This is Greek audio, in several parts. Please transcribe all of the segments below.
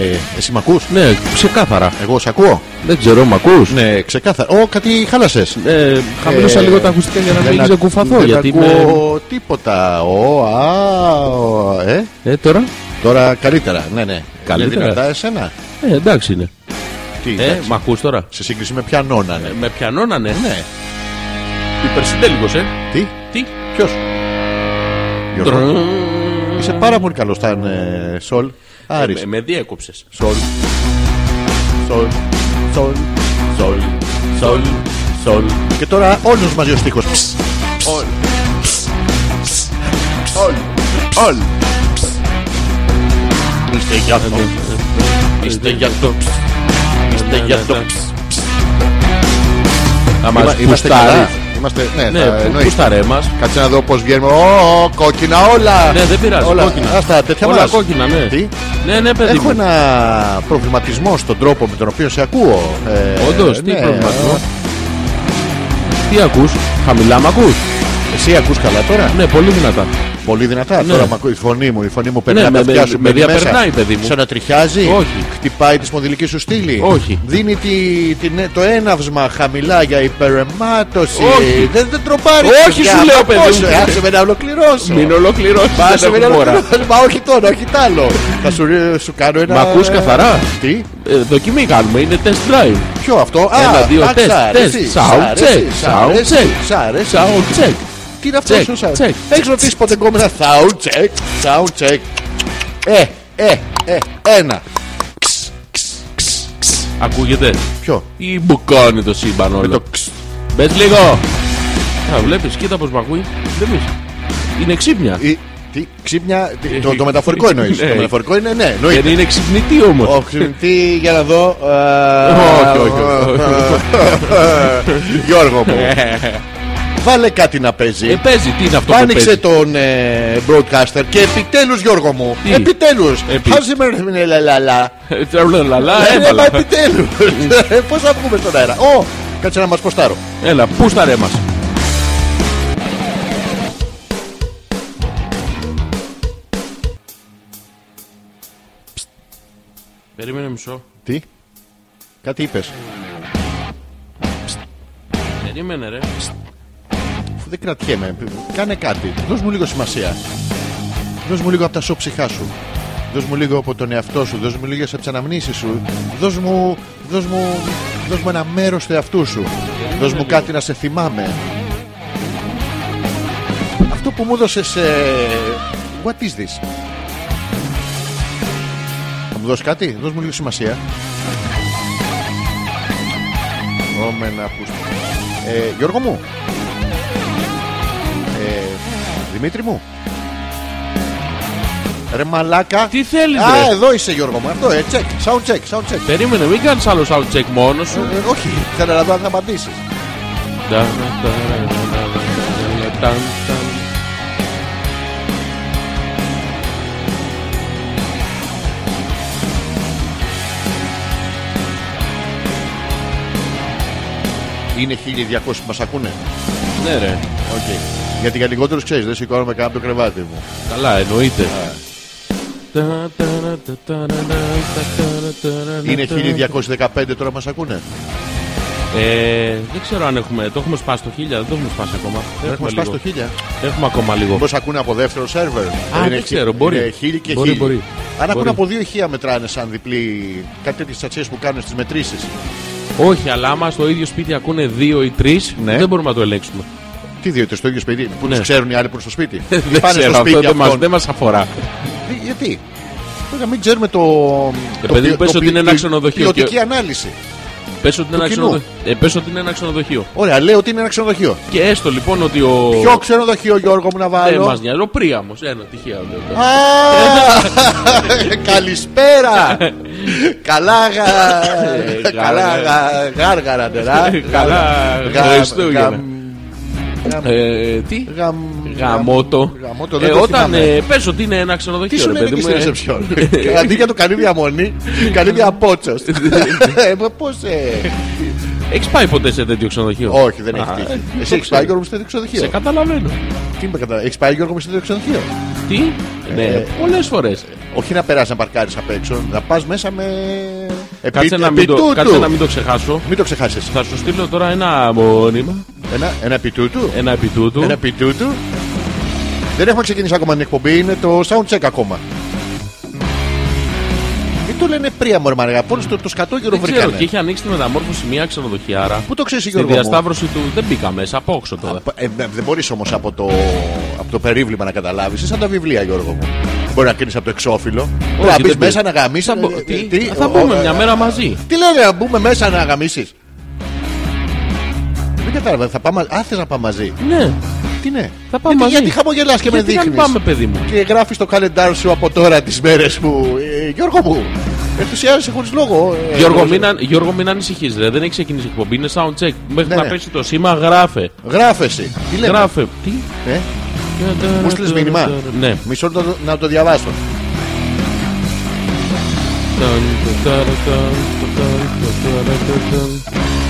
Ε, εσύ μ' ακούς? Ναι, ξεκάθαρα. Εγώ σε ακούω. Δεν ξέρω, μ' ακούς. Ναι, ξεκάθαρα. Ω, κάτι χάλασες. Ε, χαμηλώσα Ε, λίγο τα ακουστικά για να μην ξεκουφαθώ. Δεν γιατί είμαι... ακούω τίποτα. Ω, α, ω, ε. Ε, τώρα. Τώρα καλύτερα. Ναι, ναι. Καλύτερα. Είναι δυνατά εσένα. Ε, εντάξει είναι. Τι, Ε, εντάξει. μ' ακούς τώρα. Σε σύγκριση με ποια νόνα, ναι. Ε, Με πιανώνανε. Ναι. Υπερσυντέλικος, ε. Τι, Τι. ποιος. Είσαι πάρα πολύ καλός ήταν, ε, Σολ. Άρης. Ε, Με, με διέκοψες. Sol. Sol. Sol. Sol. Sol. Sol. ε. Και τώρα όλος μαζί ο στίχος. Ψ, ψ, Όλ. ψ, ψ, ψ, Όλ. Όλ. Ψ. Είστε για Ε, το. Είστε για το. Ψ. Είστε ε, για το. Ψ. Ψ. Άμα Είμα- Είμαστε καλά. Είμαστε, ναι, Ναι, θα που- εννοεί. πουστάρε μας. Κάτσε να δω πώς βγαίνουμε. Ω, κόκκινα όλα. Ναι, δεν πειράζει, Όλα. κόκκινα. Ας τα τέτοια Όλα μας. κόκκινα, ναι. Τι? Ναι, ναι, παιδί Έχω μου. ένα προβληματισμό στον τρόπο με τον οποίο σε ακούω. Ε, Όντως, τι ναι. προβληματισμό. Τι ακούς, χαμηλά μ' ακούς. Εσύ ακούς καλά τώρα. Ναι, πολύ δυνατά. Πολύ δυνατά. Ναι. Τώρα μ' ακούει η φωνή μου. Η φωνή μου περνάει Ναι, τα με- αυτιά με- σου. με μπαίνει μέσα. διαπερνάει, παιδί μου. Σε ανατριχιάζει. Όχι. Χτυπάει τη σπονδυλική σου στήλη. Όχι. Δίνει τη, την, το έναυσμα χαμηλά για υπερεμάτωση. Όχι. Δεν, δεν τροπάρει. Όχι, σου λέω, παιδί μου. ε, Άσε με να ολοκληρώσω. Μην ολοκληρώσεις, Άσε με δεν να έχουμε ώρα. ολοκληρώσω. Μα όχι τώρα, όχι τ' άλλο. Θα σου, σου κάνω ένα. Μ' ακούς καθαρά. Τι. Ε, δοκιμή κάνουμε, είναι test drive. Ποιο αυτό. Ένα, δύο, α, τεστ, σ' αρέσει, τεστ, σ' sound αρέσει, check, σ' sound αρέσει, check. σ' αρέσει. Sound check. Τι είναι αυτό Check, ο sound check. Έχεις ρωτήσει ποτέ κόμμενα sound check, sound check. Ε, ε, ε, ένα. Ξ, ξ, ξ, ξ. Ακούγεται. Ποιο. Ή μπουκώνει το σύμπαν Με όλο. το ξ. Μπες λίγο. Α, βλέπεις, κοίτα πως μ' ακούει. Βλέπεις. Είναι ξύπνια. Ή- Τι, ξύπνια, τι, Ε, το, το μεταφορικό εννοείς. Ναι. Το μεταφορικό είναι, ναι, εννοείται. Δεν είναι ξυπνητή όμως. Όχι, τι, για να δω. ε, Όχι, όχι, όχι. Γιώργο μου. Βάλε κάτι να παίζει. Ε, παίζει, τι είναι αυτό που Άνοιξε παίζει. τον ε, broadcaster και επιτέλους Γιώργο μου. Τι? Επιτέλους. Επι- How's it going, ε, λα, λα, λα. Ε, τραβλαλαλα, Ε, μα έβαλα. επιτέλους. Ε, Πώς θα βγούμε στον αέρα. Ω, κάτσε να μας ποστάρω. Έλα, πού στα ρε μας. Περίμενε μισό. Τι. Κάτι είπες. Περίμενε ρε. Αφού Δεν κρατιέμαι. Κάνε κάτι. Δώσ' μου λίγο σημασία. Δώσ' μου λίγο από τα σώψυχά σου. Δώσ' μου λίγο από τον εαυτό σου. Δώσ' μου λίγο από τι αναμνήσεις σου. Δώσ' μου, δώσ' μου, δώσ' μου ένα μέρος του εαυτού σου. Δώσ' μου κάτι να σε θυμάμαι. Αυτό που μου έδωσες... Ε... What is this? Θα μου δώσεις κάτι, δώσ' μου λίγο σημασία. Όμενα που... Ε, Γιώργο μου. Ε, Δημήτρη μου. Ρε μαλάκα. Τι θέλεις, Α, ρε. εδώ είσαι Γιώργο μου. Αυτό, ε, check. Sound check, sound check. Περίμενε, μην κάνεις άλλο sound check μόνος σου. Ε, όχι, θέλω να δω αν θα απαντήσεις. Είναι 1200 που μας ακούνε. Ναι ρε, Okay. Γιατί για λιγότερους ξέρεις, δεν σηκώνομαι καν από το κρεβάτι μου. καλά εννοείται. Ναι, Είναι 1215 τώρα μας ακούνε. Ε, δεν ξέρω αν έχουμε. Το έχουμε σπάσει το 1000, δεν το έχουμε σπάσει ακόμα. Έχουμε σπάσει το 1000. Έχουμε ακόμα λίγο. Μήπως ακούνε από δεύτερο σερβερ. Α, δεν ξέρω, μπορεί. Είναι 1000 και Μπορεί, 1000. μπορεί. Αν ακούνε Μπορεί. από δύο ηχεία μετράνε σαν διπλή κάτι τέτοιες ατσίες που κάνουν στις μετρήσεις. Όχι, αλλά άμα στο ίδιο σπίτι ακούνε δύο ή τρεις, Ναι. δεν μπορούμε να το ελέγξουμε. Τι δύο, στο ίδιο σπίτι που Ναι. τους ξέρουν οι άλλοι που είναι στο σπίτι. δεν Πάνε ξέρω, στο αυτό σπίτι δεν μας- αυτών. δεν μας αφορά. Τι- Γιατί. Τώρα μην ξέρουμε το. το παιδί ποι- μου, πες το ότι ποι- είναι ένα τη- ξενοδοχείο Ποιοτική και- ανάλυση. Πες ότι, είναι ένα κοινού. ξενοδο- ε, πες ότι είναι ένα ξενοδοχείο. Ωραία, λέω ότι είναι ένα ξενοδοχείο. Και έστω λοιπόν ότι ο. Ποιο ξενοδοχείο, Γιώργο μου, να Δεν βάλω. μας νοιάζει. Ο Πρίαμος. Ένα τυχαία. βέβαια. Α, Καλησπέρα! Καλά γα... Ε, Καλά γα- γάργαρα νερά Καλά Γα- Χριστούγεννα. γαμ- γαμ- Ε, τι. γαμ- Γαμότο. Γαμότο, Ε, δεν το όταν θυμάμαι. ε, πες ότι είναι ένα Τι ξενοδοχείο. σου ρε λένε παιδί και μου, στην ε. ρεσεψιόν. Αντί για το κάνει διαμονή, Ε, κάνει διαπότσο. Πώ. Έχεις πάει ποτέ σε τέτοιο ξενοδοχείο. Όχι, δεν έχεις Α, τύχει. το Εσύ έχει ξέρω. πάει Γιώργο μου στο τέτοιο Σε ξενοδοχείο. καταλαβαίνω. Τι με καταλαβαίνει, έχεις πάει Γιώργο μου στο τέτοιο ξενοδοχείο. ε, Τι. Ναι, πολλές φορές. Όχι να περάσεις να παρκάρεις απ' έξω, να πας μέσα με. Επί, Κάτσε, να επί μην το, τούτου. κάτσε να μην το ξεχάσω. Μην το ξεχάσεις. Θα σου στείλω τώρα ένα μόνιμα, Ένα, ένα επί τούτου. ένα επί τούτου. Ένα επί τούτου. Δεν έχουμε ξεκινήσει ακόμα την εκπομπή, είναι το sound check ακόμα. Μην το λένε πρία μου, Μαργά. Πόλη το, το σκατό γύρω Δεν ξέρω, βρήκανε. και είχε ανοίξει τη μεταμόρφωση μια ξενοδοχιάρα. Πού το ξέρεις, Στη Γιώργο. μου? διασταύρωση του δεν μπήκα μέσα, από όξω τώρα. Ε, ε, δεν μπορείς όμως από το, από το περίβλημα να καταλάβεις. Είναι σαν τα βιβλία, Γιώργο μου. Μπορεί να κρίνει από το εξώφυλλο. Μπορεί να δεν μπει μπορεί. μέσα να γαμίσεις. Θα, μπο- τι, θα μπούμε μια μέρα μαζί. Τι λένε, να μπούμε μέσα να γαμίσεις. Δεν κατάλαβα. Θα πάμε. Α, θες να πάμε μαζί. Ναι, Τι ναι. θα πάμε γιατί, μαζί. Γιατί χαμογελάς και με Γιατί να μην δείχνεις. πάμε, παιδί μου. Και γράφεις το καλεντάρ σου από τώρα τις μέρες που. Ε, Γιώργο μου, ενθουσιάζεσαι χωρίς λόγο. Ε, Γιώργο, Γιώργο. μην, αν- Γιώργο, μην ανησυχείς, ρε. Δεν έχει ξεκινήσει η εκπομπή. Είναι sound check. Μέχρι Ναι, να ναι. πέσει το σήμα, γράφε. Γράφε εσύ. Τι λέμε. Γράφε. Τι. Ε, μου στείλες μήνυμα. Ναι. μισό να το- να το διαβάσω.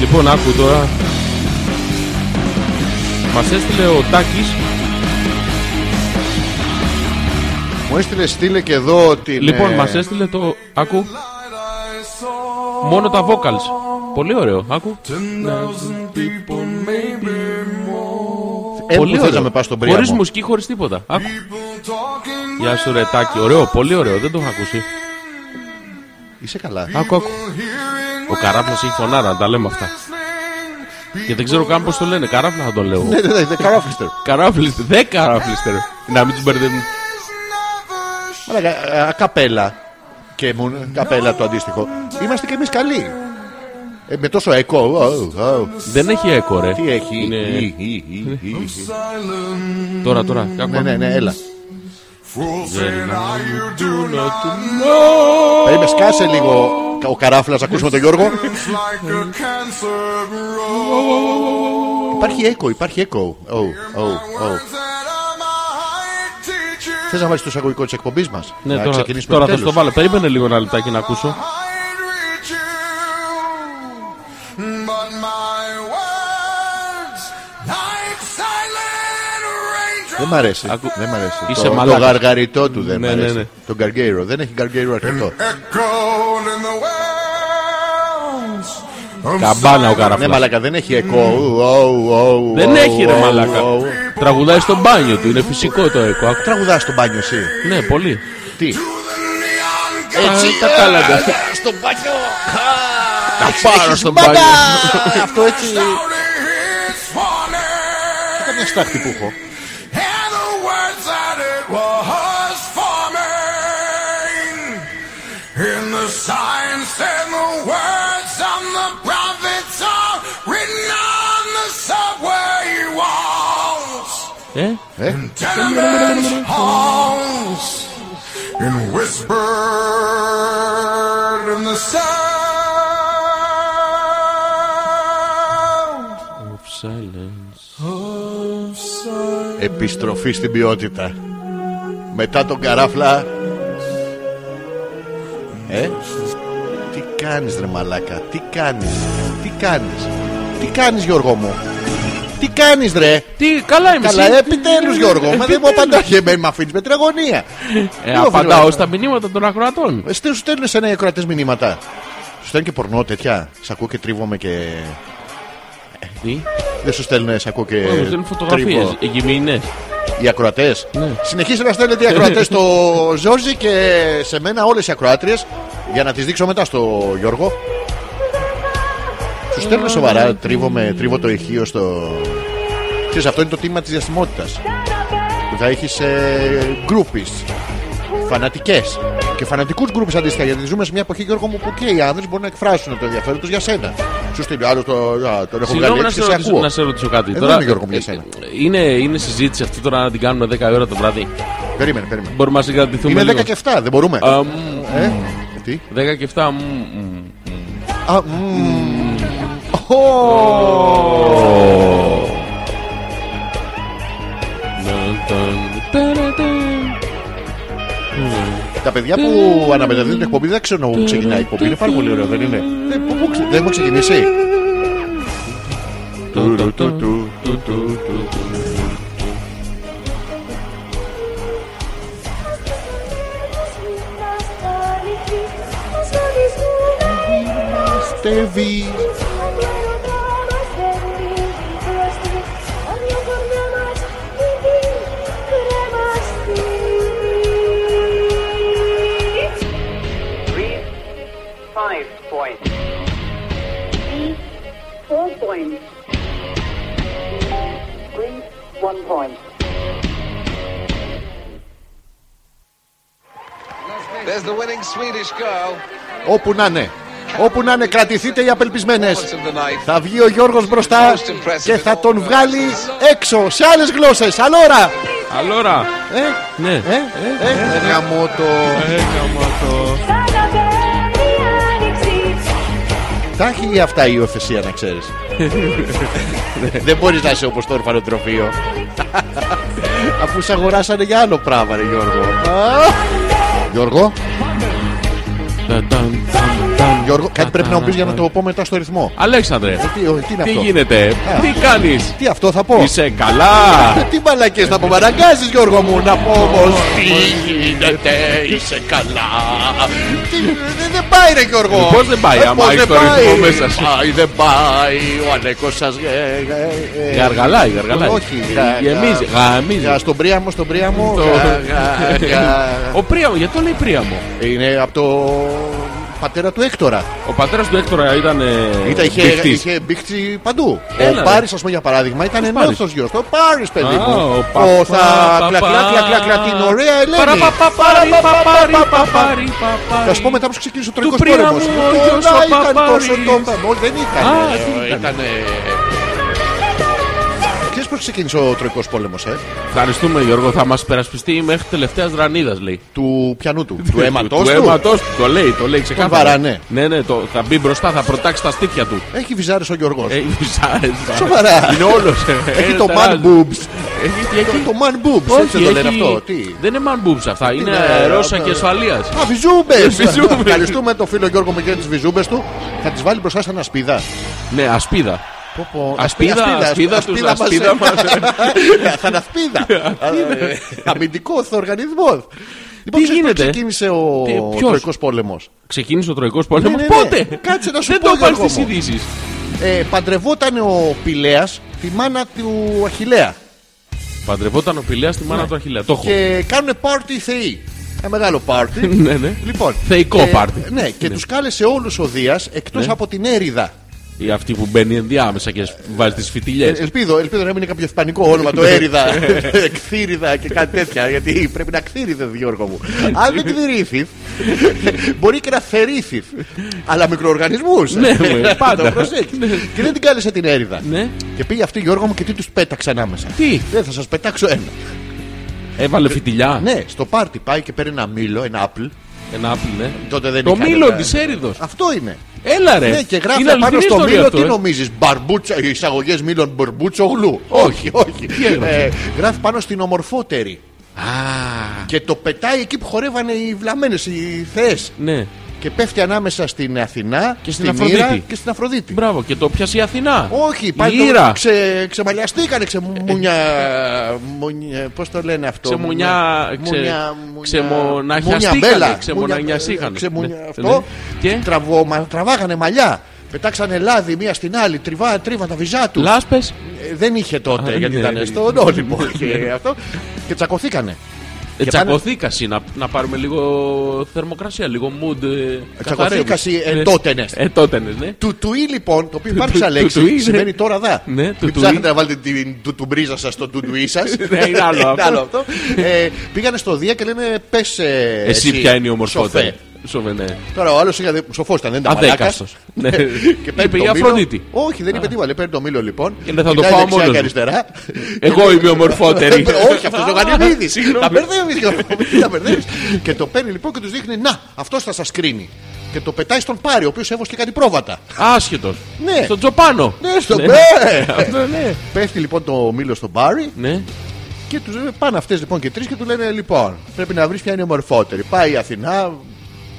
Λοιπόν, άκου τώρα. Μας έστειλε ο Τάκης. Μου έστειλε, στείλε και εδώ ότι. Λοιπόν, μας έστειλε το. Άκου. Μόνο τα vocals. Πολύ ωραίο. Άκου. πολύ Πολύ θες να με πας στον πρία. Χωρί μου. μουσική, χωρίς τίποτα. Άκου. Γεια σου, ρε Τάκη. Ωραίο, πολύ ωραίο. Δεν το είχα ακούσει. Είσαι καλά. Άκου, άκου. Ο καράφλας έχει φωνάρα, να τα λέμε αυτά. Και δεν ξέρω καν πώς το λένε. Καράφλα θα το λέω. Ναι, ναι, ναι, ναι, καράφλιστερ. Καράφλιστερ. Δε καράφλιστερ. Να μην τους μπερδεύουν. Μαλάκα, α, καπέλα. Και μου, καπέλα το αντίστοιχο. Είμαστε και εμείς καλοί. Ε, με τόσο εκό. Ω, ω, ω. Δεν έχει έκο, ρε. Τι έχει. Είναι- Ι, Ι, Ι, Ι, Ι. Τώρα, τώρα. Άκου, Ναι, άκου. ναι, ναι, έλα. Do not to Περίμενε, σκάσε λίγο ο καράφλας, ακούσουμε τον Γιώργο. Υπάρχει έκο, υπάρχει έκο. Oh, oh, oh. Θες να βάλεις το εισαγωγικό της εκπομπής μας. Ναι, τώρα, τώρα θα στο βάλω. Περίμενε λίγο ένα λεπτάκι να ακούσω. But my words, like silent raindrops. Δεν μ' αρέσει. Ακού- Δεν μ' αρέσει. Είσαι το, το μαλάκας. γαργαριτό του δεν Ναι, μ' ναι, αρέσει. ναι. Τον καργκέιρο. Δεν έχει καργκέιρο αρκετό. Echoed in the wells of Καμπάνα ο Ναι, καράφλα. μαλάκα, δεν έχει εκό. Ου, ου, ου, ου, Ναι. Δεν ου, έχει, ρε ου, μαλάκα. ου, ου. Τραγουδάει στο μπάνιο του. Είναι φυσικό το έκο. Άκου. Τραγουδάς στο μπάνιο εσύ. Ναι, πολύ. Τι. Α, τα κάλαντα. Στο μπάνιο. Τα πάρω στο Μπαμπά! μπάνιο. Αυτό έτσι. its warning. Ήταν μια στάχτη που έχω. And the words that it was forming In the signs and the words of the prophets are written on the subway walls Ε, Ε, Tenement halls And whispered in the sound of silence. of silence Επιστροφή στην ποιότητα. Μετά τον καράφλα. Ε. Τι κάνεις ρε μαλάκα. Τι κάνεις. Τι κάνεις. Τι κάνεις Γιώργο μου. Τι κάνεις ρε. Τι, καλά είμαι. Καλά, εσύ. επιτέλους Γιώργο. Μα δεν μου απαντά. Και με με αφήνεις με την αγωνία. Ε, απαντάω στα μηνύματα των ακροατών. Εσύ σου στέλνουν σε ένα κρατέ μηνύματα. Σου στέλνουν και πορνό τέτοια. Σ' ακούω και τρίβομαι και. Τι, Δεν σου στέλνουν, σ' ακούω και. ε, μου στέλνουν φωτογραφίε. τρίβω. Γυμνέ. Οι ακροατές. Ναι. Συνεχίζετε να στέλνετε οι ακροατές στο Ζόρζι και σε μένα όλες οι ακροάτριες. Για να τις δείξω μετά στο Γιώργο. Σου στέλνουν Ναι. σοβαρά. Τρίβομαι, τρίβω το ηχείο στο. Ξέρεις, αυτό είναι το τίμημα τη διαστημότητα. Που θα έχεις γκρούπι. Φανατικές. Και φανατικούς γκρούπι αντίστοιχα. Γιατί ζούμε σε μια εποχή, Γιώργο μου, που και οι άνδρες μπορούν να εκφράσουν το ενδιαφέρον τους για σένα. Σου στείλει άλλος το. «Α, Τον έχω βγάλει Συγγνώμη να έξι σε και σε ρωτήσω, ακούω. να σε ρωτήσω κάτι. Ε, τώρα, δεν είναι, Γιώργο μου, για ε, σένα. είναι, είναι συζήτηση αυτή τώρα να την κάνουμε 10 ώρα το βράδυ. Περίμενε, περίμενε. Μπορούμε να συγκρατηθούμε. Είναι λίγο. 10 και 7, δεν μπορούμε. Α, μ, Ε, τι. 10 και 7. μ, μ. Α, μμμ. Ω. Τα παιδιά που αναμεταδίδουν την εκπομπή δεν ξέρουν πού ξεκινάει η εκπομπή. Είναι πάρα πολύ ωραίο, δεν είναι. Ε, πού- πού ξε- Δεν έχω ξεκινήσει. Του, του, του, του, του, του, του. πιστεύει. Read five points. Read four points. Read one point. There's the winning Swedish girl. Όπου να είναι. Όπου να είναι, κρατηθείτε οι απελπισμένες. Once of the night. Θα βγει ο Γιώργος μπροστά και θα τον βγάλει έξω σε άλλες γλώσσες. Αλόρα! Αλόρα! Ε, Ναι. ε, ε, ε, γαμώτο. Τα έχει αυτά η υιοθεσία να ξέρεις Δεν μπορείς να είσαι όπως το ορφανοτροφείο Αφού σε αγοράσανε για άλλο πράγμα ρε Γιώργο Α! Γιώργο, Τα- ταν- ταν- ταν. Γιώργο κάτι πρέπει να μου πεις για να το πω μετά στο ρυθμό Αλέξανδρε, Τι, ο, τι είναι τι αυτό γίνεται, τι κάνεις, Τι αυτό θα πω είσαι καλά. Τι μαλακές θα πω με αναγκάζεις Γιώργο μου να πω όμως Τι γίνεται, είσαι καλά. Τι- δεν- Δεν πάει ρε Γιώργο Πώς δεν πάει, Ε, άμα πώς έχεις δεν το ρυθμό πάει. μέσα σου. Πάει, δεν πάει ο Αλέκος σας ε, ε, ε, ε. Γαργαλάει, γαργαλάει. Όχι, γα- γεμίζει, γα- γαμίζει. Γα- Στον Πρίαμο, στον Πρίαμο Το- γα- γα- γα- Ε, Ο Πρίαμο, γιατί το λέει Πρίαμο. Είναι από το πατέρα του Έκτορα. Ο πατέρας του Έκτορα ήταν. ε, Ήταν, είχε, μπηχτής. είχε μπήχτη παντού. Έλα, ο ρε. Πάρης, ας πούμε για παράδειγμα, ήταν Πάρης. ενόθο γιο. Το Πάρης, παιδί Α, μου. ο Ο, πα- θα πα- κλακλά, πα- κλακλά, κλακλά, την ωραία Ελένη. Παραπαπαπάρι, παπάρι, παπάρι, παπάρι. Θα σου πω μετά που ξεκίνησε ο τρελό Πρίαμου, πόλεμο. ο γιος ο ήταν Παπάρης. τόσο τόμπα. Όχι, δεν ήταν. Α, Ε, τι ήταν. ήταν. Ξέρει πώ ξεκίνησε ο Τροϊκός Πόλεμος, ε? Ευχαριστούμε Γιώργο, θα μας περασπιστεί μέχρι τελευταίας ρανίδα λέει. Του πιανού του. Του αίματο Του του. αίματος του, το λέει, το λέει ξεκάθαρα. βαράνε. Ναι, ναι, το, θα μπει μπροστά, θα προτάξει τα στήθια του. Έχει βυζάρε ο Γιώργος. Ε, ζάρες, ζάρες. Σοβαρά. Είναι όλος. Έχει το man boobs. Έχει, έχει. Το man boobs. ε, Όχι, Έτσι το λένε έχει- αυτό. Τι. Δεν είναι man boobs αυτά, είναι ε, είναι, αερόσα αυτό. και ασφαλείας. Α, βυζούμπες! Ε, Βυζούμπες. Ευχαριστούμε τον φίλο Γιώργο μου για τις βυζούμπες του. Θα τις βάλει μπροστά σαν ασπίδα. Ναι, ασπίδα. Πω, πω. Ασπίδα, ασπίδα, τους, ασπίδα μας. ασπίδα Ε, Θα είναι ασπίδα. Ε, Αμυντικός οργανισμός. Λοιπόν, ξέρεις πότε γίνεται? ξεκίνησε ο Τι, ποιος? Τροϊκός Πόλεμος. Ξεκίνησε ο Τροϊκός Πόλεμος. Ναι, ναι, ναι. Πότε! Κάτσε να σου Δεν πω, το Γιώργο βάλει στι μου. ειδήσεις. Ε, Παντρευόταν ο Πηλέας τη μάνα του Αχιλέα Παντρευόταν ο Πηλέας στη μάνα του Αχιλέα. Το έχω. Ναι. και κάνουν πάρτι θεοί. Ένα μεγάλο πάρτι. Ναι, ναι. Λοιπόν, Θεϊκό ε, πάρτι. Ναι, και Ναι. τους κάλεσε όλους ο Δίας εκτός από την Έριδα. Η αυτή που μπαίνει ενδιάμεσα και σ- βάζει τις Ε, φιτιλιέ. Ελπίζω, ελπίζω να μην είναι κάποιο ισπανικό όνομα, Ναι. το έριδα, εκθύριδα και κάτι τέτοια. Γιατί πρέπει να κτήριδε, Γιώργο μου. Ναι. Αν δεν κτηρίθει, μπορεί και να θερήθει. Αλλά μικροοργανισμούς. Ναι, μου, πάντα. Και δεν την κάλεσε την έριδα. Ναι. Και πήγε αυτή, Γιώργο μου, και τι τους πέταξε ανάμεσα. Τι, Δεν θα σας πετάξω ένα. έβαλε φιτιλιά. ε, Ναι, στο πάρτι πάει και παίρνει ένα μήλο, ένα apple. Ένα άπλι, ναι. Τότε δεν Το είχαν μήλο τα- τη έρηδο. Αυτό είναι. Έλα ρε. ε. Ναι, και γράφει Είναι απάνω αληθινή στο ιστορία μήλο, αυτό, τι ε. νομίζεις, Μπαρμπούτσα, εισαγωγές μήλων Μπαρμπούτσογλου. Όχι, όχι. έγραψε? Ε, Γράφει πάνω στην ομορφότερη. Α, Και το πετάει εκεί που χορεύανε οι βλαμμένες, οι θεές. ναι. Και πέφτει ανάμεσα στην Αθηνά Και στην Αφροδίτη. Ήρα και στην Αφροδίτη. Μπράβο, και το πιάσει η Αθηνά. Όχι, πάλι Η Ήρα. το ξε, ξεμαλιαστήκανε, ξεμουνια. μουνια- Πώς το λένε αυτό. Ξεμουνιά. ξε- μουνια- μουνια- Ξεμοναχιαστήκανε. μουνιαμπέλα. Ξεμονανιαστήκανε. Ξεμουνια- Ναι, αυτό. ναι. Και Και τραβώμα- τραβάγανε μαλιά. Πετάξανε λάδι μία στην άλλη, τριβά, τρίβα τα βυζά τους. λάσπες. Ε, Δεν είχε τότε, Α, γιατί ναι, ήταν ναι. στον Όλυμπο και αυτό. Και τσακωθήκανε. Και πάνε- Τσακωθήκαση. Ε, Να, να πάρουμε λίγο θερμοκρασία, λίγο mood. ε, Τσακωθήκαση καθαρεύει. εντότενες. Ε, Εντότενες, ναι. Τουτουί λοιπόν, το οποίο υπάρχει σαν του- λέξη, τουτουί, ναι. σημαίνει τώρα δα. Ναι, Μην τουτουί. ψάχνετε να βάλετε την τουτουμπρίζα σα στο τουτουί σας. Ναι, είναι άλλο αυτό. Ε, Πήγανε στο Δία και λένε πες. Εσύ ποια είναι η ομορφότερη. Σοφέ, ναι. Τώρα ο άλλος είχε σοφός ήταν, δεν ήταν μαλάκας. Αδέκαστος. Ναι. Και παίρνει Είπε η το μήλο. Αφροδίτη. Όχι, δεν είπε τίποτα. λέει, Παίρνει το μήλο λοιπόν. Και δεν θα το Κοιτάει πάω δεξιά μόνος και μου. αριστερά. Εγώ είμαι η ομορφότερη. Όχι, αυτό το Γανιμίδη. Τα μπερδεύεις. Τα μπερδεύεις. Και το παίρνει λοιπόν και τους δείχνει Να, αυτός θα σας κρίνει. Και το πετάει στον Πάρη, ο οποίος έβοσκε κάτι πρόβατα. Άσχετος. Ναι. Στον Τζοπάνο. Ναι, στο Ναι. μπε! Αυτό, ναι. Πέφτει λοιπόν το μήλο στον Μπάρι Ναι. και τους πάνε αυτές λοιπόν και τρεις και τους λένε λοιπόν πρέπει να βρεις ποια είναι η ομορφότερη. Πάει η Αθηνά,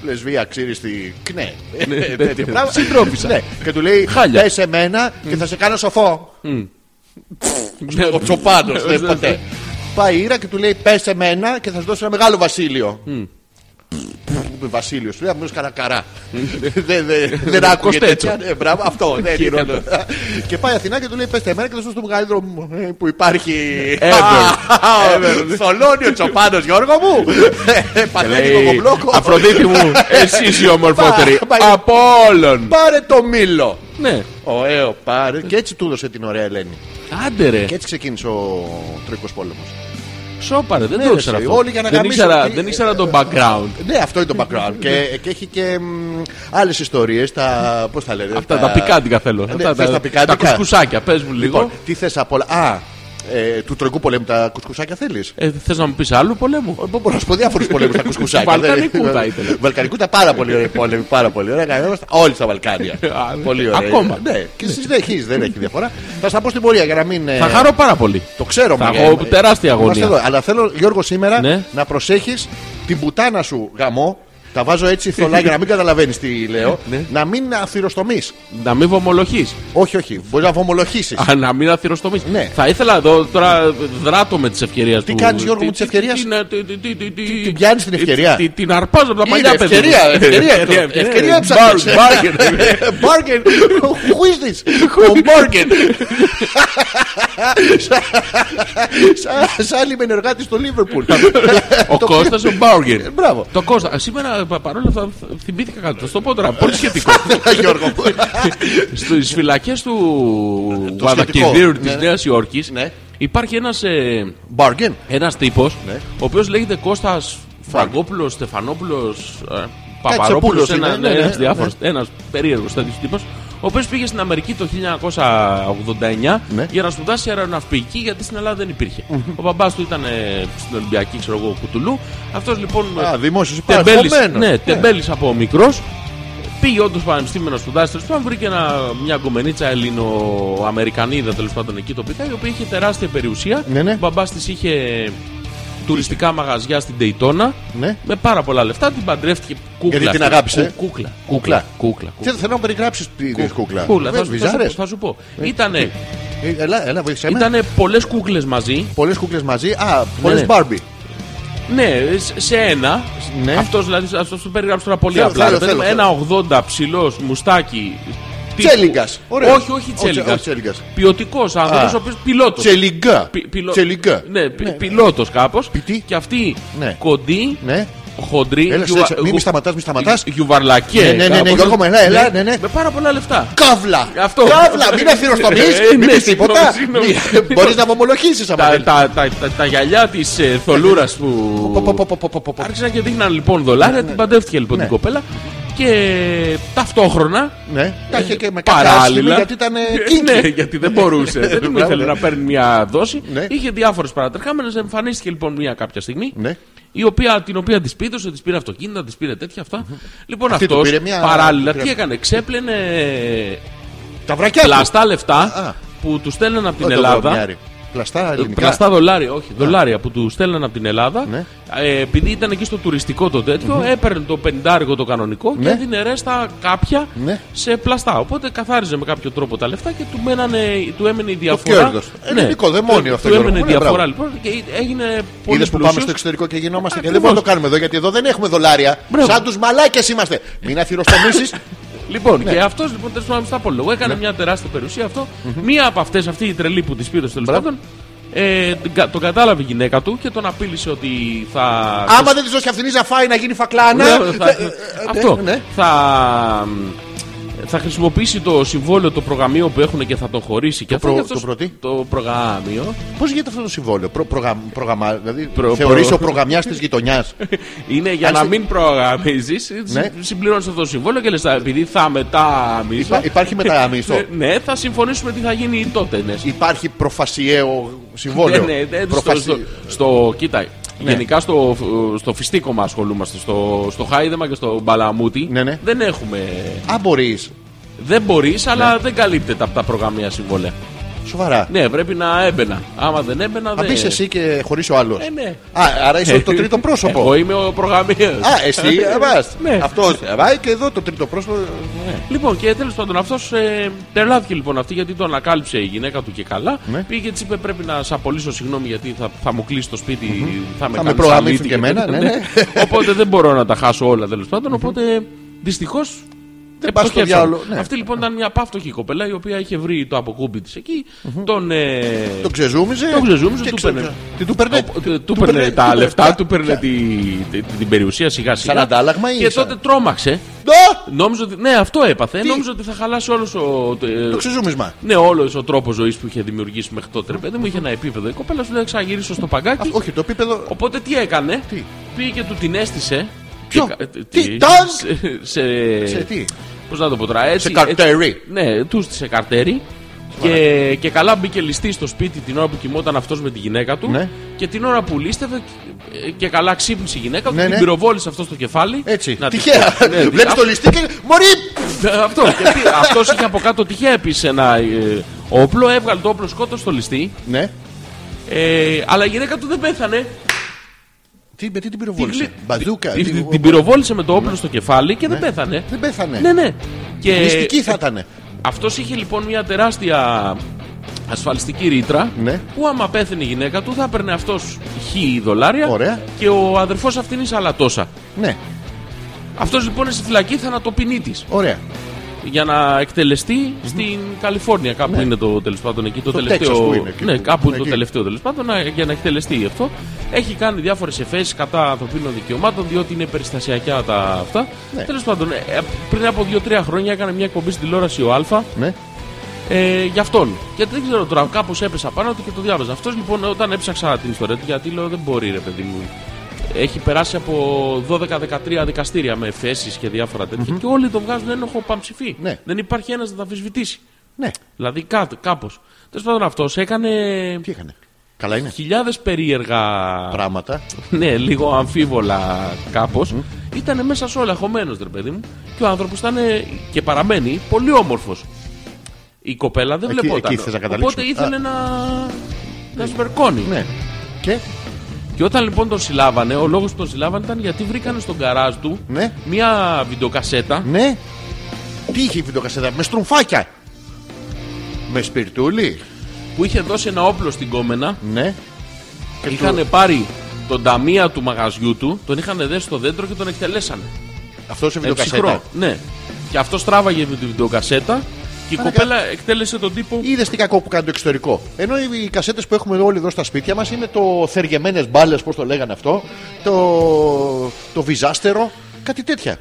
λεσβία ξύριστη, κνέ. Ναι, τέτοια πράγματα. Συντρόφισσα. Ναι. Και του λέει Χάλια. πες σε μένα και θα σε κάνω σοφό. Ναι. Ο Τσοπάνο, Ναι, δεν ναι. ποτέ. Πάει η Ήρα και του λέει πες σε μένα και θα σου δώσω ένα μεγάλο βασίλειο. Βασίλειο. Του λέει καρακαρά. Δεν- δεν- Δεν άκουγε Κοστέτσο. τέτοια. Ναι, μπράβο, αυτό. δεν χειρότερο. Και πάει Αθηνά και του λέει: Πετε εμένα και θα σου το μεγαλύτερο μου, ε, που υπάρχει. Ever. Θολώνει ο τσοπάνος Γιώργο μου. Ε, Πατέρα Λέει, τον κομπλόκο. Αφροδίτη μου, Ε, εσύ είσαι η ομορφότερη Πα- πα- από όλων. Πάρε το μήλο. Ναι, Ωραίο, πάρε. Και έτσι του έδωσε την ωραία Ελένη. άντε ρε. Και έτσι ξεκίνησε ο Τροϊκό Πόλεμο. Σόπαρε, δεν Ναι, το ήξερα ρε, αυτό. όλοι για να Δεν γαμίσουν ήξερα- και- Δεν ήξερα το background. Ναι, αυτό είναι το background. και, και έχει και άλλες ιστορίες. Τα, πώς Ε, τα λένε, Αυτά τα πικάντικα θέλω. Ναι, Αυτά θες τα Τα πικάντικα. κουσκουσάκια, πες μου Λοιπόν, λίγο. τι θες από όλα. Α, ε, του τροϊκού πολέμου τα κουσκουσάκια θέλεις. Ε, θες να μου πεις άλλου πολέμου. Μπο- Μπορώ να σου πω διάφορους πολέμους τα κουσκουσάκια. Βαλκανικού Δεν- θα ήθελα. Βαλκανικού τα πάρα πολύ ωραία πόλεμοι. Πάρα πολύ ωραία. Κανόμαστε Όλοι στα Βαλκάνια. Α, ναι. πολύ ωραία. Ακόμα. Ναι, και συνεχίζει, δεν έχεις διαφορά. Θα στα πω στην πορεία για να μην. ε, Θα χαρώ πάρα πολύ. Το ξέρω, Θα μωρέ. έχω τεράστια Είμαστε αγωνία. εδώ. Αλλά θέλω, Γιώργο, σήμερα Ναι. να προσέχεις την πουτάνα σου γαμό. Τα βάζω έτσι θολά για να μην καταλαβαίνεις τι λέω. Ναι. Να μην αθυροστομείς. Να μην βομολοχείς. Όχι, όχι. Μπορείς να βομολογήσεις. Α, να μην αθυροστομείς. Ναι. Θα ήθελα εδώ τώρα δράτω με τις ευκαιρίες Τι κάνεις, Γιώργο, με τις ευκαιρίες? Την πιάνεις την ευκαιρία? Την την αρπάζω από τα Είναι παλιά παιδιά. ευκαιρία, ευκαιρία, ε, ευκαιρία, ευκαιρία ψάχνεις. ε. Bargain. Who is this? Ο Morgan. Σαν- Σαν λιμενεργάτη στο Λίβερπουλ. Ο Κώστας ο Μπάουργεν. Μπράβο. Το Κώστα. Σήμερα πα- παρόλα αυτά θ- θυμήθηκα κάτι. Θα σου το πω τώρα. Πολύ σχετικό. Γιώργο. μου. Στι φυλακές του Το Βαδακεδίρου σχετικό. της Ναι. Νέας Υόρκης Ναι. υπάρχει ένας ε, Bargain. ένας τύπος Ναι. ο οποίος λέγεται Κώστας Φραγκόπουλος, Στεφανόπουλος, ε, Κατσοπούλος Παπαρόπουλος, είναι, ένα, ναι, ναι, ένας ναι. διάφορος, ένας περίεργος τέτοιος τύπος ο οποίος πήγε στην Αμερική το 1989 Ναι. για να σπουδάσει αεροναυπηγική γιατί στην Ελλάδα δεν υπήρχε. Ο μπαμπάς του ήταν ε, στην Ολυμπιακή, ξέρω εγώ, Κουτουλού. Αυτός λοιπόν ε, Α, δημόσιος τεμπέλης, υπαρχομένος. ναι, Ναι. τεμπέλης από μικρός Πήγε όντως πανεπιστήμιο να σπουδάσει. Τέλος πάντων, βρήκε ένα, μια κομμενίτσα Ελληνοαμερικανίδα τέλος πάντων εκεί τοπικά, η οποία είχε τεράστια περιουσία. Ναι, ναι. Ο μπαμπάς της είχε τουριστικά μαγαζιά στην Daytona Ναι. με πάρα πολλά λεφτά. Την παντρεύτηκε κούκλα. Γιατί την αυτή. αγάπησε. Κού- Κούκλα. Κούκλα. Κούκλα. Τι θέλω να περιγράψεις τη κούκλα. Κούκλα. Θα, σου- θα, σου, Βυζάρες. πω- θα σου πω. Ήτανε, Ε, Έλα, έλα, βοήθησέ με. ήτανε πολλές κούκλες μαζί. Πολλές κούκλες μαζί. Α, πολλές ναι. Barbie. Ναι, σε- σε ένα. Ναι. Αυτός δηλαδή, αυτό το περιγράψω τώρα πολύ Θέλω, απλά. θέλω, Παιδί μου, θέλω, ένα 80 ψηλός μουστάκι. τύπου- Τσέλιγκας. Ωραίος. Όχι, όχι Όχι, όχι τσέλιγκα. τσέλιγκας. Ποιοτικός άνθρωπος, Α. ο οποίος πιλότος. Τσελιγκά. Τσελιγκά. Ναι, πι, πιλότος κάπως. Πιτή. Και αυτή Ναι. κοντή, Ναι. χοντρή. Έλα, σε- μη- μη γου- σταματάς, μη σταματάς. γιου- Γιουβαρλακέ. Ναι, ναι, ναι, ναι, κάπως. Γιώργο μου, έλα, έλα, ναι, ναι. Με πάρα πολλά λεφτά. Καύλα! Αυτό. Καύλα! Μην Ε, αφιερωθεί, ναι, μην πεις τίποτα. συγγνώμη, συγγνώμη. Μπορείς να απομολοχήσει Τα, από τα, τα, τα, τα γυαλιά της ε, θολούρας που. Άρχισαν και δείχναν λοιπόν δολάρια, Ναι, την παντεύτηκε λοιπόν την κοπέλα και ταυτόχρονα. ε, Ναι, τα είχε και με κάποια άσχημη Παράλληλα. γιατί ήταν ε, ναι, κίνκι. γιατί δεν μπορούσε. δεν Μπράβο, ήθελε ναι. να παίρνει μια δόση. Ναι. Είχε διάφορες παρατρεχάμενες. Εμφανίστηκε λοιπόν μια κάποια στιγμή. Ναι. Η οποία, την οποία της πήδωσε, της πήρε αυτοκίνητα, της πήρε τέτοια αυτά. Λοιπόν, Αυτή του αυτός πήρε μια- παράλληλα πήρε- τι έκανε, ξέπλαινε Τα βρακιά του. πλαστά λεφτά Α. που του στέλναν από την Όχι το Ελλάδα. βρωμιάρι. Πλαστά ελληνικά. Πλαστά δολάρια, όχι. Δολάρια που τους στέλναν από την Ελλάδα. Ναι. Ε, επειδή ήταν εκεί στο τουριστικό το τέτοιο, έπαιρνε το πεντάρικο το κανονικό και Ναι. έδινε ρέστα κάποια Ναι. σε πλαστά. Οπότε καθάριζε με κάποιο τρόπο τα λεφτά και του, μένανε, του έμενε η διαφορά. Ε, ναι. κέρδος. Ελληνικό δαιμόνιο Του- αυτό, Του Γιώργο έμενε η μου, ναι, διαφορά μπράβο. λοιπόν και έγινε πολύ Είδες που πάμε πλούσιος. στο εξωτερικό και γινόμαστε και δεν Ακριβώς. μπορούμε να το κάνουμε εδώ γιατί εδώ δεν έχουμε δολάρια. Μπράβο. Σαν τους μαλάκες είμαστε. Μην αθυροστομήσει. Λοιπόν, Ναι. και αυτός λοιπόν τέλος πάντων στα πολύ. Έκανε μια τεράστια περιουσία αυτό. Μία από αυτές, αυτή η τρελή που της πήρε τέλος πάντων, ε, την κα- τον κατάλαβε η γυναίκα του και τον απείλησε ότι θα. Άμα δεν της δώσει αυθινή να φάει να γίνει φακλάνα. Ναι, θα- ε, ε, Αυτό. ναι. Θα, θα χρησιμοποιήσει το συμβόλαιο, το προγαμείο που έχουν και θα τον χωρίσει. Το, προ- το προ τι? το προγαμείο Πώς γίνεται αυτό το συμβόλαιο, προ, προγα, προγαμα, δηλαδή Προ- θεωρείς προ- ο προγαμιά της γειτονιάς. είναι για να Άλιστα. μην προγαμίζει. Ναι. Συμπληρώνεις αυτό το συμβόλαιο και λες: Επειδή θα μεταμίσω. υπάρχει μεταμισθό. ε, Ναι, θα συμφωνήσουμε τι θα γίνει τότε. Ναι, υπάρχει προφασιαίο ναι, συμβόλαιο. ναι, ναι, στο, Προφασι- Ναι. στο, στο- κοίτα, γενικά στο, στο φιστίκωμα ασχολούμαστε. Στο, στο χάιδεμα και στο μπαλαμούτι Ναι, ναι. δεν έχουμε. Αν μπορείς. Ναι. Δεν μπορείς, αλλά δεν καλύπτεται από τα προγαμία συμβόλαια. Σοβαρά. Ναι, πρέπει να έμπαινα. Άμα δεν έμπαινα, Θα δεν. μπει εσύ και χωρίς ο άλλος. Ε, ναι. Α, άρα είσαι το τρίτο πρόσωπο. Ε, Εγώ είμαι ο προγραμμίο. Α, εσύ, ε, εμάς. Ναι. Αυτό βάει και εδώ το τρίτο πρόσωπο. Ναι. Λοιπόν, και τέλος πάντων αυτός ε, τρελάθηκε λοιπόν αυτή γιατί το ανακάλυψε η γυναίκα του και καλά. Ναι. Πήγε της είπε: Πρέπει να σε απολύσω, συγγνώμη, γιατί θα, θα μου κλείσει το σπιτι θα Θα με με, κάνεις προγαμίσουν αλήτη και εμένα, ναι, ναι. οπότε δεν μπορώ να τα χάσω όλα τέλος πάντων. Οπότε δυστυχώς. Δεν πας στο διάολο, ναι. Αυτή λοιπόν ήταν μια πάυτοχη κοπελά η οποία είχε βρει το αποκούμπι της εκεί. Τον. Ε, Το ξεζούμιζε. Το ξεζούμιζε, και του ξε- παίρνε. Τι Ναι, του παίρνε. ο- του- Του παίρνε τα λεφτά, του παίρνε τη- τη- την περιουσία σιγά σιγά. Σαν αντάλλαγμα ή Και σαν- τότε τρόμαξε. Α, Νόμιζε ότι. Ναι, αυτό έπαθε. Νόμιζε ότι θα χαλάσει όλος ο. το- ε, Το ξεζούμισμα. Ναι, όλος ο τρόπος ζωής που είχε δημιουργήσει μέχρι τότε. Ρε παιδί μου είχε ένα επίπεδο. Η κοπέλα σου λέει ξαναγυρίσω στο παγκάκι. Όχι, το επίπεδο. Οπότε τι έκανε. Τι? Πήγε και του την έστησε. Ποιο? Και κα- Τι, τη- τάγκ? σε- Σε. Σε τι. Πώς να το πω τώρα. Έτσι, Σε καρτέρι. έτσι- Ναι, τους σε καρτέρι. Και, και καλά μπήκε ληστή στο σπίτι την ώρα που κοιμόταν αυτός με τη γυναίκα του. Ναι. Και την ώρα που λίστευε ε, και καλά ξύπνησε η γυναίκα του. Ναι, την ναι. πυροβόλησε αυτό στο κεφάλι. Έτσι. Να τη- Τυχαία. Ναι, τη- Βλέπεις το ληστή και. Μωρή! ναι, Αυτό. Γιατί αυτός είχε από κάτω τυχαία επίσης ένα ε, όπλο, έβγαλε το όπλο, σκότωσε το ληστή. Ναι. Ε, αλλά η γυναίκα του δεν πέθανε. Τι, με τι την Την πυροβόλησε. γλυ- Μπαζούκα. Την, τι- την- την πυροβόλησε με το όπλο στο κεφάλι και δεν πέθανε. Δεν πέθανε. Ναι, ναι. Και Μυστική θα ήταν. αυτός είχε λοιπόν μια τεράστια ασφαλιστική ρήτρα Ναι. που άμα πέθανε η γυναίκα του θα έπαιρνε αυτός χι δολάρια Ωραία. και ο αδερφός αυτήν ίσα άλλα τόσα. Ναι, Αυτός λοιπόν στη φυλακή θανατοποιητή τη. ωραία. για να εκτελεστει στην Καλιφόρνια. Κάπου είναι το τέλος πάντων εκεί. Το, Το Ναι. Τέξας τελευταίο. που είναι, εκεί ναι, που- κάπου εκεί. το τελευταίο τέλος πάντων να- για να εκτελεστεί αυτό. Έχει κάνει διάφορες εφέσει κατά ανθρωπίνων δικαιωμάτων, διότι είναι περιστασιακά τα αυτά. Ναι. Τέλος πάντων, ε, πριν από 2-3 χρόνια έκανε μια εκπομπή στην τηλεόραση ο Α Ναι. ε, για αυτόν. Και δεν ξέρω τώρα, κάπως έπεσα πάνω του και το διάβαζα. Αυτός λοιπόν, όταν έψαξα την ιστορία του, γιατί λέω δεν μπορεί, ρε παιδί μου. Έχει περάσει από 12-13 δικαστήρια με εφέσει και διαφορα τέτοια. Και όλοι τον βγάζουν ένοχο παμψηφί. Ναι. Δεν υπάρχει ένας να τα αμφισβητήσει. ναι. Δηλαδή κάπως. Τέλος πάντων, αυτός έκανε Τι έκανε. Καλά είναι. χιλιάδες περίεργα Πράγματα. ναι, λίγο αμφίβολα κάπως. Ήτανε μέσα σε όλα, χωμένος ρε παιδί μου. Και ο άνθρωπος ήταν ε, και παραμένει πολύ όμορφος. Η κοπέλα δεν Εκεί- βλέπονταν. εκεί θες να Οπότε καταλήξουμε. ήθελε Α. να. να σβερκώνει. Ναι. Και. Και όταν λοιπόν τον συλλάβανε, ο λόγος που τον συλλάβανε ήταν γιατί βρήκανε στον καράζ του Ναι. μια βιντεοκασέτα. Ναι. Τι είχε η βιντεοκασέτα. Με στρουμφάκια. Με σπιρτούλι. που είχε δώσει ένα όπλο στην κόμενα. Ναι. Και Είχαν του- πάρει τον ταμεία του μαγαζιού του, τον είχαν δέσει στο δέντρο και τον εκτελέσανε. Αυτός σε Ε, ψυχρό. βιντεοκασέτα. Ναι. Και αυτός τράβαγε με τη βιντεοκασέτα και η Άρα κοπέλα εκτέλεσε τον τύπο. Είδες τι κακό που κάνει το εξωτερικό. Ενώ οι οι κασέτες που έχουμε όλοι εδώ στα σπίτια μας είναι το θεργεμένες μπάλες, πώς το λέγανε αυτό, το, το βυζάστερο, κάτι τέτοια.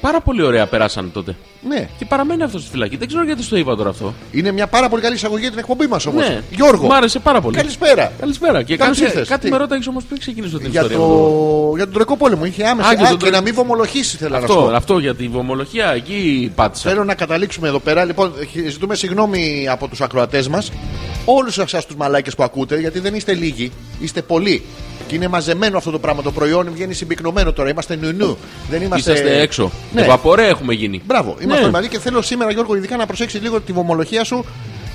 Πάρα πολύ ωραία περάσανε τότε. Ναι. Και παραμένει αυτός στη φυλακή. Δεν ξέρω γιατί στο είπα τώρα αυτό. Είναι μια πάρα πολύ καλή εισαγωγή για την εκπομπή μας όμως. Ναι. Γιώργο. Μ' άρεσε πάρα πολύ. Καλησπέρα. Καλησπέρα. Και Καλώς κάτι, ήρθες. κάτι Τι? με ρώταγες όμως πριν ξεκινήσω την Για, ιστορία. το... μου. για τον Τρεκό Πόλεμο. Είχε άμεσα. Α, Α, και και, τον Τρο- να μην βομολογήσεις, θέλω να σου Αυτό, πω. αυτό για τη βομολογία εκεί πάτησα. Θέλω να καταλήξουμε εδώ πέρα. Λοιπόν, ζητούμε συγγνώμη από τους ακροατές μας. Όλους εσάς τους μαλάκες που ακούτε, γιατί δεν είστε λίγοι, είστε πολλοί. Και είναι μαζεμένο αυτό το πράγμα. Το προϊόν βγαίνει συμπυκνωμένο τώρα. Είμαστε νου-νου. Δεν είμαστε. Είσαστε έξω. Ναι. Ευαπορέ έχουμε γίνει. Μπράβο. Είμαστε Ναι. μαζί και θέλω σήμερα, Γιώργο, ειδικά να προσέξεις λίγο τη βομολογία σου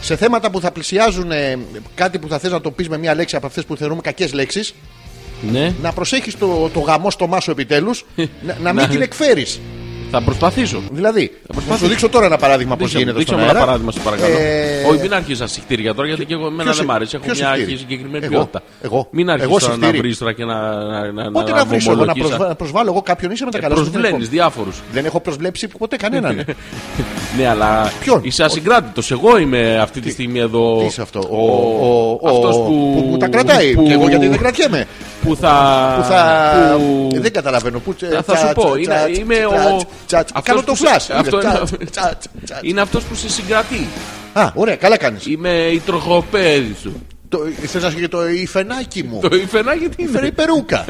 σε θέματα που θα πλησιάζουν ε, κάτι που θα θες να το πεις με μία λέξη από αυτές που θεωρούμε κακές λέξεις. Ναι. Να προσέχεις το, το γαμό στομά σου επιτέλους, να, να μην Να- την εκφέρεις. Θα προσπαθήσω. Δηλαδή, θα προσπαθήσω. σου δείξω τώρα ένα παράδειγμα πώς Δείξε, γίνεται δείξε στον μου ένα αέρα. παράδειγμα, σε παρακαλώ. Ε, Όχι, μην αρχίσεις ασυχτήρια τώρα, γιατί και εγώ εμένα ποιος- δεν μ' άρεσε. Έχω ποιος μια συχτήρι? συγκεκριμένη Εγώ, ποιότητα. εγώ. Μην Εγώ αρχίσει να συχτήρι. βρεις τώρα και να. να, να Πότε να βρεις εγώ να βομολογείς. προσβα- να προσβάλλω εγώ κάποιον είσαι με τα Ε, καλά σου. δεν Προσβλένει έχω- διάφορους. Δεν έχω προσβλέψει ποτέ κανέναν. Ναι, αλλά Ποιον? είσαι ασυγκράτητος. Εγώ είμαι αυτή τη στιγμή εδώ. Τι είσαι αυτό. Ο, Ο- ο- ο- αυτός ο- που- που μου τα κρατάει. που- Και εγώ γιατί δεν κρατιέμαι. Που θα. Που θα. που- Δεν καταλαβαίνω. Που... Θα- θα σου πω. Είναι- είμαι ο- αυτός Κάνω που το σε- φλάσ. αυτό είναι- Είναι αυτός που σε συγκρατεί. Α, ωραία, καλά κάνεις. Είμαι η τροχοπέδη σου. Θες να σου και το υφενάκι μου. Το ήφερα γιατί Φέρε η είναι. περούκα.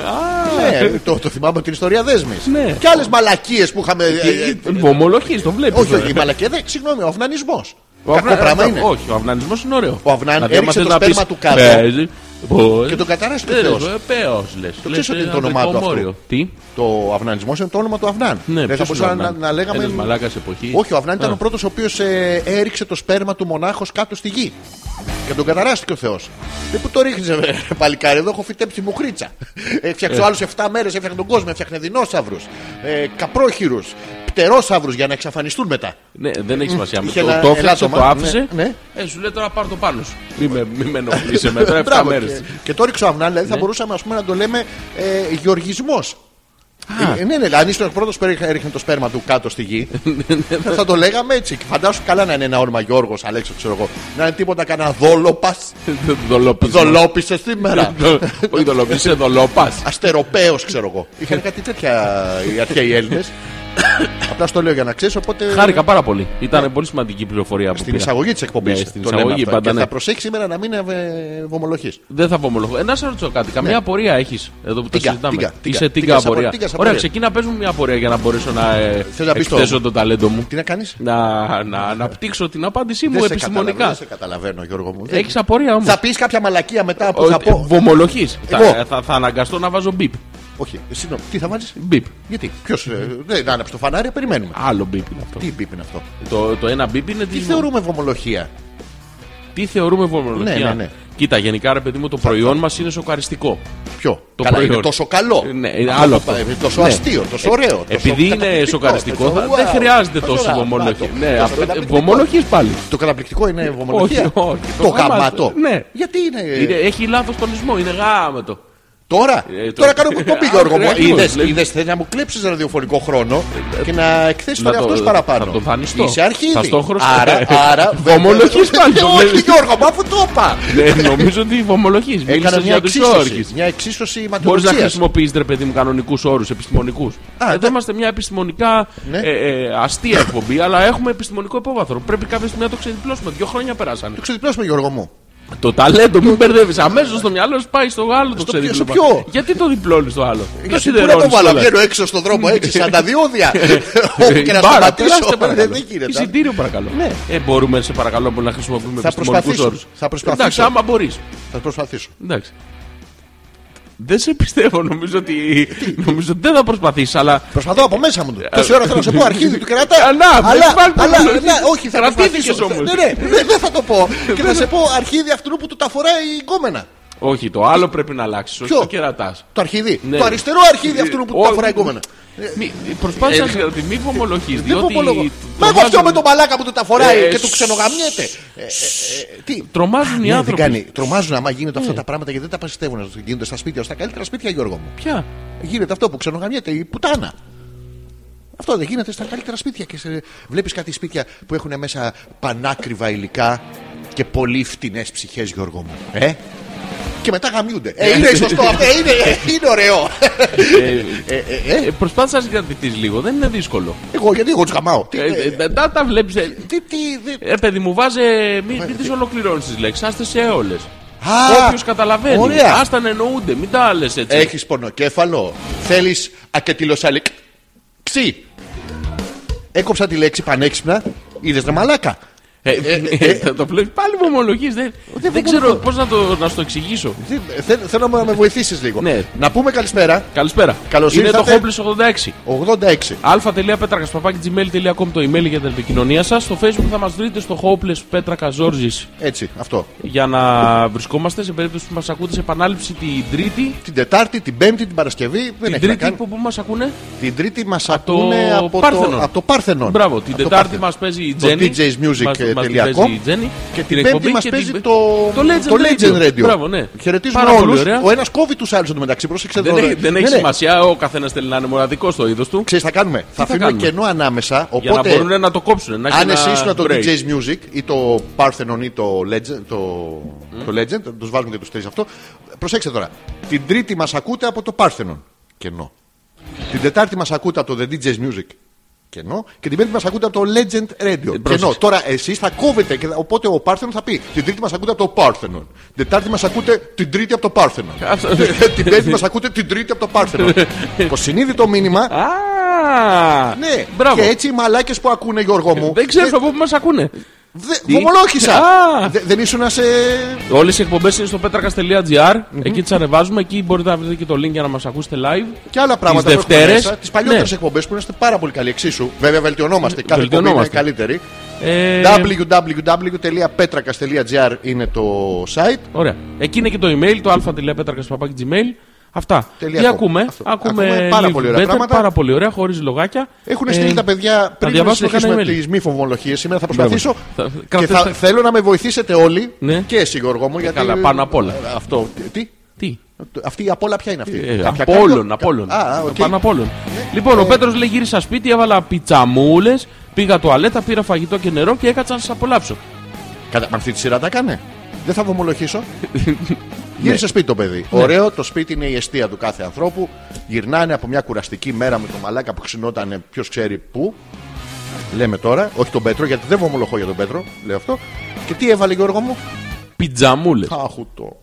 Ναι, το, το θυμάμαι από την ιστορία δέσμης. Ναι. Και άλλες μαλακίες που είχαμε. ε, ε, ε, Βομολογεί, το βλέπεις. Όχι, όχι, η μαλακία δεν. Συγγνώμη, ο αυνανισμός. Ο Κακό αυναν- πράγμα ε, είναι. Όχι, ο αυνανισμός είναι ωραίο. Ο αυναν- Δηλαδή, άμα έριξε θες το να πεις, σπέρμα του κάτω «Παίζει, πώς», και τον καταράσει του δεν λες, Θεός. ε, «Πέος», λες. Το Λες, ξέρεις ότι ε, είναι το όνομά του αδερφό αυτό. Μόριο. Τι. Το αυνανισμός είναι το όνομα του Αυνάν. Ναι, δεν θα ποιος μπορούσαμε είναι ο να, Αυνάν? να λέγαμε. Ένας μαλάκας εποχής. Όχι, ο ε, Αυνάν ήταν Α. ο πρώτος ο οποίος έριξε το σπέρμα του μονάχος κάτω στη γη. Και τον καταράστηκε ο Θεός. Τι που το ρίχνει, παλικάρι, εδώ έχω φυτέψει μου χρήτσα. Ε. Έφτιαξε ο άλλο 7 μέρες, έφτιαχνε τον κόσμο, έφτιαχνε δεινόσαυρους, ε, καπρόχειρους, πτερόσαυρου για να εξαφανιστούν μετά. Ναι, δεν έχει σημασία. Ε, Είχε το, ένα το έφτιαξε, ελάττωμα. το άφησε. Ναι, ναι. Ε, σου λέει τώρα πάρ το πάνω σου. Μην με, μη με ενοχλήσει μετά 7 Μπράβο, μέρε. Και, και το ρίξω αυνά, δηλαδή θα Ναι. μπορούσαμε ας πούμε, να το λέμε ε, γεωργισμός. Ε, ναι, ναι, αν είσαι ο πρώτος που έριχνε το σπέρμα του κάτω στη γη, Ναι, θα το λέγαμε έτσι. Και φαντάσου καλά να είναι ένα όνομα Γιώργος, Αλέξο, ξέρω εγώ. Να είναι τίποτα κανένα δόλοπας. Δολόπισε σήμερα. Όχι δολοπίσε, δολόπα. Αστεροπαίο, ξέρω εγώ. Είχαν κάτι τέτοια οι αρχαίοι Έλληνες. Απλά στο λέω για να ξέρεις, οπότε. Χάρηκα πάρα πολύ. Ήταν πολύ σημαντική η πληροφορία που Στην πήρα. εισαγωγή της εκπομπής. Ναι, στην εισαγωγή πάντα. Και ναι. θα προσέχει σήμερα να μην ε, ευομολογεί. Δεν θα απομολογώ. Ε, να σε ρωτήσω Ναι. κάτι. Καμία απορία έχεις εδώ που το Τίγκα, συζητάμε. τίγκα, τίγκα, Είσαι τίγκα τίγκα σε απο- απορία. τίγκα σε Ωραία, απορία. ξεκινά, πες μου μια απορία για να μπορέσω να ε, Θέλω να πεις το εκθέσω όμως. το ταλέντο μου. Τι να κάνεις. Να, να, να πτύξω την απάντησή μου Δεν επιστημονικά. Ε, σε καταλαβαίνω, Γιώργο μου. Δεν- Έχεις απορία όμως. Θα πεις κάποια μαλακία μετά που θα πω. Βομολογείς. Εγώ. Θα, θα, θα αναγκαστώ να βάζω μπίπ. Όχι, συγγνώμη, τι θα βάλεις. Μπίπ. Γιατί, ποιος. Δεν να ανάψει το φανάρι, περιμένουμε. Άλλο μπίπ είναι αυτό. Τι μπίπ είναι αυτό. Το, το ένα μπίπ είναι Τι τι, θεωρούμε βομολοχία. τι θεωρούμε βομολογία. Ναι, ναι, ναι. Κοίτα, γενικά ρε παιδί μου, το προϊόν μας είναι σοκαριστικό. Ποιο. Το Καλά, προϊόν. είναι τόσο καλό. Ναι, είναι άλλο Αυτό, αυτό. ε, Τόσο Ναι. αστείο, τόσο ωραίο. τόσο Επειδή είναι καταπληκτικό, σοκαριστικό, τόσο θα- wow. δεν χρειάζεται Τόσο τόσο γαμάτο. βομολογία. Ναι, Τόσο αυτό- καταπληκτικό. βομολογείς πάλι. Το καταπληκτικό είναι βομολοχία. Όχι, όχι, Το το γαμάτο. γαμάτο. Ναι. Γιατί είναι. Είναι, έχει λάθος τονισμό, είναι γάμετο. Τώρα, Ε, το- τώρα κάνω εκπομπή, Α, λοιπόν. Γιώργο μου. ακριβώς, Είδες, λέει. είδες, θες να μου κλέψεις ραδιοφωνικό χρόνο και να εκθέσεις τον Ε, να το- εαυτό σου παραπάνω. θα τον δανειστώ. Είσαι αρχίδι. Θα στον χρωστώ. Άρα, άρα... Ε, Βομολογείς πάλι, το Όχι, βλέπεις. Γιώργο μου, αφού το είπα. ναι, νομίζω ότι βομολογείς. Έκανα Μίλησες μια για τους εξίσωση. όρκε. Μια εξίσωση Μπορείς να ματοδοξίας. χρησιμοποιείς ρε παιδί μου κανονικούς όρους επιστημονικούς. Α, Εδώ δε- είμαστε μια επιστημονικά Ναι. ε, ε, αστεία εκπομπή, αλλά έχουμε επιστημονικό υπόβαθρο. Πρέπει κάποια στιγμή να το ξεδιπλώσουμε. Δύο χρόνια περάσανε. Το ξεδιπλώσουμε, Γιώργο μου. Το ταλέντο, μην μπερδεύεις. Αμέσως στο μυαλό σου πάει στο άλλο το Στο ποιο- στο ξεδιπλώνει. ποιο? Ε, Γιατί το διπλώνεις το άλλο. Το Γιατί πού να σιδερώνει. το βάλα, βγαίνω έξω στον δρόμο έτσι, σαν τα διόδια. Όπου και να σταματήσω, δεν γίνεται. Εισιτήριο παρακαλώ. Ναι. Ε, μπορούμε, σε παρακαλώ, πολύ να χρησιμοποιούμε Θα επιστημονικούς προσπαθήσω. όρους. Θα προσπαθήσω. Εντάξει, άμα μπορείς. Θα προσπαθήσω. Εντάξει. Δεν σε πιστεύω, νομίζω ότι, νομίζω ότι δεν θα προσπαθήσει, αλλά. Προσπαθώ από μέσα μου. Τόση ώρα θέλω να σε πω αρχίδι του κερατά. Α, Ε, να, αλλά, δεν βάλτε αλλά, το. ναι, όχι, θα Κρατήθηκες προσπαθήσω. όμως. Ναι, ναι, ναι, δεν θα το πω. και θα σε πω αρχίδι αυτού που του τα φοράει η γκόμενα. Όχι, το άλλο πρέπει να αλλάξεις. Όχι, Ποιο? το κερατάς. Το αρχίδι. Ναι. Το αριστερό αρχίδι αυτού που του τα Όχι. φοράει η γκόμενα. Ε, Προσπάθησα να ότι μη βομολογείς. Δεν Διότι. υπομολογώ. το- ε, Μα εγώ τρομάζουν- αυτό με τον μπαλάκα που του τα φοράει Ε, και του σ- ξενογαμιέται. Ε, ε, ε, Τι. Τρομάζουν οι Ναι, δεν κάνει. άνθρωποι. Ναι. Τρομάζουν άμα γίνονται αυτά τα πράγματα γιατί δεν τα πιστεύουν. Γίνονται στα σπίτια, στα καλύτερα σπίτια, Γιώργο μου. Ποια. Γίνεται αυτό που ξενογαμιέται η πουτάνα. Αυτό δεν γίνεται στα καλύτερα σπίτια. Και σε... βλέπεις κάτι σπίτια που έχουν μέσα πανάκριβα υλικά και πολύ φτηνές ψυχές, Γιώργο μου. Ε? Και μετά γαμιούνται. Ε, Ναι. είναι σωστό αυτό, ε, είναι, ε, είναι ωραίο. Ε, ε, ε, Ε, Προσπάθησα να συγκρατηθεί λίγο, δεν είναι δύσκολο. εγώ γιατί εγώ τους γαμάω. Τι, Ε, ε, ε, Τα τα βλέπεις. τι, τι, τι- Ε, παιδί μου, βάζε. Μην μη τις ολοκληρώνεις τις λέξεις. Άστε σε όλες. Α, Όποιος καταλαβαίνει. ωραία. Άστα να εννοούνται. Μην τα λε έτσι. Έχεις πονοκέφαλο. Θέλεις ακετυλοσαλικ. Ξύ. Έκοψα τη λέξη πανέξυπνα. Είδες ρε μαλάκα. Ε, ε, θα το βλέπεις. Πάλι μου ομολογείς. Δεν, δεν, βομολογώ. ξέρω πώς να, το- να σου το εξηγήσω. Τι- θε- Θέλω να με βοηθήσεις λίγο. Ναι. Να πούμε καλησπέρα. Καλησπέρα. Καλώς Είναι το ήρθατε. Hopeless 86. 86. αλφα.πέτρακα.gmail.com το email για την επικοινωνία σας. Στο facebook θα μας βρείτε στο Hopeless Πέτρακα Ζόρζης Έτσι, αυτό. για να βρισκόμαστε σε περίπτωση που μας ακούτε σε επανάληψη την Τρίτη. Την Τετάρτη, την Πέμπτη, την Παρασκευή. Δεν έχει Την να Τρίτη κάνει. Λοιπόν, που, που μας ακούνε. Την Τρίτη μας το ακούνε από, Πάρθενον. Το, από το Πάρθενον. Μπράβο. Την Από το Τετάρτη Πάρθενον. μας παίζει η Το Τζέννη. djsmusic.com. Μας- μας την παίζει η Τζέννη. ε, Και την εκπομπή Πέμπτη μας και παίζει την- το, το Legend, Legend Radio. Μπράβο, ναι. Χαιρετίζουμε Πάρα πολύ όλους. ωραία. Ο ένας κόβει τους άλλους εντωμεταξύ. Πρόσεξε Δεν, εδώ, έχει, ρε. δεν Ναι, έχει ναι. σημασία, ο καθένας θέλει να είναι μοναδικό στο είδος του. Ξέρεις, θα κάνουμε. θα αφήνουμε κάνουμε? κενό ανάμεσα. Για να Οπότε, μπορούν να το κόψουν. Να έχει αν ένα εσύ ήσουν το break. DJ's Music ή το Parthenon ή το Legend, το, το Legend, τους βάλουμε και τους τρεις αυτό. Προσέξτε τώρα. Την τρίτη μας ακούτε από το Parthenon. Κενό. Την τετάρτη μας ακούτε από το The DJ's Music. Κενό. Και την πέμπτη μας ακούτε από το Legend Radio. Κενό. Ε, πρόσεξε. Τώρα εσείς θα κόβετε. Και, θα- οπότε ο Parthenon θα πει. Την τρίτη μας ακούτε από το Parthenon. Την τετάρτη μας ακούτε την τρίτη από το Parthenon. Αυτό- την πέμπτη μας ακούτε την τρίτη από το Parthenon. Υποσυνείδητο μήνυμα Α, ναι, μπράβο. Ε, και έτσι οι μαλάκες που ακούνε, Γιώργο μου. Δεν ξέρω από πού μας ακούνε. Δε, Τι? βομολόγησα. Α. Δε- δεν ήσουν σε. Όλες οι εκπομπές είναι στο petrakas.gr. Εκεί τις ανεβάζουμε. Εκεί μπορείτε να βρείτε και το link για να μας ακούσετε live. και άλλα πράγματα Δευτέρες, Τις παλιότερες ναι. εκπομπές που είμαστε πάρα πολύ καλοί. Εξίσου, βέβαια βελτιωνόμαστε. Κάθε εκπομπή είναι Βελτιωνόμαστε. καλύτερη. Ε, www.petrakas.gr είναι το site. Ωραία. Εκεί είναι και το email, το αλφα.πέτρακα.gmail. Αυτά. Τελεία Τι αυτό. ακούμε. Αυτό. Ακούμε, Ακούμε πάρα Live πολύ ωραία Better, πράγματα. πάρα πολύ ωραία, χωρίς λογάκια. Έχουν Ε, στείλει τα παιδιά πριν να διαβάσω και συνεχίσουμε ένα email. τις μη φοβολογίε σήμερα. Θα προσπαθήσω Θα- και κρατήστε- θα, θέλω να με βοηθήσετε όλοι Ναι. και εσύ Γιώργο μου. Γιατί... καλά, πάνω απ' όλα. Αυτό. Τι. Τι. Αυτή η απ' όλα ποια είναι αυτή. Ε, Κάποια από όλων, κάτω? από όλων. Α, οκ. Ναι. Ε, Πάνω από όλων. Λοιπόν, ο Πέτρος λέει γύρισα σπίτι, έβαλα πιτσαμούλες, πήγα τουαλέτα, πήρα φαγητό και νερό και έκατσα να σας απολαύσω. Κατά με αυτή τη σειρά τα κάνε. Δεν θα βομολογήσω. Ναι. Γύρισε σπίτι το παιδί. Ωραίο, το σπίτι είναι η αιστεία του κάθε ανθρώπου. Γυρνάνε από μια κουραστική μέρα με το μαλάκα που ξυνότανε ποιος ξέρει πού. Λέμε τώρα, όχι τον Πέτρο, γιατί δεν βομολογώ για τον Πέτρο, λέω αυτό. Και τι έβαλε Γιώργο μου, Πιτζαμούλες. Άχου το.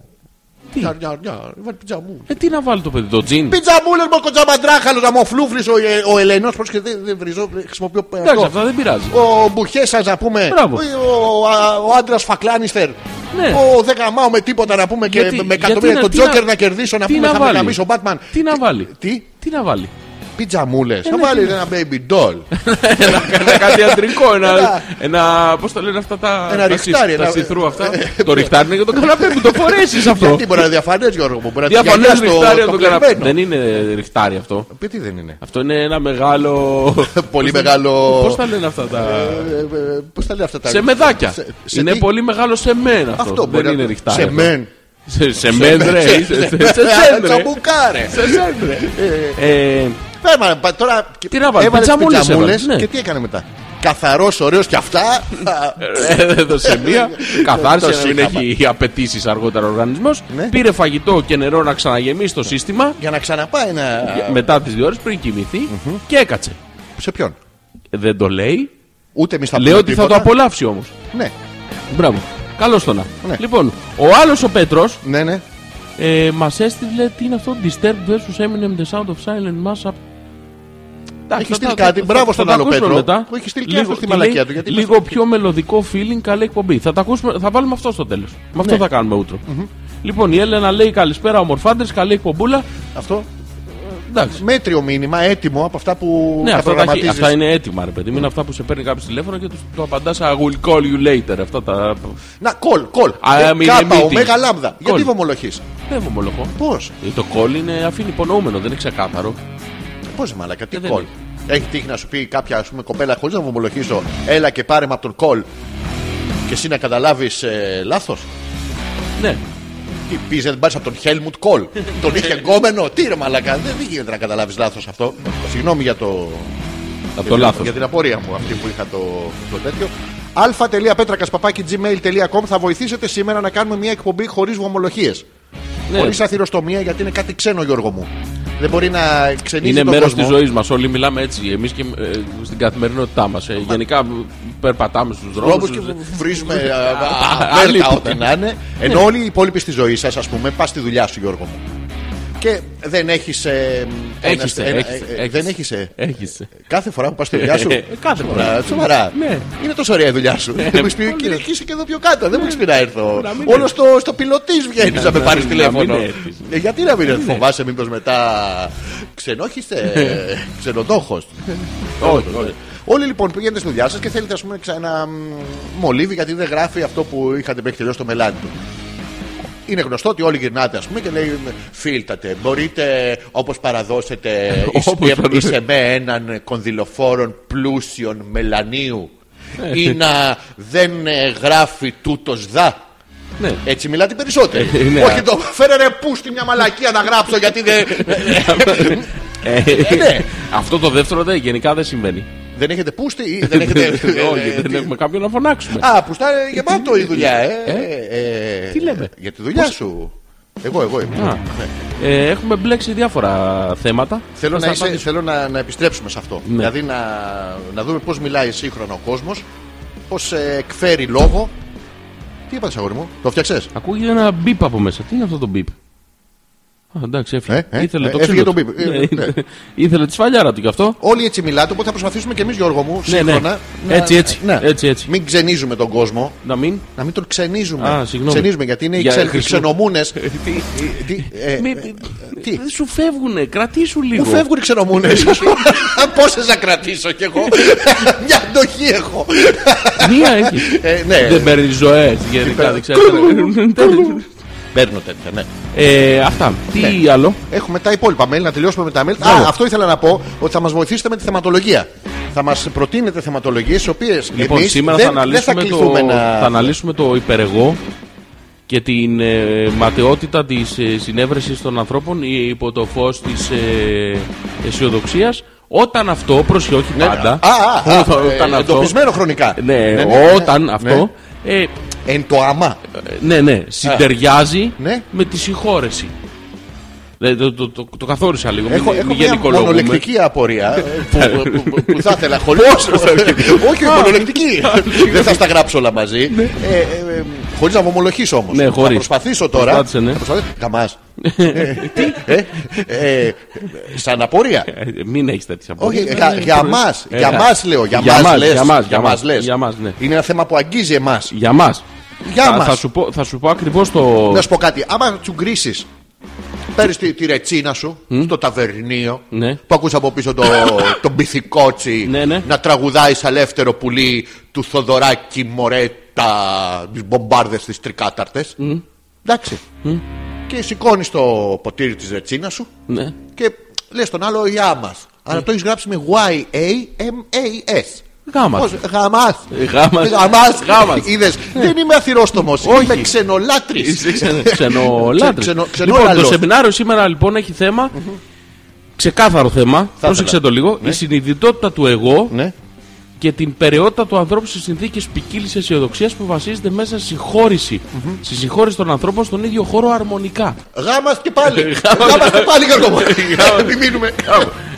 Τι? Νιάρ, νιάρ, νιάρ, έβαλε πιτζαμούλε. Ε, τι να βάλει το παιδί, το τζιν. Πιτζαμούλε μου κοντζαμπαντράχαλο, να μου φλούφλει ο, ε, ο Ελενό. Πώς και δεν, δεν βρίζω, χρησιμοποιώ. ε, Εντάξει, αυτό. αυτά δεν πειράζει. Ο Μπουχέσα να πούμε. Μπράβο. Ο, α- ο άντρας Φακλάνιστερ. Ναι. Ο Δεκαμάου με τίποτα να πούμε και Γιατί- με- με γιατί εκατομμύρια. να- Τον τι να- Τζόκερ να κερδίσω να τι πούμε. να Θα με βάλει. γαμίσει ο Μπάτμαν. Τι να βάλει. Τι, Τι να βάλει. πιτζαμούλες. Να ναι, βάλει τι ένα baby doll. ένα, ένα κάτι αντρικό, ένα. Ένα- ένα Πώς το λένε αυτά τα. Ένα τα ριχτάρι, σι- Τα ένα- Ε, σιθρού αυτά. το ριχτάρι είναι για τον καναπέ που το φορέσεις αυτό. Γιατί μπορεί να διαφανέ Γιώργο μου. Μπορεί να Διαφανέ διαφανέ στο ριχτάρι από το τον καναπέ. κλεμμένο. Δεν είναι ριχτάρι αυτό. Πει τι δεν είναι. Αυτό είναι ένα μεγάλο. Πολύ μεγάλο. Πώς τα λένε αυτά τα. Ε, Πώς τα λέει αυτά τα. Σε μεδάκια. σε- σε Είναι τι? πολύ μεγάλο σε μεν αυτό. Αυτό μπορεί να- Δεν είναι ριχτάρι. Σε αυτό. μεν. Σε- Σε μεν, ρε. Σε- είσαι- σε- Σε σε σεν, ρε. Τσαμπουκάρε. Σε σεν, ρε. Ε, Πέμα, πα- τώρα Τι να βάλω, πιτζαμούλες πιτζαμούλες έβαλες, ναι. και τι έκανε μετά. Καθαρός, ωραίος και αυτά. έδωσε μία, καθάρισε Το να μην σύγχαμα. έχει απαιτήσεις αργότερα ο οργανισμός. Ναι. Πήρε φαγητό και νερό να ξαναγεμίσει το σύστημα Για να ξαναπάει να. μετά τις δύο ώρες πριν κοιμηθεί και έκατσε. Σε ποιον. Δεν το λέει. Ούτε εμείς θα πούμε. Λέω ότι θα το τίποτα. απολαύσει όμως. Ναι, Μπράβο. Καλώς το να. Ναι. Λοιπόν, ο άλλος ο Πέτρος ναι, ναι. ε, μας έστειλε τι είναι αυτό Disturbed vs Eminem The Sound of Silent Mass Up. Εντάξει, Έχει θα στείλει τα- κάτι. θα- Μπράβο θα στον τα άλλο ακούσουμε Πέτρο. μετά. Που έχει στείλει και Λίγο- αυτό στη τι λέει, μαλακία του, γιατί Λίγο μας- πιο μελωδικό feeling, καλή εκπομπή. Θα, τα ακούσουμε, θα βάλουμε αυτό στο τέλος. Με Ναι. αυτό θα κάνουμε ούτρο. Λοιπόν, η Έλενα λέει καλησπέρα, ομορφάντες, καλή εκπομπούλα. Αυτό. Εντάξει. Μέτριο μήνυμα, έτοιμο από αυτά που τα Ναι, αυτά, τα έχει- προγραμματίζεις. αυτά είναι έτοιμα, ρε παιδί μου. Είναι αυτά που σε παίρνει κάποιος τηλέφωνο και τους το απαντάς I will call you later. Αυτά τα. Να, κολ, κολ. Ε, I am in a Κάπα, meeting. ωμέγα, λάμδα. Call. Γιατί βομολογεί. Δεν ομολογώ. Πώ. Ναι, Ε, Το call είναι, αφήνει υπονοούμενο, δεν είναι ξεκάθαρο. Πώς μαλακά, τι Ε, δεν κολ. είναι. Έχει τύχει να σου πει κάποια ας πούμε, κοπέλα χωρίς να βομολογήσω. Έλα και πάρε με από τον κολ. Και εσύ να καταλάβεις ε, λάθος. Ναι. Τι πεις, δεν πάρεις από τον Χέλμουντ Κολ. τον είχε γκόμενο. Τι ρε μαλακά, δεν δεν γίνεται να καταλάβεις λάθος αυτό. Συγγνώμη για το. Από το λάθος. Για την απορία μου αυτή που είχα το, το τέτοιο. αλφα.πέτρακα.gmail.com Θα βοηθήσετε σήμερα να κάνουμε μια εκπομπή χωρίς βομολογίες. Ναι. Χωρίς αθυροστομία γιατί είναι κάτι ξένο, Γιώργο μου. Δεν μπορεί να ξενίζει Είναι τον μέρος κόσμο. της ζωής μας. Όλοι μιλάμε έτσι. Εμείς και ε, στην καθημερινότητά μας. γενικά μ, περπατάμε στους δρόμους. Δρόμους και βρίζουμε ε, αλήπτη. απέρτα όταν να είναι. Ενώ όλοι οι υπόλοιποι στη ζωή σας, ας πούμε, πας στη δουλειά σου, Γιώργο μου. Και δεν ε, έχει. Έχεις, ε, Δεν Ε, έχει. Έχει. Κάθε φορά που πας στη δουλειά σου. Ε, κάθε φορά. Σοβαρά, Σοβαρά. Ναι. Ε, Είναι τόσο ωραία η δουλειά σου. Δεν μου έχεις πει, κύριε, είσαι και εδώ πιο κάτω. Δεν μου έχεις πει να έρθω. Να μην Όλο στο, στο πιλωτής βγαίνεις να με να πάρει μην- να μην τηλέφωνο. έρθεις. Ε, Γιατί να μην έρθεις, φοβάσαι μήπως μετά ε, ξενόχιστε, ξενοδόχος. Όχι, όχι. Όλοι λοιπόν πηγαίνετε στη δουλειά σας και θέλετε ας πούμε, ξα- ένα μ, μολύβι γιατί δεν γράφει αυτό που είχατε μέχρι τελειώσει το μελάτι του. Είναι γνωστό ότι όλοι γυρνάτε ας πούμε και λέει φίλτατε, μπορείτε όπως παραδώσετε εις- Όπως ε, παραδώσετε. εις εμέ έναν κονδυλοφόρον πλούσιον μελανίου Ε, ή να δεν ε, γράφει τούτος δα. Ναι. Έτσι μιλάτε περισσότερο. Ε, ναι. Όχι το φέρε ρε πούστη μια μαλακία να γράψω γιατί δεν... Ε, ναι. Αυτό το δεύτερο δεν, γενικά δεν συμβαίνει. δεν έχετε πούστη ή δεν έχετε... ε, Όχι, δεν έχουμε κάποιον να φωνάξουμε. Α, που στα γεμάτο η δουλειά, ε. ε, ε, Τι λέμε. Για τη δουλειά σου. Εγώ, εγώ. εγώ. Α. Ε, Έχουμε μπλέξει διάφορα θέματα. Θέλω, Ας να, τα είσαι- απαντήσουμε. θέλω να, να επιστρέψουμε σε αυτό. Ναι. Δηλαδή να, να δούμε πώς μιλάει σύγχρονα ο κόσμος, πώς ε, εκφέρει λόγο. Τι είπατε, αγόρι μου, το φτιάξες. Ακούγεται ένα μπίπ από μέσα. Τι είναι αυτό το μπίπ. Α, εντάξει, έφυγε. Ε, ε, ήθελε ε, το έφυγε ξύλο. το του. μπιπ. Ε, Ναι, ναι. ήθε- ήθελε τη σφαλιάρα του κι αυτό. Όλοι έτσι μιλάτε, οπότε θα προσπαθήσουμε και εμείς, Γιώργο μου, σύγχρονα. να- Ναι, Έτσι, έτσι. ναι. Έτσι, έτσι. Μην ξενίζουμε τον κόσμο. Να μην. Να μην τον ξενίζουμε. Α, συγγνώμη. Ξενίζουμε γιατί είναι Για οι, ξεν, οι χρησιμο- ξενομούνες. Τι- Τι, ε, Μη- ε, τι. Σου φεύγουνε, κρατήσου λίγο. Πού φεύγουν οι ξενομούνες. Πόσες να κρατήσω κι εγώ. Μια αντοχή έχω. Μία έχεις. Ε, ναι. Δεν παίρνεις ζωές γενικά, δεν ξέρω. Παίρνω τέτοια, ναι. Ε, Αυτά. Τι άλλο. Έχουμε τα υπόλοιπα mail, να τελειώσουμε με τα mail. Μπράβο. Α, αυτό ήθελα να πω ότι θα μας βοηθήσετε με τη θεματολογία. Θα μας προτείνετε θεματολογίες, οι οποίες Λοιπόν, σήμερα δεν, θα, αναλύσουμε δεν θα το, κληθούμε να. θα αναλύσουμε το υπερεγό και την ε, ματαιότητα της ε, συνέβρεσης των ανθρώπων ή υπό το φως της ε, αισιοδοξίας. Όταν αυτό, προσοχή, όχι πάντα. Α, α, α, Όταν- ε, όταν αυτό- εντοπισμένο χρονικά. Ναι, όταν αυτό. ε, Ναι. Εν το άμα. ναι, ναι, συντεριάζει Ναι. με τη συγχώρεση. Δηλαδή, το, το, το, το καθόρισα λίγο. Έχω, μην, έχω μην μια γενικολογούμε. μονολεκτική απορία ε, που, που, που, που θα ήθελα χωρίς... Όχι, μονολεκτική. Δεν θα στα γράψω όλα μαζί. Ε, ε, ε, Χωρίς να βομολογήσω όμως. Ναι, Θα χωρίς. προσπαθήσω τώρα. Προσπάθησε, ναι. Θα προσπαθήσω- Γαμάς. Τι. Ε, ε, Σαν απορία. Ε, μην έχεις τέτοια Όχι, απορία. για, Ε, για ε, μας, ε, για ε, μας λέω, για, για μας, μας, λες, για μας, για μας, λες. για μας, ναι. Είναι ένα θέμα που αγγίζει εμάς. Για μας. Για θα, μας. Θα σου πω, θα σου πω ακριβώς το... Να σου πω κάτι, άμα τσουγκρίσεις Παίρνεις τη, τη ρετσίνα σου στο ταβερνίο Ναι. που ακούς από πίσω το, τον πυθικότσι Ναι, ναι. να τραγουδάει σαν ελεύθερο πουλί του Θοδωράκη Μωρέτα τις μπομπάρδες τις τρικάταρτες. Εντάξει. Και σηκώνεις το ποτήρι της ρετσίνας σου Ναι. και λες τον άλλο γεια μας. Αλλά το έχεις γράψει με Y-A-M-A-S. Γάμας. Πώς, Γαμάς. Ε, γάμας. Γαμάς. Γάμας. Είδες, δεν είμαι αθυρόστομος. Όχι. Είμαι ξενολάτρης. Είσαι ξενο- ξενολάτρης. Ξενο- Λοιπόν, το ξενόλαλος. σεμινάριο σήμερα λοιπόν έχει θέμα. Ξεκάθαρο θέμα. Πρόσεξε το λίγο. Η συνειδητότητα του εγώ Ναι. και την περαιότητα του ανθρώπου σε συνθήκες ποικίλης αισιοδοξίας που βασίζεται μέσα στη συγχώρηση. Στη συγχώρηση των ανθρώπων στον ίδιο χώρο αρμονικά. Γάμας και πάλι. Γάμας και πάλι Γιώργο μου. Επιμείνουμε.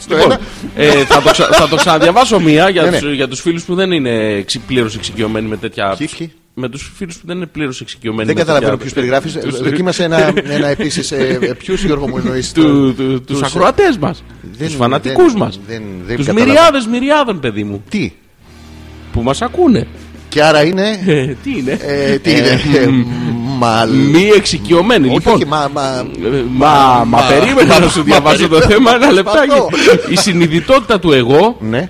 Στο Λοιπόν, ένα. ε, θα, το ξα... θα το ξαναδιαβάσω μία για, Ναι, τους, ναι. για τους φίλους που δεν είναι ξυ- πλήρως εξοικειωμένοι με τέτοια... Ποιοι, ποιοι? Με τους φίλους που δεν είναι πλήρως εξοικειωμένοι Δεν με καταλαβαίνω τέτοια- ποιους περιγράφεις. Ε, Δοκίμασε ένα, ένα επίσης. ε, ε, Ποιους Γιώργο μου εννοείς. Του, του, τους ακροατές μας, Δεν- τους φανατικούς δεν- μας, δεν- δεν τους καταλαβαίνω. μυριάδες μυριάδων παιδί μου Τι. που μας ακούνε. Και άρα είναι. Ε, τι είναι. ε, Τι είναι. ε, Μαλ. Μη εξοικειωμένοι Όχι, λοιπόν. όχι, μα, μα, Ε, Μα, μα περίμενα να σου διαβάσω το θέμα ένα λεπτάκι. Προσπαθώ. Η συνειδητότητα του εγώ ναι.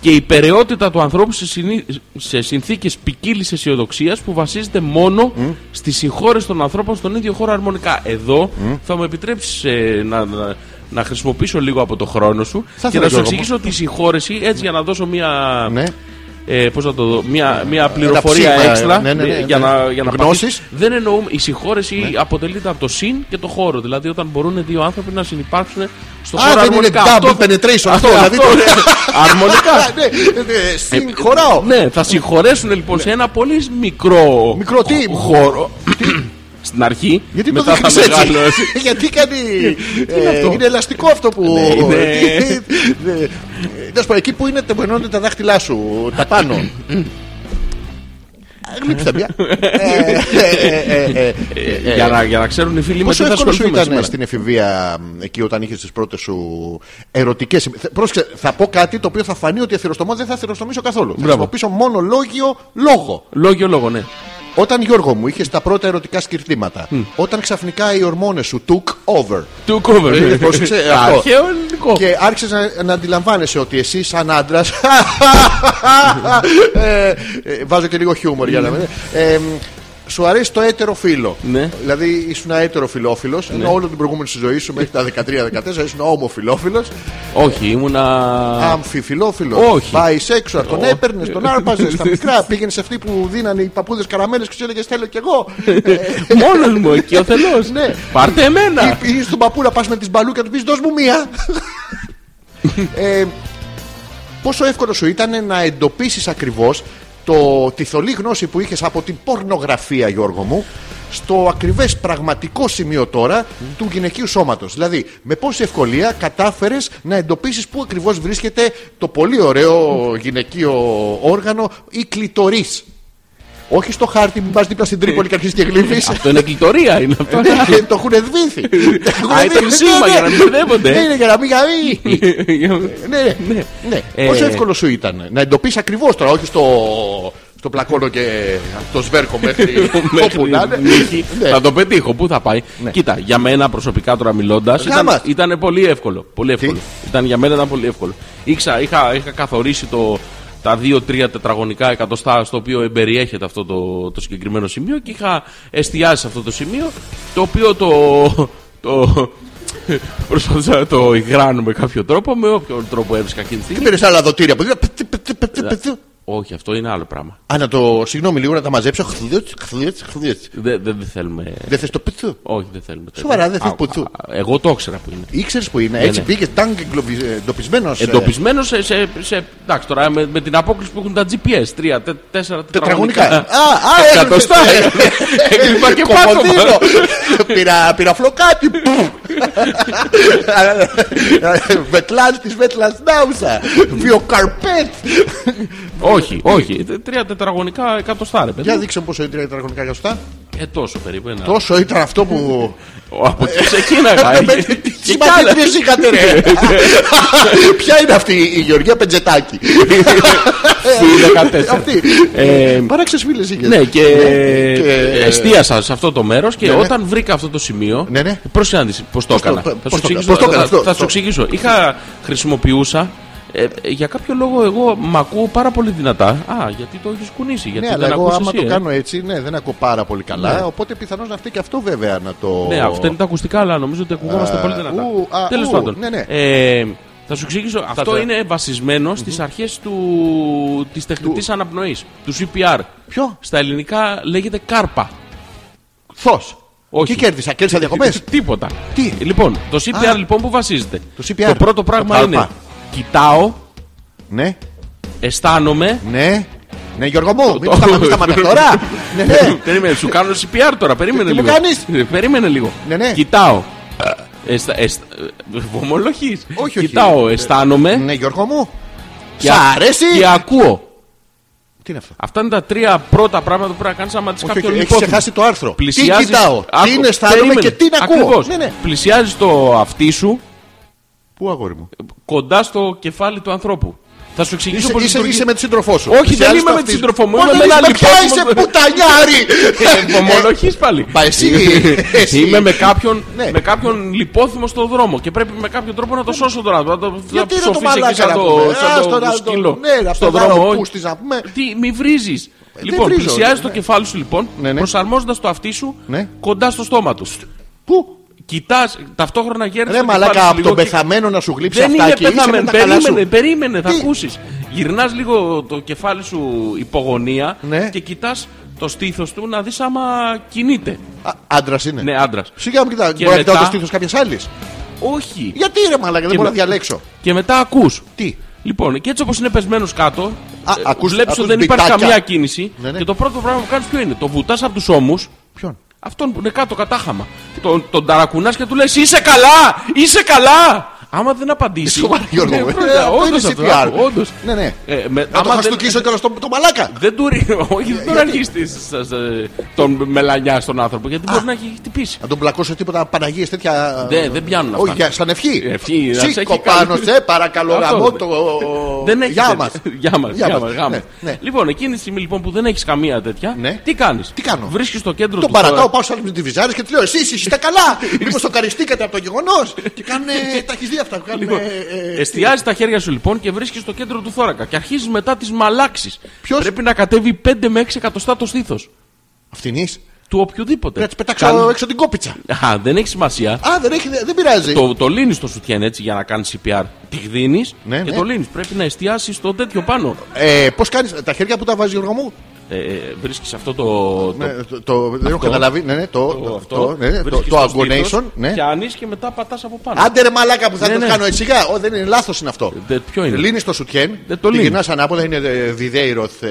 και η περαιότητα του ανθρώπου σε, συνή... σε συνθήκες ποικίλης αισιοδοξίας που βασίζεται μόνο στη συγχώρεση των ανθρώπων στον ίδιο χώρο αρμονικά. Εδώ θα μου επιτρέψεις να, να, να χρησιμοποιήσω λίγο από το χρόνο σου και ήθελα, να σου Γιώργο μου. εξηγήσω τη συγχώρεση έτσι για να δώσω μία. Ναι. Ε, Ε, πώς να το δω, μία, μία πληροφορία ψήμα, έξτρα ναι, ναι, ναι, ε, ναι. για να, για να Γνώσεις. Ναι. πάθεις. Δεν εννοούμε, η συγχώρεση αποτελείται από το συν και το χώρο. Δηλαδή όταν μπορούν δύο άνθρωποι να συνεπάρξουν στο Α, χώρο δεν είναι αρμονικά. double penetration αυτό, δηλαδή το- ναι. αρμονικά. Α, ναι, Ε, ναι, Συγχωράω. Ναι, θα συγχωρέσουν λοιπόν σε ένα πολύ μικρό, Ναι. Μικρό τι? χ- χώρο στην αρχή. Γιατί το μετά θα δείχνεις έτσι μεγαλώσει. Γιατί κάνει είναι ε, αυτό? Είναι ελαστικό αυτό που Ναι, είναι. Τι- ναι. Ε, Να σου πω εκεί που είναι που ενώνονται τα δάχτυλά σου Τα πάνω Γλύψτε μια Ε, ε, ε, ε, ε. Ε, για, να, για να ξέρουν οι φίλοι μας Πόσο τι θα εύκολος σου ασχοληθούμε ήταν σήμερα. στην εφηβεία μ, εκεί όταν είχες τις πρώτες σου ερωτικές. Πρόσεξε, θα πω κάτι το οποίο θα φανεί ότι εθυροστομώ δεν θα εθυροστομήσω καθόλου. Θα Μπράβο. χρησιμοποιήσω μόνο λόγιο λόγο. Λόγιο λόγο, ναι. Όταν Γιώργο μου είχες τα πρώτα ερωτικά σκυρτήματα, όταν ξαφνικά οι ορμόνες σου took over Του cover. Ε, πρόσεξε, αυτό. Αρχαίο ελληνικό. και άρχισες να, να αντιλαμβάνεσαι ότι εσύ σαν άντρας. ε, βάζω και λίγο χιούμορ για να μην. Ε, μ, σου αρέσει το έτερο φίλο. Ναι. Δηλαδή ήσουν έτερο φιλόφιλο, ενώ όλη την προηγούμενη σου ζωή σου μέχρι τα 13-14 ήσουν ομοφιλόφιλος, Όχι, ήμουνα... αμφιφιλόφιλος. Όχι. Bisexual, τον έπαιρνες, τον άρπαζες στα μικρά. Πήγαινες σε αυτοί που δίνανε οι παππούδες καραμέλες και σου έλεγες Θέλω κι εγώ. Μόνος μου εκεί ο θελός. Ναι. Πάρτε εμένα. Ή- Ή στον παππού να πας με τις μπαλού και να του πεις δώσ' μου μία. ε, πόσο εύκολο σου ήταν να εντοπίσεις ακριβώς το, τη θολή γνώση που είχες από την πορνογραφία Γιώργο μου στο ακριβές πραγματικό σημείο τώρα του γυναικείου σώματος. Δηλαδή, με πόση ευκολία κατάφερες να εντοπίσεις πού ακριβώς βρίσκεται το πολύ ωραίο γυναικείο όργανο ή κλειτορής. Όχι στο χάρτη, μην πας δίπλα στην Τρίπολη και αρχίσεις και γλύφεις. Αυτό είναι κλητορία, είναι αυτό. Και το έχουν βήθει. Το έχουν Α, ήταν βήθει. σήμα Ναι, για να μην μπερδεύονται. Ναι, Ναι, για να μην γαμεί. Ναι, ναι. ναι. Ε, Πόσο εύκολο σου ήταν να εντοπίσεις ακριβώς τώρα, όχι στο. Στο πλακόνο και το σβέρκο μέχρι όπου να είναι. νύχη. Ναι. Θα το πετύχω. Πού θα πάει. Κοίτα, για μένα προσωπικά τώρα μιλώντας. Γάμα. Ήταν πολύ εύκολο. Πολύ εύκολο. Ήταν για μένα ήταν πολύ εύκολο. Ήξα, είχα, είχα καθορίσει το, τα 2-3 τετραγωνικά εκατοστά στο οποίο εμπεριέχεται αυτό το, το συγκεκριμένο σημείο και είχα εστιάσει σε αυτό το σημείο το οποίο το. το Προσπαθούσα να το υγράνω με κάποιο τρόπο, με όποιον τρόπο έβρισκα εκείνη τη στιγμή. Πήρες άλλα δοτήρια από εδώ. Πετ, πετ, πετ, πετ. Όχι, αυτό είναι άλλο πράγμα. Α, να το. Συγγνώμη λίγο να τα μαζέψω. Χλιούτς, χλιούτς, χλιούτς. Δεν δεν- δεν θέλουμε. Δεν θες το πετσού. Όχι, δεν θέλουμε. τέτοια. Σοβαρά, δεν θες Α, πουτσού. α, Εγώ το ήξερα που είναι. Ήξερες που είναι, Ναι, έτσι ναι. πήγες. Τάγκ ε, εντοπισμένο. Εντοπισμένος σε, σε, σε. Εντάξει, τώρα με, με την απόκληση που έχουν τα GPS. Τρία, τε, τέσσερα Τετραγωνικά. Ε, τετραγωνικά. Ε, Α, α, Εκατοστά. Έκλειπα και πάτωμα. Κομμωτίνο. Πήρα, πυραφλό κάτι. Πού. Βετλάν τη Βετλάν Νάουσα. Βιοκαρπέτ. όχι, όχι. Τε- Τρία τετραγωνικά εκατοστά, ρε παιδί. Για δείξε μου πόσο ήταν τετραγωνικά εκατοστά. Ε, τόσο περίπου. Ένα. Τόσο ήταν αυτό που. Ο, Από εκεί ξεκίναγα. Με- ε. με- Τι Και κι άλλα. συμμαθητρίε είχατε, ρε. Ποια είναι αυτή η Γεωργία Πεντζετάκη. Δεκατέσσερα. Αυτή. Ε, Παράξε φίλε είχε. Ναι, και και- ε, εστίασα σε αυτό το μέρο και Ναι, ναι. όταν βρήκα αυτό το σημείο. Ναι, ναι. Προσέγγιση, πώ το το- έκανα. πώς Θα το σου έκανα, εξηγήσω. πώς το έκανα θα- αυτό, Θα σου το- εξηγήσω. Είχα χρησιμοποιούσα. ε, για κάποιο λόγο εγώ μ' ακούω πάρα πολύ δυνατά. Α, γιατί το έχεις κουνήσει. Γιατί Ναι, δεν αλλά εγώ ακούς άμα εσύ, το ε. κάνω έτσι, ναι, δεν ακούω πάρα πολύ καλά. Ναι. Οπότε πιθανώς να φταίει και αυτό βέβαια να το. Ναι, αυτά είναι τα ακουστικά, αλλά νομίζω ότι ακουγόμαστε Α, πολύ δυνατά. ου, α, Τέλος ου, πάντων. ναι, ναι. Ε, θα σου εξηγήσω. Αυτό τα- είναι βασισμένο στις αρχέ της τεχνητής αναπνοής, του CPR. Ποιο? Στα ελληνικά λέγεται κάρπα. Θο. Όχι. Τι κέρδισα, κέρδισα διακοπές. Τίποτα. Τι? Λοιπόν, το CPR Α. λοιπόν που βασίζεται. Το CPR. Το πρώτο πράγμα Το είναι κάλπα. κοιτάω, ναι, αισθάνομαι. ναι. Ναι, Γιώργο μου, μην το- σταματήσει τα τώρα. ναι, ναι. Περίμενε, σου κάνω CPR τώρα, περίμενε Τι μου λίγο. κάνεις? Ε, Περίμενε λίγο. Ναι, ναι. Κοιτάω. Εστα, εστα, ε, βομολοχείς. όχι. Κοιτάω, αισθάνομαι Ναι, Γιώργο μου. και, Σ' α- αρέσει. και ακούω. Τι είναι αυτό. Αυτά είναι τα τρία πρώτα πράγματα που πρέπει να κάνεις άμα τη Όχι, κάποιο όχι, έχεις λιπόθυμο. ξεχάσει το άρθρο. λοιπόν. Πλησιάζεις- Τι κοιτάω, Άκου, τι είναι, αισθάνομαι περίμενε. και τι να ακούω. Ακριβώς. Ναι, ναι. Πλησιάζεις το αυτί σου Πού αγόρι μου. κοντά στο κεφάλι του ανθρώπου. Θα σου εξηγήσω Είσαι, πώς είσαι, λειτουργεί. είσαι με τη σύντροφό σου. Όχι, Πλησιάζεις δεν το είμαι με τη αυτής. σύντροφό μου, Πώς είμαι δεν με ένα είσαι, Ποια λιπόθυμο. είσαι πουτανιάρη. Βομολοχείς Ε, πάλι. Ε, Μα Ε, εσύ. εσύ. Είμαι με κάποιον, Ναι. με κάποιον λιπόθυμο στο δρόμο και πρέπει με κάποιο τρόπο να το σώσω τον άνθρωπο. Να το να Γιατί είναι το ψοφήσει εκεί μαλάκας σαν να το- πούμε. σαν Ας το τον- ας τον- σκύλο. ναι, να Στον πετάω δρόμο. πούστης, να πούμε. Ε, Τι, μη βρίζεις. Λοιπόν, βρίζω, πλησιάζει ναι. το κεφάλι σου λοιπόν, Ναι, ναι. προσαρμόζοντας το αυτί σου Ναι. κοντά στο στόμα του. Πού. Κοιτάς ταυτόχρονα γέρνεις. Ρε μαλάκα, από τον πεθαμένο να σου γλύψει Δεν αυτά είναι και είσαι με πεθαμένο. τα καλά Περίμενε, σου. περίμενε, θα Τι? ακούσεις. Γυρνάς λίγο το κεφάλι σου υπογωνία Ναι. και κοιτάς το στήθος του να δεις άμα κινείται. Άντρας είναι. Ναι, άντρας. Σιγά μου κοιτά, μπορεί να μετά- κοιτάω το στήθος κάποιας άλλης. Όχι. Γιατί ρε μαλάκα, δεν Και μπορώ να με- διαλέξω. Και μετά ακούς. Τι. Λοιπόν, και έτσι όπως είναι πεσμένος κάτω, Α, ακούς- βλέπεις ότι ακούς δεν υπάρχει μπιτάκια. καμία κίνηση. Ναι, ναι. Και το πρώτο πράγμα που κάνεις ποιο είναι. Το βουτάς από τους ώμους, Ποιον. αυτόν που είναι κάτω κατάχαμα. Τον, τον ταρακουνάς και του λες: Είσαι καλά! Είσαι καλά! Άμα δεν απαντήσει. Σοβαρά, Γιώργο μου. Ναι, Ε, πρόεδρε, αυτό όντως είναι αυτό, CPR. άκου, όντως. Ναι, ναι. Ε, με- Να το άμα δεν- χαστούκίσω και τον μαλάκα. δεν του ρίχνει, όχι, δεν τον αρχίσει ε, τον μελανιά στον άνθρωπο, γιατί μπορεί να έχει χτυπήσει. Να τον πλακώσω τίποτα Παναγίες τέτοια. Ναι, δεν πιάνουν αυτά. Όχι, για- σαν ευχή. Ευχή, να σε έχει Σήκω κάνει. πάνω σε, παρακαλώ, Αυτό. γαμώ το. Δεν έχει. Γεια τέτοια. μας. Γεια μας. Γεια Γεια μας. μας, γάμα. Ναι, ναι. Λοιπόν, εκείνη τη στιγμή λοιπόν που δεν έχεις καμία τέτοια, Ναι. τι κάνεις. Τι κάνω? Βρίσκεις το κέντρο Τον του. παρατάω, πάω σε άλλη με τη βυζάρι και τη λέω: Εσεί είστε καλά! Μήπω το καριστήκατε από το γεγονός. Και κάνουν. Τα έχεις δει αυτά. που κάνουν, ε, ε, Λοιπόν, Εστιάζει τα χέρια σου λοιπόν και βρίσκεις το κέντρο του θώρακα και αρχίζεις μετά τις μαλάξεις. Ποιος? Πρέπει να κατέβει 5 με 6 εκατοστά το στήθος Αυτινής. του Πρέπει οποιοδήποτε. να της πετάξω Κάνει- έξω την κόπιτσα. Α, δεν έχει σημασία. Α, δεν, έχει, δεν πειράζει. Το, το λύνεις το σουτιέν έτσι για να κάνεις CPR. Τη δίνει Ναι, και ναι. το λύνεις. Πρέπει να εστιάσεις στο τέτοιο πάνω. Ε, Πώς κάνεις τα χέρια που τα βάζεις, Γιώργο μου. Ε, βρίσκεις αυτό το. το... Ναι, το, το- δεν έχω καταλάβει. Ναι, ναι, το, το- το, αυτό, το- ναι, ναι, το, βρίσκεις το στο στήθος, agonation. Ναι. Πιάνεις και μετά πατάς από πάνω. Άντε ρε μαλάκα που θα Ναι, το ναι. κάνω έτσι. Ω, δεν είναι λάθος είναι αυτό. Δε- ποιο είναι? Λύνεις Ε, το σουτιέν. Δεν το τη λύνεις. γυρνάς ανάποδα, είναι ε, Διδέιροθ ε,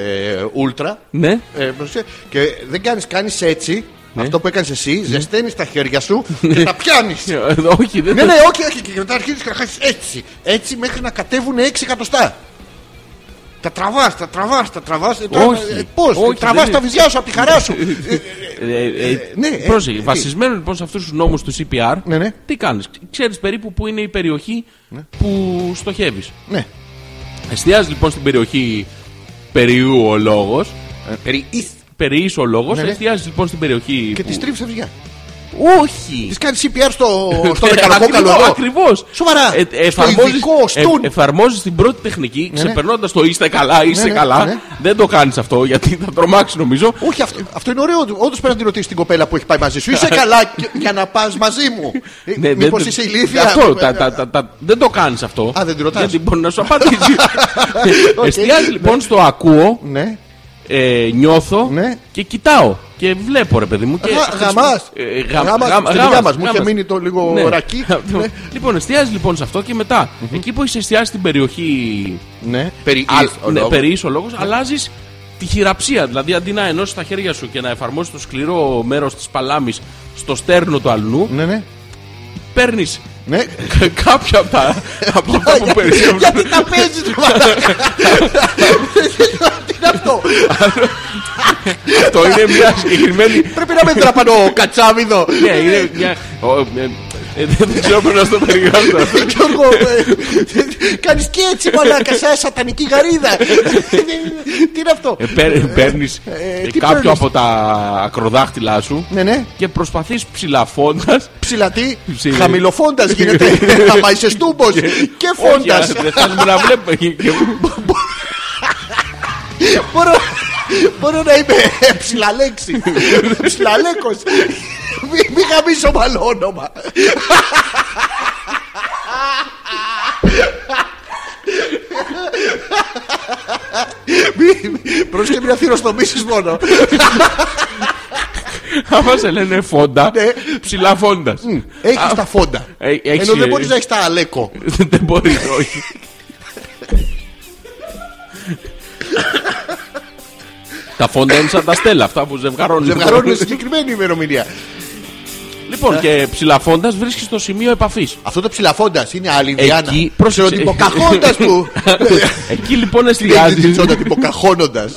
Ultra. Ναι. Ε, προσέξτε, και δεν κάνεις, κάνεις έτσι. Αυτό που έκανες Ναι. εσύ, ζεσταίνεις τα χέρια σου και τα πιάνεις. Ε, Όχι, δεν ναι, το- ναι, όχι, όχι. Και μετά αρχίζεις και να χάσει έτσι. Έτσι μέχρι να κατέβουν 6 εκατοστά. Τα τραβάς, τα τραβάς, τα ε, τραβά. Όχι. Πώς, Όχι, τραβάς δεν τα είναι. βυζιά σου από τη χαρά σου. Ε, Ε, ε, ε, ναι, ε, πρόσεχε, τι? βασισμένο λοιπόν σε αυτούς τους νόμους του CPR, Ναι, ναι. τι κάνεις. Ξέρεις περίπου πού είναι η περιοχή που στοχεύεις. ναι. Εστιάζεις λοιπόν στην περιοχή περιού ο λόγος. Ε, Περί Περιεί ο λόγος, Ναι, ναι. εστιάζει λοιπόν στην περιοχή. Και που- τη τρίβει τα βυζιά. Όχι! Της κάνει CPR στο, στο Ε, μεκανοκόκαλο εδώ. Ακριβώς. Σοβαρά. Ε, ε, στο εφαρμόζεις- ειδικό στούν. ε, εφαρμόζεις την πρώτη τεχνική, ναι. ξεπερνώντας το είστε καλά, είστε ναι, καλά. ναι. Δεν το κάνεις αυτό γιατί θα τρομάξεις νομίζω. Όχι, αυτό, αυτό είναι ωραίο. Όντως πρέπει να τη ρωτήσεις την κοπέλα που έχει πάει μαζί σου. Είσαι καλά και- για να πας μαζί μου. Ναι, Μήπω δεν- είσαι ηλίθια. Αυτό, τα, τα, τα, τα- δεν το κάνεις αυτό. Α, δεν τη ρωτάς. Γιατί μπορεί να σου απαντήσει. Ε, Οκ. Εστιάζει λοιπόν στο ακούω, Ναι. ε, νιώθω Ναι. και κοιτάω. Και βλέπω ρε παιδί μου. Και Γα- γαμάς. Ε, Γαμάς. γαμ- Στη γαμάς, δουλειά μας. Μου γαμάς. είχε μείνει το λίγο ρακί. Ναι. Λοιπόν, εστιάζει λοιπόν σε αυτό και μετά. Εκεί που έχεις εστιάσει στην περιοχή Ναι. Περί εις ο ναι, λόγος. περί ίσο λόγος, αλλάζεις τη χειραψία. Δηλαδή, αντί να ενώσεις τα χέρια σου και να εφαρμόσεις το σκληρό μέρος της παλάμης στο στέρνο του αλλού, Ναι, ναι. παίρνεις Ναι. κάποια από, Ε, τα, από αυτά που περισσεύουν. Γιατί τα παίζεις το μαλάκα. Τι είναι αυτό. το είναι μια συγκεκριμένη. Πρέπει να με τραπανώ κατσάμιδο. ναι, είναι μια. ο, ε, ε, δεν ξέρω πώς να στο περιγράψω αυτό. Γιώργο, κάνει και έτσι μαλάκα, σαν σατανική γαρίδα. Τι είναι αυτό. Παίρνεις Ε, τι κάποιο παίρνεις? από τα ακροδάχτυλά σου Ναι, ναι, και προσπαθείς ψηλαφώντας. ψηλατή, Ψηλή. χαμηλοφώντας γίνεται. Θα πάει σε στούμπος και φώντας. Δεν θέλουμε να βλέπουμε. Και- και- Μπορώ, μπορώ να είμαι ψηλαλέξης. Ψηλαλέκος. Μην γαμίσω μάλλον όνομα. Πρόσεχε μην αθυροστομήσεις μόνο Άμα σε λένε φόντα, Ναι. ψηλά φόντας. Έχεις τα φόντα ε, έχεις, Ενώ δεν ε, μπορείς να έχεις τα αλέκο Δεν μπορείς, όχι. Τα φόντα είναι σαν τα στέλα αυτά που ζευγαρώνουν. Ζευγαρώνουν συγκεκριμένη ημερομηνία Λοιπόν, και ψηλαφώντας βρίσκεις το σημείο επαφής. Αυτό το ψηλαφώντας είναι άλλη Ινδιάνα Εκεί, πρόσεξε. Ξέρω την Ποκαχόντας που Εκεί λοιπόν Την εστιάζει. τσόντα την Ποκαχώνοντας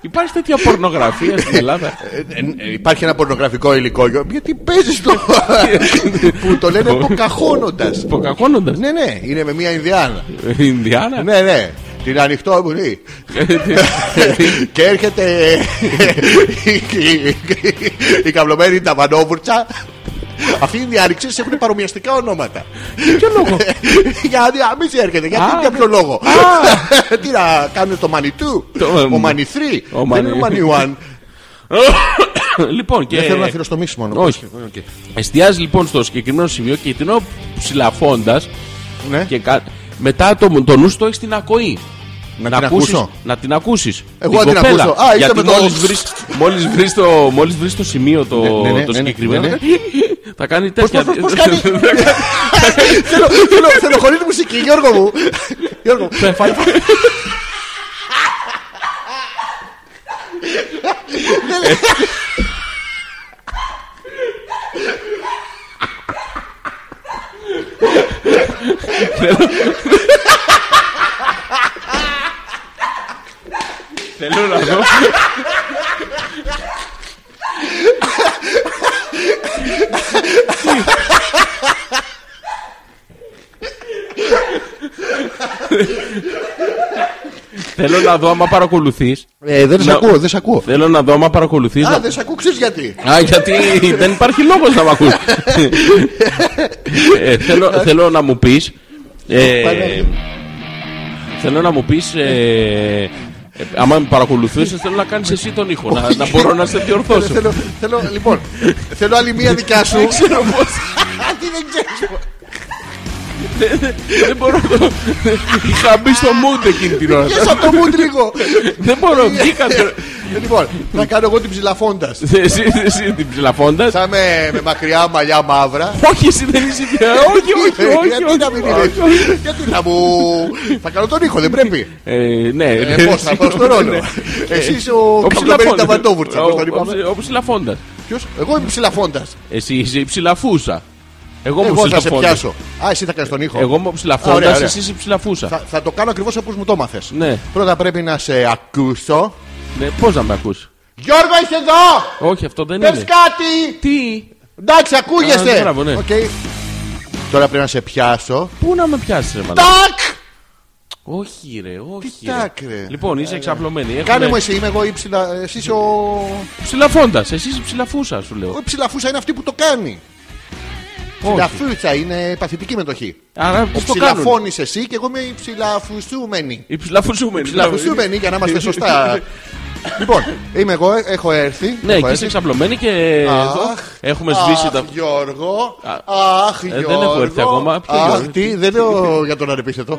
Υπάρχει τέτοια πορνογραφία στην Ελλάδα. Ε, ε, Υπάρχει ένα πορνογραφικό υλικό Γιώργο, Γιατί παίζεις το Που το λένε Ποκαχώνοντας Υποκαχώνοντα. Ναι ναι είναι με μια Ινδιάνα Ινδιάνα. Ναι ναι την ανοιχτό αμπουρή Και έρχεται η- Η καυλωμένη ταβανόβουρτσα Αυτή είναι η διάρρηξη έχουν παρομοιαστικά ονόματα Ποιο λόγο. Ναι. Για να μην σε έρχεται, γιατί Α, ναι. για ποιο λόγο. Τι να κάνουν το Money 2, Το- ο Money 3, ο δεν είναι ο Money- Money 1. Λοιπόν, και. Δεν θέλω να θυροστομήσεις μόνο. Όχι. Εστιάζει λοιπόν στο συγκεκριμένο σημείο και την ώρα ψηλαφώντας. Ναι. Και κα- μετά το, το νους σου το έχεις την ακοή. Να την ακούσεις- ακούσω. να την ακούσεις. Εγώ να την ακούσω. Α, Γιατί είστε με το- μόλις βρεις μόλις βρεις το, μόλις βρεις το σημείο το, Ναι, ναι, ναι, ναι, το ναι, συγκεκριμένο. ναι, ναι. Θα κάνει Πώς, τέτοια. πώς, πώς, πώς κάνει. Θέλω- θέλω- Θέλω χωρίς μουσική, Γιώργο μου. Γιώργο, Θα εφα- Θέλω να δω. Θέλω να δω άμα παρακολουθείς ε, δεν σε Να- ακούω, δεν σε ακούω. Θέλω να δω άμα παρακολουθείς Α, να- δεν σε ακούω, ξέρεις γιατί. Α, γιατί δεν υπάρχει λόγος να μ' ακούς Ε, θέλω, θέλω να μου πεις ε, Παναγία. Θέλω να μου πεις ε, ε, Άμα με παρακολουθούσες θέλω να κάνεις εσύ τον ήχο να, να μπορώ να σε διορθώσω Θέλω, θέλω, λοιπόν, θέλω άλλη μία δικιά σου. Δεν ξέρω πώς Τι δεν ξέρεις. Δεν μπορώ να το- Είχα μπει στο mood εκείνη την ώρα Πιέσα το μουντ λίγο. Δεν μπορώ βγήκα τρο- Λοιπόν, θα κάνω εγώ την ψηλαφώντας. Εσύ, εσύ την ψηλαφώντας Θα είμαι με μακριά μαλλιά μαύρα. Όχι εσύ δεν είσαι Ε, Όχι όχι όχι, Ε, Γιατί να μην είναι. όχι, όχι. Γιατί να μου. Θα κάνω τον ήχο, δεν πρέπει. Ε, Ναι Ε, Πώς θα πάω στον ρόλο. Εσύ είσαι ο Καπλωμένη Ταβαντόβουρτσα. Πώ τον είπαμε. Ο ψηλαφώντας. Ποιος? Εγώ είμαι ψηλαφώντας. Εσύ είσαι η ψηλαφούσα. Εγώ, Εγώ θα σε ψηλαφώνω. πιάσω. Α, εσύ θα κάνεις τον ήχο. Εγώ μου ψηλαφώντα, Ωραία, ωραία. εσύ είσαι ψηλαφούσα. Θα, θα το κάνω ακριβώς όπως μου το μάθες. Ναι. Πρώτα πρέπει να σε ακούσω. Ναι, Πώς να με ακούσει. Γιώργο, είσαι εδώ! Όχι, αυτό δεν Πες είναι. κάτι! Τι, Εντάξει, ακούγεσαι! Ναι, Α, μπράβο, ναι. Οκ. Τώρα πρέπει να σε πιάσω. πού να με πιάσεις, ρε μαλάκα. Τάκ! Όχι, ρε, όχι. Τι τάκ, ρε. Λοιπόν, ναι. είσαι εξαπλωμένη. Κάνε Έχουμε... μου εσύ, είμαι εγώ ύψιλα. Εσύ είσαι ο. Ψηλαφώντας, εσύ είσαι ψηλαφούσα, σου λέω. Ο ψηλαφούσα είναι αυτή που το κάνει. Όχι. Ψηλαφούσα είναι παθητική μετοχή. Άρα Ο πώς το κάνουν. ψηλαφώνεις εσύ και εγώ είμαι η ψηλαφουσούμενη. Οι ψηλαφουσούμενοι. Ψηλαφουσούμενη για να είμαστε σωστά. λοιπόν, είμαι εγώ, έχω έρθει. έχω Ναι, και είσαι έρθει. εξαπλωμένη και εδώ Αχ, έχουμε σβήσει αχ, τα. ε, Γιώργο. Αχ, δεν έχω Γιώργο. έρθει ακόμα. Ποιο Αχ, Γιώργο? τι, δεν λέω για τον ανεπίθετο.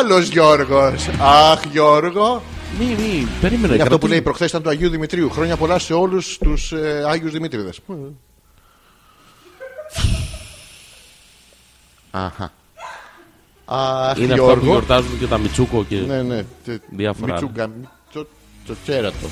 Άλλος Γιώργος. Αχ, Γιώργο. Μη, μη, περίμενε. Είναι αυτό που κρατή- λέει προχθές ήταν του Αγίου Δημητρίου. Χρόνια πολλά σε όλους τους ε, Άγιους Δημήτριδε. Αχα. Αχ, Είναι αυτά που Γιώργο. γιορτάζουν και τα Μιτσούκο και. Ναι, ναι. τε- Διάφορα. Μιτσούγκα, μιτσο- το τσέρατο.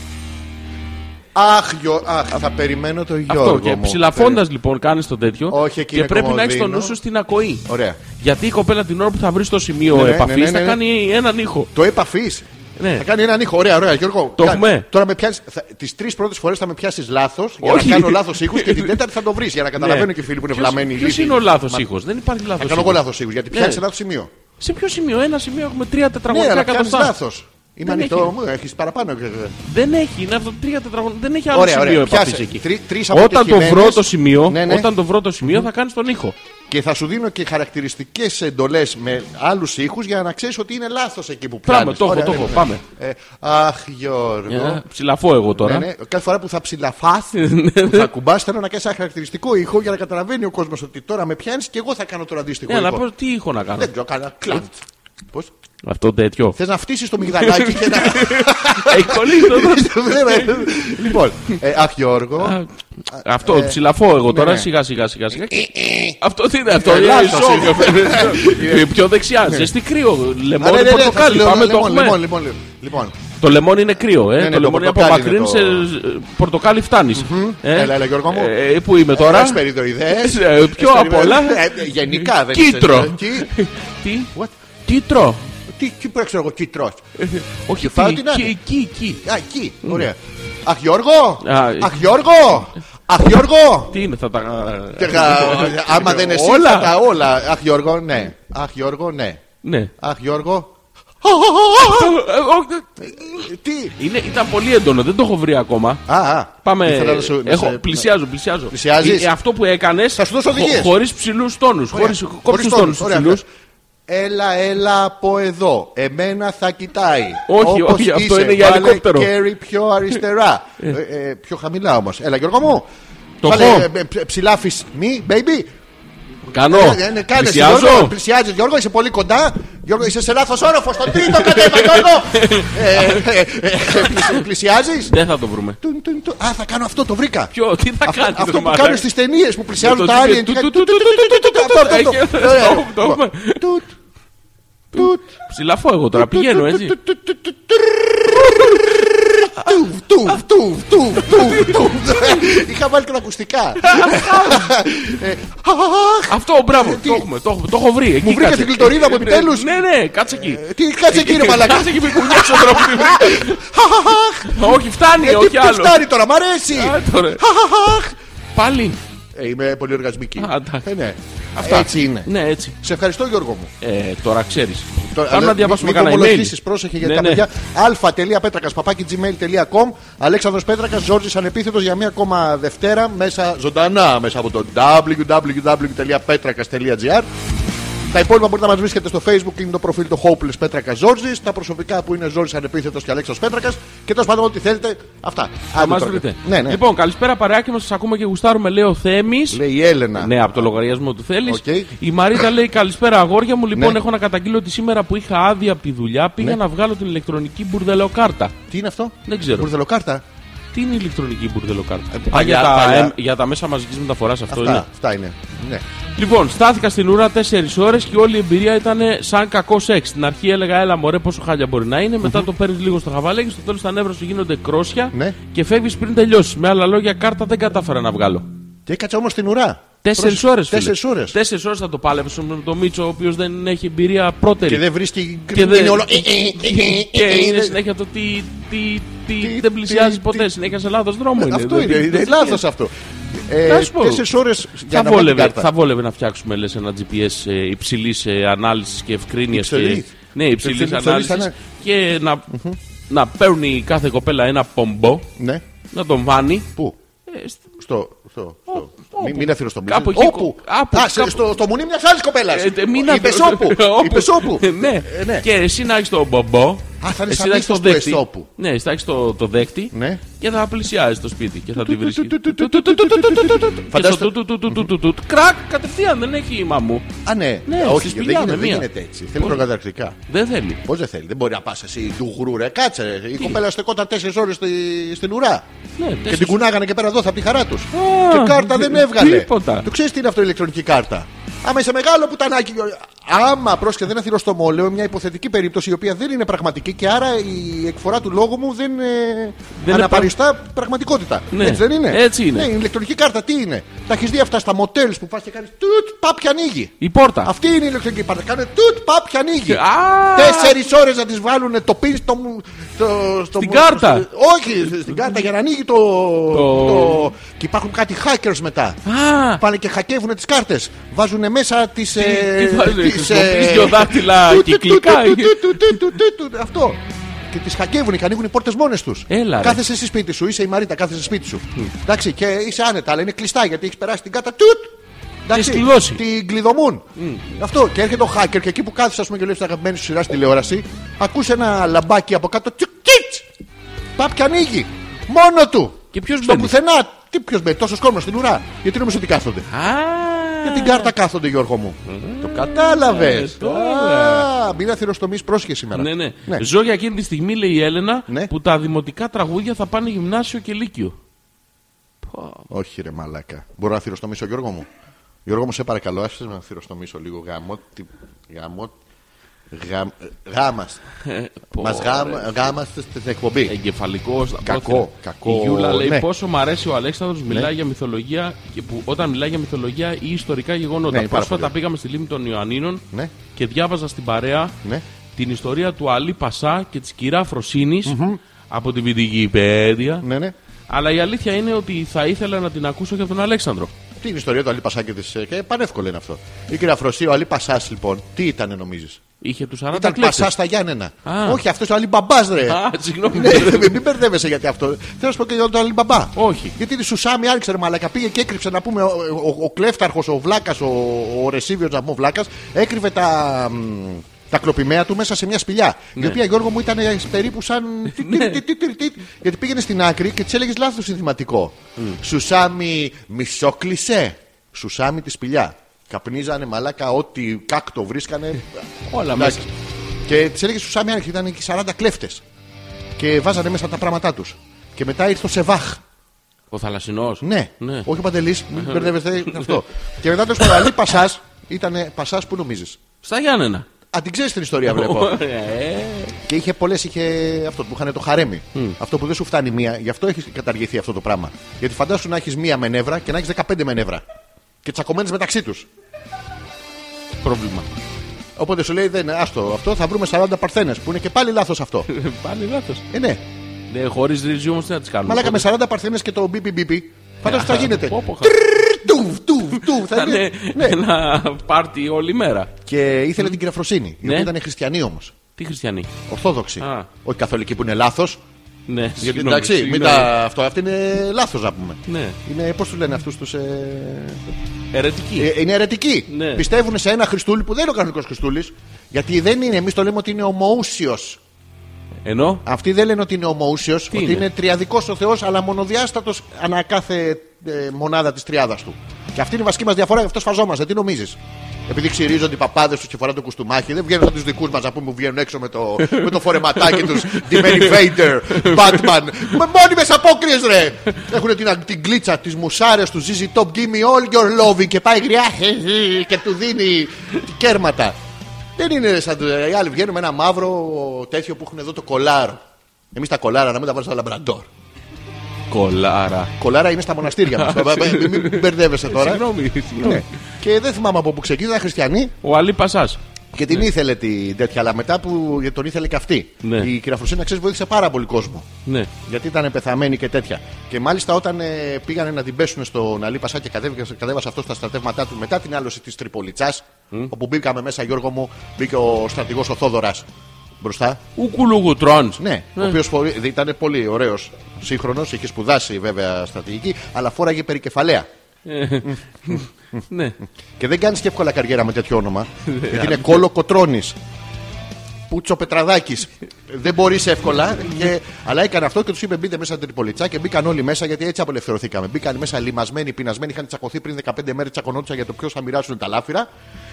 Αχ, Γιώ- αχ, θα περιμένω το Γιώργο. Αυτό και μου. ψηλαφώντας λοιπόν κάνεις το τέτοιο. Όχι, εκεί και είναι πρέπει να έχεις τον κομμωδίνο. νου σου στην ακοή. Ωραία. Γιατί η κοπέλα την ώρα που θα βρεις το Ναι, σημείο ναι, επαφής ναι, ναι, ναι. θα κάνει έναν ήχο. Το επαφής. Ναι. Θα κάνει έναν ήχο. Ωραία, ωραία, Γιώργο. Το Κα- έχουμε. Τώρα με πιάνεις, θα, τις τρεις πρώτες φορές θα με πιάσεις λάθος για Όχι. να κάνω λάθος ήχους και την τέταρτη θα το βρεις για να καταλαβαίνουν και οι φίλοι που είναι βλαμμένοι. Ποιο είναι ο λάθος ήχος, δεν υπάρχει Θα λάθο κάνω εγώ λάθος ήχους γιατί Ναι. πιάνεις σε λάθος σημείο. Σε ποιο σημείο, ένα σημείο έχουμε τρία Ναι, τετραγωνικά αλλά κάνεις εκατοστά. λάθος. Είμαι Δεν ανοιχτό, έχει. μου έχεις παραπάνω. Δεν έχει, είναι αυτό τρία τετραγωνικά. Δεν έχει άλλο Ωραία, σημείο ωραία. επαφή Πιάσε. εκεί. Τρι- τρεις Όταν το αποτυχημένες. βρω το σημείο, Ναι, ναι. όταν το βρω το σημείο θα κάνεις τον ήχο. Και θα σου δίνω και χαρακτηριστικές εντολές με άλλους ήχους για να ξέρεις ότι είναι λάθος εκεί που Πράγμα, πιάνεις. το έχω, Ωραία, το ωραία, έχω, ωραία. πάμε. Ε, Αχ, Γιώργο. Ε, Ψηλαφώ εγώ Ναι, τώρα. ναι. Κάθε φορά που θα ψηλαφάς που θα κουμπάς, θέλω να κάνεις ένα χαρακτηριστικό ήχο για να καταλαβαίνει ο κόσμος ότι τώρα με πιάνεις και εγώ θα κάνω τον αντίστοιχο Ναι, αλλά ήχο. πώς- τι ήχο να κάνω. Δεν ξέρω, κάνα κλαντ. Πώς? Αυτό τέτοιο. Θες να φτύσεις το μυγδαλάκι και να. Έχει κολλήσει το δόντι. λοιπόν, ε, αχ Γιώργο. Α, Αυτό, ψηλαφώ εγώ τώρα, ναι. σιγά σιγά σιγά. σιγά. Αυτό τι είναι αυτό, Ε, είναι λάθος ισό. είναι. Ε, Πιο δεξιά, ζεστη κρύο. Α, ναι, ναι, Λεμόνι ναι, θα σου πορτοκάλι, λέω, πάμε ναι, το λοιπόν, λοιπόν, έχουμε. λοιπόν, λοιπόν, Λοιπόν, Το λεμόνι είναι κρύο, Ναι, ε. ναι, Το το λεμόνι από πορτοκάλι μακρύν σε είναι πορτοκάλι φτάνεις. Έλα, έλα, Γιώργο μου. Πού είμαι τώρα. Ας περιδοειδές. Ε, Πιο Ας απ' όλα. περιδοειδές. Ε, Γενικά δεν Κίτρο. ξέρεις, ε, Τι. What? Κίτρο. Τι, τι πρέπει εγώ, κίτρος. Όχι, πάω τι, την άλλη. εκεί, εκεί, εκεί. Α, εκεί, ωραία. Αχ Γιώργο! Ναι. Α, ε. Αχ Γιώργο! Αχ Γιώργο! Τι είναι, θα τα. Ε, Και γα- Άμα δεν εσύ Όλα. θα τα όλα. Αχ Γιώργο, ναι. Αχ Γιώργο, ναι. Ναι. Αχ Γιώργο. Ε, Τι. Είναι, ήταν πολύ έντονο, δεν το έχω βρει ακόμα. Α, α. Πάμε. Ήθελα να σου- να έχω, σε- Ναι. πλησιάζω, πλησιάζω. Πλησιάζεις? Ε, αυτό που έκανες. Θα σου δώσω οδηγίες. Χωρίς ψηλούς τόνους. Ωραία. Χωρίς Χωρίς κόψου τόνου. τόνους. Ωραία. Ναι, Έλα, έλα από εδώ. Εμένα θα κοιτάει. Όχι, Όπως όχι, αυτό είσαι. είναι για Βάλε ελικόπτερο. Κέρι πιο αριστερά. Ε, ε, πιο χαμηλά όμως. Έλα, Γιώργο μου. Το Βάλε, χω. ε, ε, ψ- Ψηλάφεις μη, baby. Κάνω. Ε, ε, ναι, Κάνε εσύ, Γιώργο. Πλησιάζω. Πλησιάζεις, Γιώργο, είσαι πολύ κοντά. Γιώργο, είσαι σε λάθος όροφος. Στον τρίτο κατέβα, Γιώργο. Ε, Πλησιάζεις. Δεν θα το βρούμε. Α, θα κάνω αυτό, το βρήκα. Ποιο, τι θα Αυτό- κάνεις. ε? Αυτό που κάνουν στις ταινίες που πλησιάζουν τα άλλα. Ε, Ψηλαφώ εγώ τώρα, πηγαίνω έτσι. Είχα βάλει και τα ακουστικά. Ε, Αυτό, μπράβο, το έχουμε, το έχουμε, το έχω βρει. Μου βρήκε την κλειτορίδα μου επιτέλους. Ναι, ναι, κάτσε εκεί. Ε, Ε, Τι κάτσε κύριε Μαλακά. Κάτσε εκεί, μην κουνιάξω τώρα που τη βρήκα. Όχι, φτάνει, Γιατί όχι τι άλλο. φτάνει τώρα, μ' αρέσει. Άντε, ρε. Πάλι. Ε, Είμαι πολύ οργασμική. Α, εντάξει. Ε, ναι. Αυτά. Έτσι είναι. Ναι, έτσι. Σε ευχαριστώ Γιώργο μου. Ε, τώρα ξέρεις. Τώρα, ε, Πάμε αλλά να διαβάσουμε μην κανένα email. κομολογήσεις, πρόσεχε για Ναι, τα ναι. παιδιά. αλφα.πέτρακα παπάκι gmail.com Αλέξανδρος Πέτρακας, Ζόρζης Ανεπίθετος για μία ακόμα Δευτέρα μέσα ζωντανά μέσα από το www.petrakas.gr τα υπόλοιπα μπορείτε να μας βρίσκετε στο facebook, είναι το προφίλ του Hopeless Πέτρακα Ζόρζης. Τα προσωπικά που είναι Ζόρζης Ανεπίθετος και Αλέξανδρος Πέτρακας. Και τέλος πάντων, ό,τι θέλετε, αυτά. Θα Άντε μας τώρα. βρείτε. Ναι, ναι. Λοιπόν, καλησπέρα παρεάκι μας. Σας ακούμε και γουστάρουμε, λέει ο Θέμης. Λέει η Έλενα. Ναι, από το λογαριασμό του θέλει. Οκ. Η Μαρίτα λέει: Καλησπέρα, αγόρια μου. Λοιπόν, Ναι. έχω να καταγγείλω ότι σήμερα που είχα άδεια από τη δουλειά πήγα να βγάλω την ηλεκτρονική μπουρδελοκάρτα. Τι είναι αυτό, Δεν ξέρω. Μπουρδελοκάρτα. Τι είναι η ηλεκτρονική μπουρδελοκάρτα. Ε, Α, για, παλιά, τα, παλιά. ε, για τα μέσα μαζικής μεταφοράς αυτό Αυτά, είναι. αυτά είναι. Ναι. Λοιπόν, στάθηκα στην ουρά 4 ώρες και όλη η εμπειρία ήταν σαν κακός σεξ. Στην αρχή έλεγα, έλα μωρέ, πόσο χάλια μπορεί να είναι. Μετά το παίρνεις λίγο στο χαβαλέ και στο τέλος τα νεύρα σου γίνονται κρόσια Ναι. και φεύγεις πριν τελειώσεις. Με άλλα λόγια, κάρτα δεν κατάφερα να βγάλω. Και έκατσα όμως στην ουρά. Τέσσερις ώρε. Τέσσερις ώρες. Τέσσερις ώρες θα το πάλεψουν με τον Μίτσο, ο οποίος δεν έχει εμπειρία πρώτερη. Και δεν Ε, βρίσκει. Και δεν- είναι όλο. Και είναι συνέχεια το τι. τι, τι, Τι- δεν πλησιάζει τι- ποτέ. τι- Ε, Συνέχεια σε λάθος δρόμο είναι. Αυτό Δεν- είναι. δεν- Είναι δεν- λάθος αυτό. Να σου πω. Τέσσερις ώρες για Θα να βάλει την βόλευε, κάρτα. θα βόλευε να φτιάξουμε λες, ένα GPS υψηλή ανάλυση ε, και ευκρίνειας. Και... Υψηλής. Ναι, υψηλής Υψηλής ανάλυσης. ανά- Και να, να παίρνει κάθε κοπέλα ένα πομπό, Ναι. να τον βάνει. Πού? Ε, σ- Στο. στο, στο. όπου. Μην, μην αφήνω στο μισό. Κάπου εκεί, Όπου. κο- κάπου, Α, σε- κάπου. στο, στο μουνί μιας άλλης κοπέλας. Ε, ε, μην αφ- Είπες όπου. όπου. Είπες όπου. Ε, ναι. Ε, ναι. Και εσύ να έχεις τον μπομπό. Α, θα είναι εσύ σαν να έχεις μίσος τον του δέκτη. εσώπου. Ναι, εσύ θα έχεις το, το δέκτη. Ναι. Και θα πλησιάζει το σπίτι και θα τη βρίσκει. του, του, του, Και στο Φαντάζεστε- του, του, του, του, του, του, του, Κρακ, κατευθείαν δεν έχει η μαμού. Α, ναι. Ναι, Όχι, στις δεν πηγαίνω, γίνεται, δεν μία. γίνεται έτσι. Θέλει προκαταρκτικά. Δεν θέλει. Πώς δεν θέλει, δεν μπορεί να πας εσύ του γουρού, κάτσε. ρε. Η κοπέλα στεκόταν 4 ώρε στην ουρά. Ναι, Και τέσσερις- την κουνάγανε και πέρα εδώ θα από τη χαρά τους. Α, Και κάρτα δεν έβγαλε. τίποτα. Του ξέρεις τι είναι αυτό η ηλεκτρονική κάρτα. Άμα είσαι μεγάλο πουτανάκι. Άμα πρόσεχε δεν αθυρώ στο μόλεο, μια υποθετική περίπτωση η οποία δεν είναι πραγματική και άρα η εκφορά του λόγου μου δεν, ε, είναι αναπαριστά πραγματικότητα. Ναι. Έτσι δεν είναι. Έτσι είναι. Ναι, η ηλεκτρονική κάρτα τι είναι. Τα έχεις δει αυτά στα μοτέλ που πα και κάνεις τουτ, παπ και ανοίγει. Η πόρτα. Αυτή είναι η ηλεκτρονική κάρτα. Κάνε τουτ, παπ και ανοίγει. Α! Τέσσερις ώρες να τη βάλουν το πιν στο. μου- στο- στο Στην μου- κάρτα. στο- όχι, στην κάρτα για να ανοίγει το. Το- το- Και υπάρχουν κάτι hackers μετά. Α, Πάνε και χακεύουν τις κάρτες. Βάζουν μέσα ε, τι. τι βάζουνε, χρησιμοποιείς δυο δάχτυλα κυκλικά. Αυτό. Και τις χακεύουν και ανοίγουν οι πόρτες μόνες τους. Έλα, ρε. Κάθεσαι εσύ σπίτι σου, είσαι η Μαρίτα, κάθεσαι σπίτι σου. Εντάξει, και είσαι άνετα, αλλά είναι κλειστά γιατί έχεις περάσει την κάρτα. Τουτ! Εντάξει, σκληρώσει. Την κλειδωμούν. Αυτό. Και έρχεται ο hacker και εκεί που κάθεσαι, ας πούμε, και λέει στην αγαπημένη σου σειρά στη τηλεόραση, ακούσε ένα λαμπάκι από κάτω. Τσικ, τσιτ! Παπ και ανοίγει. Μόνο του. και ποιος Στο μπαίνεις. πουθενά. Τι ποιος μπαίνει, τόσο κόσμο στην ουρά. Γιατί νομίζω ότι κάθονται. Α, Για την κάρτα κάθονται, Γιώργο μου. Το κατάλαβες. Mm-hmm. ε, τώρα. Μην αθυροστομεί, πρόσχε σήμερα. Ναι, ναι. Ζω για εκείνη τη στιγμή, λέει η Έλενα, Ναι. που τα δημοτικά τραγούδια θα πάνε γυμνάσιο και λύκειο. Όχι, ρε μαλάκα. Μπορώ να θυροστομήσω, Γιώργο μου. Γιώργο μου, σε παρακαλώ, άσε με να θυροστομήσω λίγο. Γαμό. Τι... Γαμό. Γα... Γάμαστε. Ε, πω, Ε, Μα γάμ... γάμαστε στην εκπομπή. Εγκεφαλικός. Κακό, κακό, Η Γιούλα λέει ναι. πόσο μου αρέσει ο Αλέξανδρος μιλάει για μυθολογία και που όταν μιλάει για μυθολογία ή ιστορικά γεγονότα. Ναι, πάρα Πρόσφατα πολύ. πήγαμε στη λίμνη των Ιωαννίνων Ναι. και διάβαζα στην παρέα Ναι. την ιστορία του Αλή Πασά και της κυρά Φροσύνη από την Βιντιγιπέδια. Ναι, ναι. Αλλά η αλήθεια είναι ότι θα ήθελα να την ακούσω και από τον Αλέξανδρο. Τι είναι η ιστορία του Αλή Πασά και της. Ε, πανεύκολο είναι αυτό. Η κυρία Φροσή, ο Αλή Πασάς λοιπόν, τι ήταν νομίζεις. Είχε τους 40 Ήταν κλέφτες. Πασά στα Γιάννενα. Α. Όχι, αυτός ο Αλή Μπαμπά, ρε. Α, συγγνώμη. Ναι, μην- μην μπερδεύεσαι γιατί αυτό. Θέλω να σου πω και για τον Αλιμπαμπά. Όχι. Γιατί τη Σουσάμι άρχισε ρε μαλακα. Πήγε και έκρυψε να πούμε ο, ο, ο κλέφταρχος, ο Βλάκας, ο, ο Ρεσίβιος Τζαμό Βλάκας, έκρυβε τα, μ, τα κλοπημαία του μέσα σε μια σπηλιά. Ναι. Η οποία Γιώργο μου ήταν ε, περίπου σαν. τι- τι- τι- τι- τι- τι- Γιατί πήγαινε στην άκρη και της έλεγες λάθος συνθηματικό. Σουσάμι μισόκλισε. Σουσάμι τη σπηλιά. Καπνίζανε μαλάκα ό,τι κάκτο βρίσκανε. Όλα Εντάξει. μέσα. Και τη έλεγε Σουσάμι άρχισε, ήταν εκεί 40 κλέφτες και βάζανε μέσα τα πράγματά τους. Και μετά ήρθε ο Σεβάχ. Ο θαλασσινός. Ναι, όχι ο Παντελής, μην μπερδεύεστε αυτό. και μετά το Σπαραλή Πασά ήταν Πασάς που νομίζεις. Στα Γιάννενα. Αν την ξέρεις την ιστορία, βλέπω. Ε, και είχε πολλές, είχε αυτό που είχαν το χαρέμι. αυτό που δεν σου φτάνει μία, γι' αυτό έχει καταργηθεί αυτό το πράγμα. Γιατί φαντάσου να έχεις μία μενεύρα και να έχεις 15 μενεύρα. Και τσακωμένες μεταξύ τους. πρόβλημα. Οπότε σου λέει, δεν, άστο, αυτό θα βρούμε 40 παρθένες που είναι και πάλι λάθος αυτό. Πάλι λάθος. ε, ναι, Ναι, χωρίς ρίζι όμως τι να τις κάνουμε. μαλάκα με 40 παρθένες και το BBBB. Φαντάσου τι θα γίνεται. Ε, Πω, πω, χα- Τουβ, τουβ, τουβ, θα Ήταν είναι. Ναι. ένα πάρτι όλη μέρα. Και ήθελε την κυραφροσύνη. Η Ναι. οποία ήταν χριστιανή όμως. Τι χριστιανοί. Ναι, Ορθόδοξη. Α. Όχι καθολική που είναι λάθος. Ναι, Γιατί συγγνώμη, εντάξει, μην συγγνώμη. τα... αυτό, αυτή είναι λάθος να πούμε. Ναι. Είναι, πώς τους λένε αυτούς τους. Ε... Ερετική. ε, είναι αιρετικοί. Ναι. Πιστεύουν σε ένα Χριστούλη που δεν είναι ο κανονικός Χριστούλης. Γιατί δεν είναι, εμείς το λέμε ότι είναι ομοούσιος. Ενώ. Αυτοί δεν λένε ότι είναι ομοούσιος, ότι είναι? είναι, τριαδικός ο Θεός, αλλά μονοδιάστατος ανά κάθε ε, μονάδα της τριάδας του. Και αυτή είναι η βασική μας διαφορά, γι' αυτό σφαζόμαστε. Τι νομίζεις. Επειδή ξυρίζονται οι παπάδες τους και φοράνε το κουστούμάκι, δεν βγαίνουν σαν τους δικούς μας που βγαίνουν έξω με το, με το φορεματάκι τους. Dimany Vader, Batman. Με μόνιμες απόκριες, ρε! Έχουν την, την κλίτσα, τις μουσάρες τους, ZZ Top, give me all your love. Και πάει γριά, χε, χε, και του δίνει κέρματα. Δεν είναι σαν. Οι άλλοι βγαίνουν με ένα μαύρο τέτοιο που έχουν εδώ το κολάρο. Εμείς τα κολάρα να μην τα βάλουμε στα λαμπραντόρ. Κολάρα. Κολάρα είναι στα μοναστήρια μας. Μην μπερδεύεσαι τώρα. Συγγνώμη, Ναι. συγγνώμη. Και δεν θυμάμαι από που ξεκίνησα χριστιανοί Ο Αλή Πασάς. και την ήθελε την τέτοια, αλλά μετά που γιατί τον ήθελε και αυτή. Ναι. Η κυραφροσύνη, ξέρεις, βοήθησε πάρα πολύ κόσμο. Ναι. Γιατί ήταν πεθαμένη και τέτοια. Και μάλιστα όταν ε, πήγανε να την πέσουν στον Αλή Πασά και κατέβηκε- κατέβασε αυτό τα στρατεύματά του μετά την άλωση της Τριπολιτσάς, όπου μπήκαμε μέσα, Γιώργο μου, μπήκε ο στρατηγός ο Θόδωρας μπροστά. Ουκουλουγου τρόν. Ναι, ο οποίο ήταν πολύ ωραίος, σύγχρονος, είχε σπουδάσει βέβαια στρατηγική, αλλά φόραγε περικεφαλαία. Ναι. Και δεν κάνεις και εύκολα καριέρα με τέτοιο όνομα. γιατί είναι κόλο κοτρόνη. Πούτσο Πετραδάκης. δεν μπορείς εύκολα. και... Αλλά έκανε αυτό και τους είπε: Μπείτε μέσα στην Τριπολιτσά και μπήκαν όλοι μέσα γιατί έτσι απελευθερωθήκαμε. Μπήκαν μέσα λιμασμένοι, πεινασμένοι, είχαν τσακωθεί πριν 15 μέρες τσακωνόντουσαν για το ποιος θα μοιράσουν τα λάφυρα.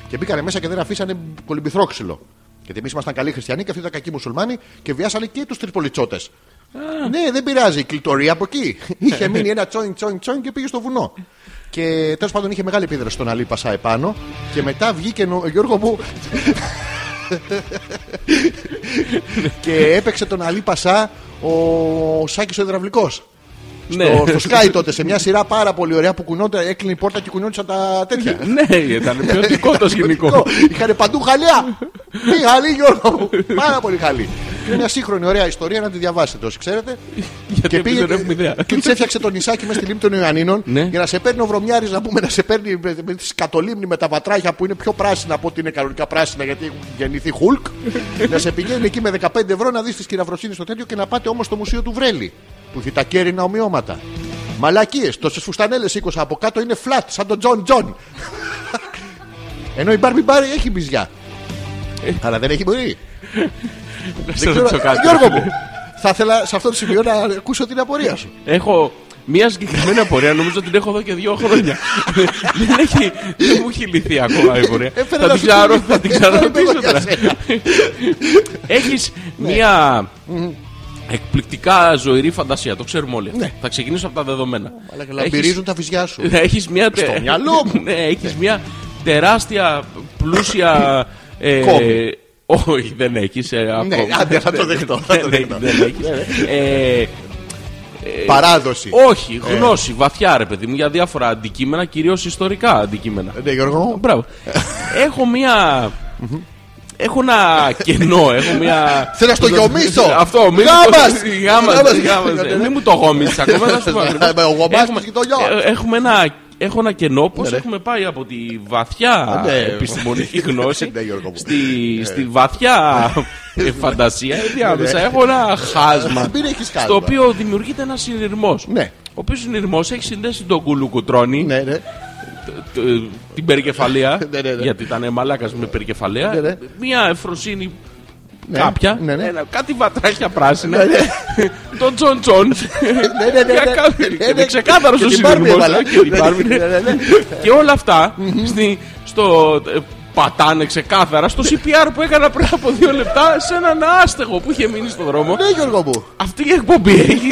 Και μπήκαν μέσα και δεν αφήσανε κολυμπηθρόξυλο. Γιατί εμείς ήμασταν καλοί χριστιανοί και αυτοί ήταν κακοί μουσουλμάνοι και βιάσανε και τους Τριπολιτσότες. Ναι, δεν πειράζει. Η κλητορία από εκεί. είχε μείνει ένα τσόιν τσόιν τσόιν και πήγε στο βουνό. Και τέλος πάντων είχε μεγάλη επίδραση στον Αλή Πασά επάνω. Και μετά βγήκε ο Γιώργο μου και έπαιξε τον Αλή Πασά ο Σάκης ο Ιδραυλικός. Ναι. Στο, στο Sky τότε, σε μια σειρά πάρα πολύ ωραία που κουνόταν, έκλεινε η πόρτα και κουνιόντουσαν τα τέτοια. Ναι, ήταν ποιοτικό το σκηνικό. Είχαν παντού χαλιά. Τι χαλή, Γιώργο μου. Πάρα πολύ χαλή. Είναι μια σύγχρονη ωραία ιστορία να τη διαβάσετε όσοι ξέρετε. Γιατί εμείς δεν έχουμε ιδέα. και της έφτιαξε το νησάκι με στη λίμνη των Ιωαννίνων Ναι. για να σε παίρνει ο Βρωμιάρης να πούμε να σε παίρνει με, με τη σκατολίμνη με τα βατράχια που είναι πιο πράσινα από ότι είναι κανονικά πράσινα γιατί έχουν γεννηθεί Χουλκ. να σε πηγαίνει εκεί με 15 ευρώ να δεις τι κυραυροσύνη στο τέτοιο και να πάτε όμως στο μουσείο του Βρέλη που έχει τα κέρινα ομοιώματα. Μαλακίες, τόσες φουστανέλες 20 από κάτω είναι flat σαν τον Τζον Τζον. Ενώ η Μπάρμπι Μπάρι έχει μυζιά. Αλλά δεν έχει μπορεί. Να Ε. σε Δεν ξέρω- ρωτήσω κάτι. Γιώργο μου, θα ήθελα σε αυτό το σημείο να ακούσω την απορία σου. Έχω μία συγκεκριμένη απορία, νομίζω την έχω εδώ και δύο χρόνια. δεν, έχει, δεν μου έχει λυθεί ακόμα η απορία. Έφερε Ε, θα, να την σου ξαρω, πει. θα την Έφερε ξαναρωτήσω εγώ για τώρα. σένα. Ναι. Έχει μία εκπληκτικά ζωηρή φαντασία, το ξέρουμε όλοι. Ναι. Θα ξεκινήσω από τα δεδομένα. Αλλά Έχεις- Ναι, λαμπυρίζουν τα φυσιά σου. Έχεις μια τε- Στο μυαλό μου. ναι, έχεις μια τεράστια πλούσια. ε, Κόμη. όχι, δεν έχεις ε, Ναι, ακόμα. άντε, θα το δεχτώ, θα το Δεν- δεχτώ. δεν έχεις. Ε, Παράδοση. όχι, Ε. γνώση, βαθιά ρε παιδί μου, για διάφορα αντικείμενα, κυρίως ιστορικά αντικείμενα. Ναι, Γιώργο μου. Μπράβο. έχω μία. έχω ένα κενό, έχω μία. Θέλω να στο γεωμίσω. Αυτό, μην Γάμας. το- Γάμας, Γάμας. γάμας, ναι. Μην μου το γόμισες ακόμα. θα σου πω. Ε, ο γομπάς Έχουμε- της γειτονιάς. ε, Έχουμε ένα. Έχω ένα κενό πώ Ναι, ναι. έχουμε πάει από τη βαθιά Ναι. επιστημονική γνώση Ναι, Γιώργο μου. στη, στη βαθιά ε, Ναι. φαντασία. Διάμεσα έχω ένα Ε, χάσμα. Μην έχεις χάσμα. Στο οποίο δημιουργείται ένας συνειρμό. Ναι. Ο οποίος συνειρμό έχει συνδέσει τον κουλουκουτρόνη Ναι, ναι. τ- την περικεφαλαία. Ναι, ναι, ναι. γιατί ήταν μαλάκας με περικεφαλαία. Ναι, ναι. Μία ευφροσύνη Ναι. κάποια. Ναι, ναι. ένα- κάτι βατράχια πράσινα. τον Τζον Τζον. Ναι, ναι, ναι, Για ναι. κάθε- Ναι, και ναι. Είναι ξεκάθαρο Και ο την Barbie συνειρμός. έβαλα. Και την Ναι, Barbie, ναι. ναι, ναι, ναι. Και όλα αυτά στη- στο. ε, Πατάνε ξεκάθαρα στο CPR που έκανα πριν από δύο λεπτά σε έναν άστεγο που είχε μείνει στον δρόμο. Ναι, Γιώργο μου. Αυτή η εκπομπή έχει,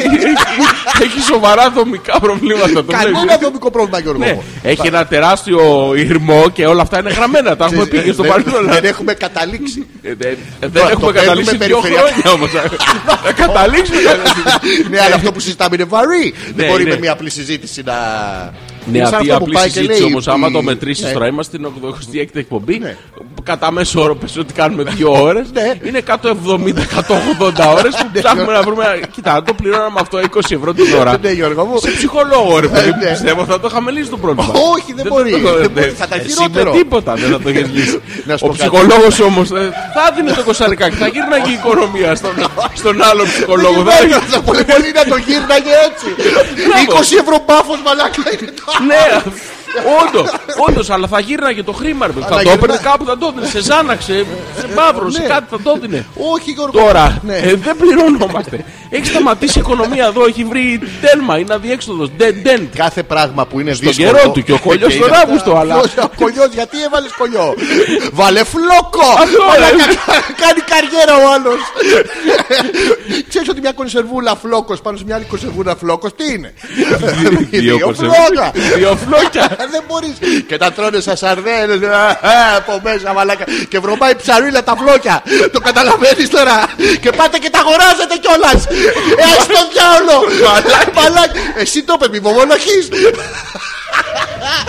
έχει σοβαρά δομικά προβλήματα. το βλέπεις. ε? Κανένα δομικό πρόβλημα, Γιώργο Ναι, μου. έχει ένα τεράστιο ηρμό και όλα αυτά είναι γραμμένα. Τα έχουμε πει και στο ε, Δεν- παρελθόν. Δεν έχουμε καταλήξει. Ε, Δεν το δεν έχουμε παίρνουμε καταλήξει δύο περιφερειακά. χρόνια όμως. Θα καταλήξουμε. Ναι, αλλά αυτό που συζητάμε είναι βαρύ. Δεν Ναι, μπορεί ναι. με μια απλή συζήτηση να. Ναι, Είναι σαν αυτή η αυτό που απλή πάει και συζήτηση λέει όμως, άμα η- το μετρήσει Ναι. τώρα, είμαστε στην 86η εκπομπή. Ναι. Κατά μέσο όρο πες ότι κάνουμε δύο ώρε. Ναι. Είναι 170-180 ώρες που ψάχνουμε να βρούμε. Κοίτα, αν το πληρώναμε αυτό 20 ευρώ την ώρα. Ναι, Γιώργο μου. Σε ψυχολόγο, ρε παιδί μου, Ναι. πιστεύω θα το είχαμε λύσει το πρόβλημα. Όχι, δεν μπορεί. το- Δεν ναι. μπορεί, θα ήταν Εσύ χειρότερο. με τίποτα δεν θα το είχε λύσει. Να σου Ο πω κάτι. ψυχολόγος όμως θα δίνει το κοσαρικάκι, θα γύρναγε η οικονομία στον, στον άλλο ψυχολόγο. Δεν Θα- γυρνάγε, Πολύ πολύ να το γύρναγε έτσι. 20 ευρώ μπάφο μαλάκα είναι το. Ναι, όντως, όντως, αλλά θα γύρναγε το χρήμα. ρε παιδί. Αλλά Θα το έπαιρνε γυρνά- κάπου, θα το έδινε. Σε ζάναξε, σε μαύρος, σε Ναι. κάτι θα το έδινε. Όχι, Γιώργο. Τώρα Ναι. ε, δεν πληρωνόμαστε. Έχει σταματήσει η οικονομία εδώ, έχει βρει τέλμα, είναι αδιέξοδος. Dead end. Κάθε πράγμα που είναι Τον δύσκολο. καιρό του και ο κολλιός Και τον είναι- Αύγουστο, αλλά. Ποιος- Ο κολλιός, γιατί έβαλες κολλιό. Βάλε φλόκο. Αυτό, ε. Μαλάκα, ρε. κα- Κάνει καριέρα ο άλλος. Ξέρεις ότι μια κονσερβούλα φλόκος πάνω σε μια άλλη κονσερβούλα φλόκος τι είναι. Δύο Δύο κονσερβούλες. φλόκα. Δύο φλόκια. Δεν μπορείς. Και τα τρώνε σαν σαρδέλες. Από μέσα, μαλάκα. Και βρωμάει ψαρίλα τα βλόκια. Το καταλαβαίνεις τώρα. Και πάτε και τα αγοράζετε κιόλας. Έχει τον διάολο. Μαλάκα. Εσύ το είπε, μη βομοναχείς.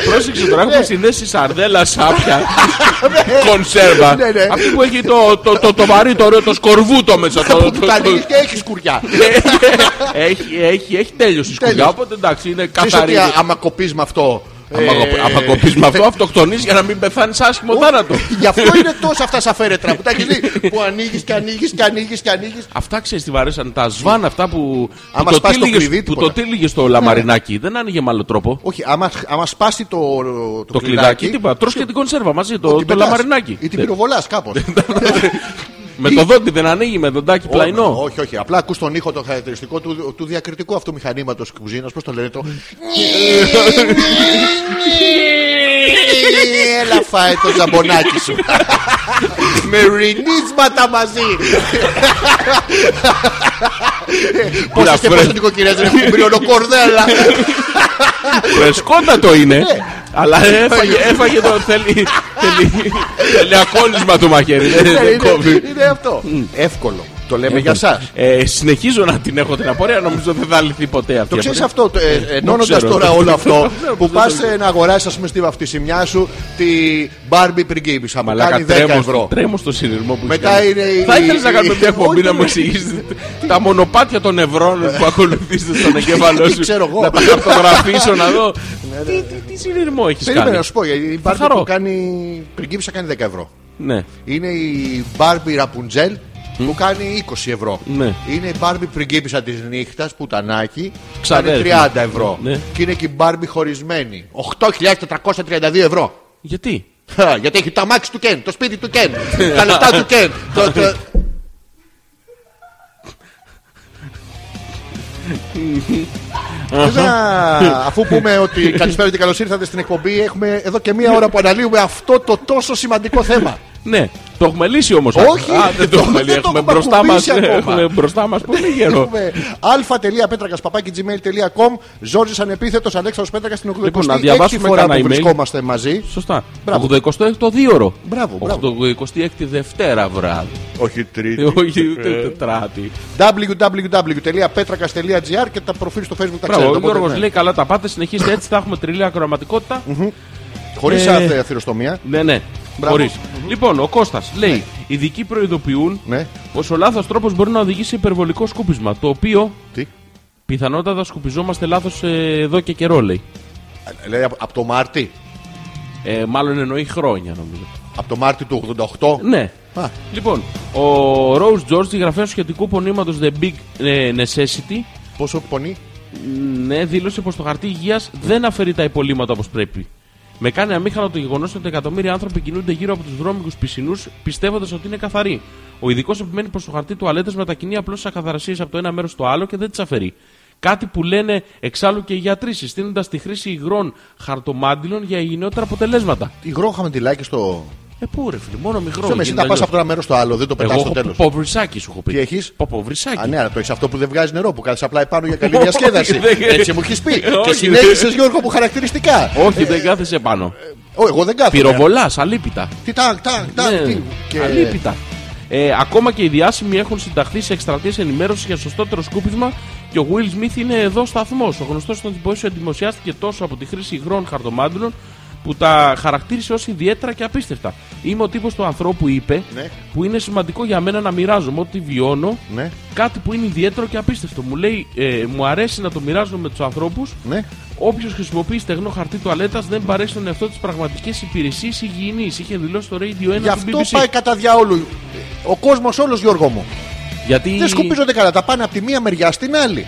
Πρόσεξε τώρα, έχουμε Ναι. συνδέσει σαρδέλα, σάπια, κονσέρβα. Ναι, ναι. Αυτή που έχει το, το, το, το βαρύ, το ωραίο, το σκορβούτο μέσα. Το, το, Που του τα ανοίγεις και έχεις κουριά. Ε, έχει, έχει, έχει τέλειωση η σκουλιά, Τέλειος. οπότε εντάξει, είναι Ξέρεις ότι καθαρή. άμα κοπείς με αυτό. ε, Απακοπεί με αυτό, αυτοκτονείς για να μην πεθάνεις άσχημο θάνατο. Γι' αυτό είναι τόσο αυτά σαν φέρετρα που τα έχεις δει. Που ανοίγεις και ανοίγεις και ανοίγεις και ανοίγεις. Αυτά ξέρεις τι βαρέσαν. Τα σβάν αυτά που, Άμα που, το, σπάσει το τύλιγες, κλειδί, που τίποτα. Ναι. το τύλιγες στο λαμαρινάκι. Δεν άνοιγε με άλλο τρόπο. Όχι, άμα, άμα σπάσει το, το, Το κλειδάκι, τίποτα. Τρως και την κονσέρβα μαζί, το, την το πετάς. λαμαρινάκι. Ή την Ναι. πυροβολάς κάπως. Με το δόντι δεν ανοίγει, με δοντάκι πλαϊνό. Όχι, όχι. Απλά ακούς τον ήχο το χαρακτηριστικό του, του διακριτικού αυτού μηχανήματος κουζίνας. Πώς το λένε το... Έλα φάε το τζαμπονάκι σου. Με ρινίσματα μαζί. Πόσες και Πουλαφρέ. πόσες νοικοκυρές ρε μπριονοκορδέλα. Φρεσκότατο Ε, είναι. Ναι. Αλλά έφαγε, έφαγε το θέλει, θέλει, θέλει ακόλλησμα το μαχαίρι. Ε, Δεν Ναι, δεν είναι- κόβει. Είναι αυτό. Εύκολο. Το λέμε για σας. Ε, συνεχίζω να την έχω την απορία, νομίζω δεν θα λυθεί ποτέ αυτή. Το η ξέρεις απορία. αυτό, το, ε, ενώνοντας ξέρω. τώρα όλο αυτό που Δεν πα ξέρω. να αγοράσεις, ας πούμε, στη βαφτισιμιά σου τη Barbie πριγκίπισσα. Μου Μαλάκα, κάνει 10 τρέμω, ευρώ. τρέμω στο συνειρμό που Μετά έχεις είναι η- Θα ήθελες να κάνουμε μια εκπομπή Όχι, να μου ρε. εξηγήσεις τα μονοπάτια των ευρών που ακολουθήσετε στον εγκέφαλό Τι σου. ξέρω εγώ. Ναι, Να τα χαρτογραφήσω να δω. Τι- τι- Τι συνειρμό έχεις Περίμενε κάνει. να σου πω, γιατί η Barbie χαρώ. που κάνει πριγκίπισσα κάνει 10 ευρώ. Ναι. Είναι η Barbie Rapunzel που κάνει 20 ευρώ. Ναι. Είναι η Barbie πριγκίπισσα της νύχτας, πουτανάκι, κάνει Ξαδέρφη. 30 ευρώ. Ναι. Και είναι και η Barbie χωρισμένη. 8.432 ευρώ. Γιατί. Χα, Γιατί έχει το αμάξι του Κεν, το σπίτι του Κεν, τα λεφτά του Κεν. το- το- Θες να- Αφού πούμε ότι καλησπέρα και καλώς ήρθατε στην εκπομπή, έχουμε εδώ και μία ώρα που αναλύουμε αυτό το τόσο σημαντικό θέμα. Ναι, το έχουμε λύσει όμως. Όχι, Α, δεν το έχουμε δεν το λύσει. Έχουμε έχουμε μπροστά μας. ακουμπήσει ακόμα. Έχουμε μπροστά μας πολύ γερό. Έχουμε αλφα.πέτρακα.gmail.com Ζόρζης ανεπίθετος Αλέξανδρος Πέτρακας στην 86η Λοιπόν, να διαβάσουμε φορά κανένα που email. βρισκόμαστε μαζί. Σωστά. Μπράβο. 86ο δίωρο. Μπράβο, μπράβο. 86η Δευτέρα βράδυ. Όχι τρίτη. Ε, Όχι ούτε τετράτη. www.petrakas.gr και τα προφίλ στο facebook τα Μπράβο, ξέρετε. ο οπότε, Γιώργος ναι. λέει καλά τα πάτε. Συνεχίστε έτσι, θα έχουμε τρελή ακροαματικότητα. Χωρίς Ε, αθυροστομία. Ναι, ναι. Μπράβο. Χωρίς. Λοιπόν, ο Κώστας λέει: Ειδικοί προειδοποιούν Ναι. πως ο λάθος τρόπος μπορεί να οδηγήσει σε υπερβολικό σκούπισμα. Το οποίο Τι. πιθανότατα σκουπιζόμαστε λάθος εδώ και καιρό, λέει. Λέει από, από το Μάρτι. Ε, μάλλον εννοεί χρόνια, νομίζω. Από το Μάρτι του 88. Ναι. Α. Λοιπόν, ο Rose George, τη γραφέα του σχετικού πονήματος The Big ε, Necessity, Πόσο πονεί. ναι, δήλωσε πως το χαρτί υγείας δεν αφαιρεί τα υπολείμματα όπως πρέπει. Με κάνει αμήχανο το γεγονός ότι εκατομμύρια άνθρωποι κινούνται γύρω από τους δρόμικους πισινούς πιστεύοντας ότι είναι καθαροί. Ο ειδικός επιμένει πως το χαρτί τουαλέτας μετακινεί απλώς τι ακαθαρσίε από το ένα μέρος στο άλλο και δεν τις αφαιρεί. Κάτι που λένε εξάλλου και οι γιατροί, συστήνοντας τη χρήση υγρών χαρτομάντιλων για υγιεινότερα αποτελέσματα. Υγρό χαμεντιλάκι στο. Ε, πού ρε φίλε, μόνο μικρό. Ξέρω, εσύ τα γίνεται πας αλλιώς. από το ένα μέρος στο άλλο, δεν το Εγώ πετά στο έχω τέλος. ποποβρισάκι σου έχω πει. Τι έχεις? Ποποβρισάκι. Α, ναι, αλλά το έχεις αυτό που δεν βγάζει νερό, που κάτσε απλά επάνω για καλή διασκέδαση. δεν- Έτσι μου έχεις πει. Όχι, και δεν- συνέχισε, Γιώργο, που χαρακτηριστικά. Όχι, δεν κάθεσαι πάνω. Ω, εγώ δεν κάθομαι. Πυροβολά, αλίπητα. Τι τάκ, τάκ, τάκ. Ναι, τι. Και- Αλίπητα. Ε, ακόμα και οι διάσημοι έχουν συνταχθεί σε εκστρατείες ενημέρωσης για σωστότερο σκούπισμα και ο Will Smith είναι εδώ σταθμός. Ο γνωστός των Τιμπόσιο εντυπωσιάστηκε τόσο από τη χρήση υγρών χαρτομάντιλων που τα χαρακτήρισε ως ιδιαίτερα και απίστευτα. Είμαι ο τύπος του ανθρώπου, είπε, Ναι. που είναι σημαντικό για μένα να μοιράζομαι ό,τι βιώνω Ναι, κάτι που είναι ιδιαίτερο και απίστευτο. Μου λέει, ε, μου αρέσει να το μοιράζομαι με τους ανθρώπους. ναι. Όποιος χρησιμοποιεί στεγνό χαρτί τουαλέτας δεν παρέχει τον εαυτό της πραγματικές υπηρεσίες υγιεινής. Είχε δηλώσει το Radio 1 Γι' αυτό του BBC. πάει κατά διαόλου. Ο κόσμος όλος, Γιώργο μου. Γιατί. Δεν σκουπίζονται καλά. Τα πάνε από τη μία μεριά στην άλλη.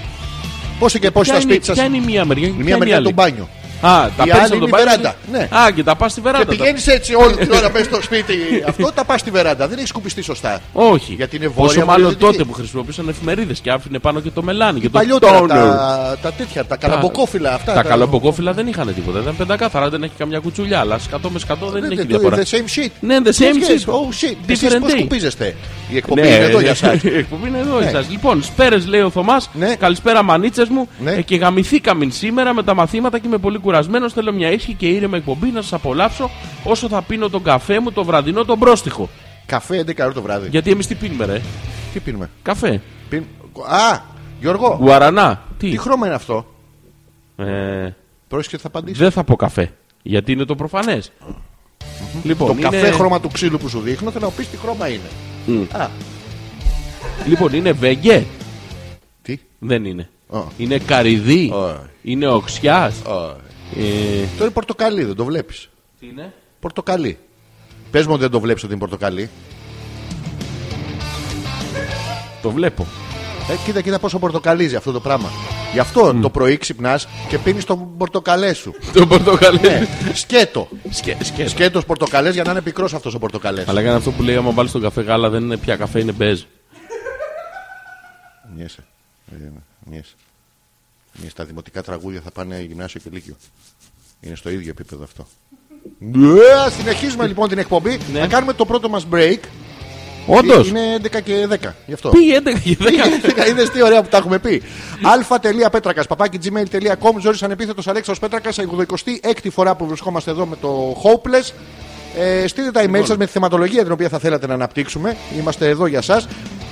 Πόσοι και πόσοι ποια στα είναι, σπίτια ποια σας. είναι η μία μεριά και ποια Μία είναι η μεριά άλλη. το μπάνιο. Α, τα Η παίρνει άλλη από είναι το η μπάνιο. βεράντα. Ναι. Α, και τα πας στη Και βεράντα. τα- πηγαίνεις έτσι όλη την ώρα πες στο σπίτι. Αυτό τα πας στη βεράντα. Δεν έχεις σκουπιστεί σωστά. Όχι. Γιατί είναι βόρεια Πόσο μάλλον βορειοδυτική. τότε που χρησιμοποιούσαν εφημερίδες και άφηνε πάνω και το μελάνι και το Παλιότερα toner. τα, τα τέτοια, τα καλαμποκόφυλλα αυτά. Τα καλαμποκόφυλλα δεν είχαν τίποτα. Ήταν πεντακάθαρα, δεν έχει καμιά κουτσουλιά. Αλλά σκατό με σκατό δεν Ναι, έχει ναι, διαφορά. The same shit. Ναι, the same Yes, yes. shit. Oh shit. Different Εσείς πώς day. Ναι, σκουπίζεστε. Η εκπομπή είναι εδώ για σας. Η εκπομπή είναι εδώ Ναι. για σας. Λοιπόν, Σπέρες λέει ο Θωμάς. Ναι. Καλησπέρα, μανίτσες μου. Ναι. Ε, και γαμηθήκαμε σήμερα με τα μαθήματα και με πολύ κουρασμένος, θέλω μια ήσυχη και ήρεμη εκπομπή να σας απολαύσω όσο θα πίνω τον καφέ μου το βραδινό τον πρόστιχο. Καφέ 11 ώρα το βράδυ. Γιατί εμείς τι πίνουμε, ρε. Τι πίνουμε. Καφέ. Πιν... Α, Γιώργο, Γουαρανά. Τι. τι χρώμα είναι αυτό. Ε, Πρόσεχε ότι θα απαντήσεις. δεν θα πω καφέ. Γιατί είναι το προφανές. Λοιπόν, Το είναι... καφέ χρώμα του ξύλου που σου δείχνω θέλω να πεις τι χρώμα είναι. Α, Λοιπόν, είναι βέγγε. τι. Δεν είναι. Α. Είναι καριδί. Α. Είναι οξιάς. Α, Ε, Το είναι πορτοκαλί, δεν το βλέπεις. τι είναι. Πορτοκαλί. Πες μου ότι δεν το βλέπεις ότι είναι πορτοκαλί. Το βλέπω. Ε, κοίτα, κοίτα πόσο πορτοκαλίζει αυτό το πράγμα. Γι' αυτό το πρωί ξυπνάς και πίνεις το πορτοκαλέ σου. Το πορτοκαλί. ναι, σκέτο. Σκε, σκε. Σκέτος πορτοκαλές για να είναι πικρός αυτός ο πορτοκαλές. Αλλά έκανε αυτό που λέει: Άμα βάλεις τον καφέ γάλα, δεν είναι πια καφέ, είναι μπέζ. Μιέσαι. Ε, Μιέσαι. Μιέσαι. Τα δημοτικά τραγούδια θα πάνε γυμνάσιο και λύκειο. Είναι στο ίδιο επίπεδο αυτό. Ε, συνεχίζουμε λοιπόν την εκπομπή. Ναι. Να κάνουμε το πρώτο μας break. Όντως. Είναι 11 και 10. Γι' αυτό. Πήγε 11 και 10. Είδες τι ωραία που τα έχουμε πει. αλφα.πέτρακα παπάκι gmail.com Ζόρι ανεπίθετο Αλέξαρο Πέτρακα, 86η φορά που βρισκόμαστε εδώ με το Hopeless. Ε, στείλτε τα email σας με τη θεματολογία την οποία θα θέλατε να αναπτύξουμε. Είμαστε εδώ για εσά.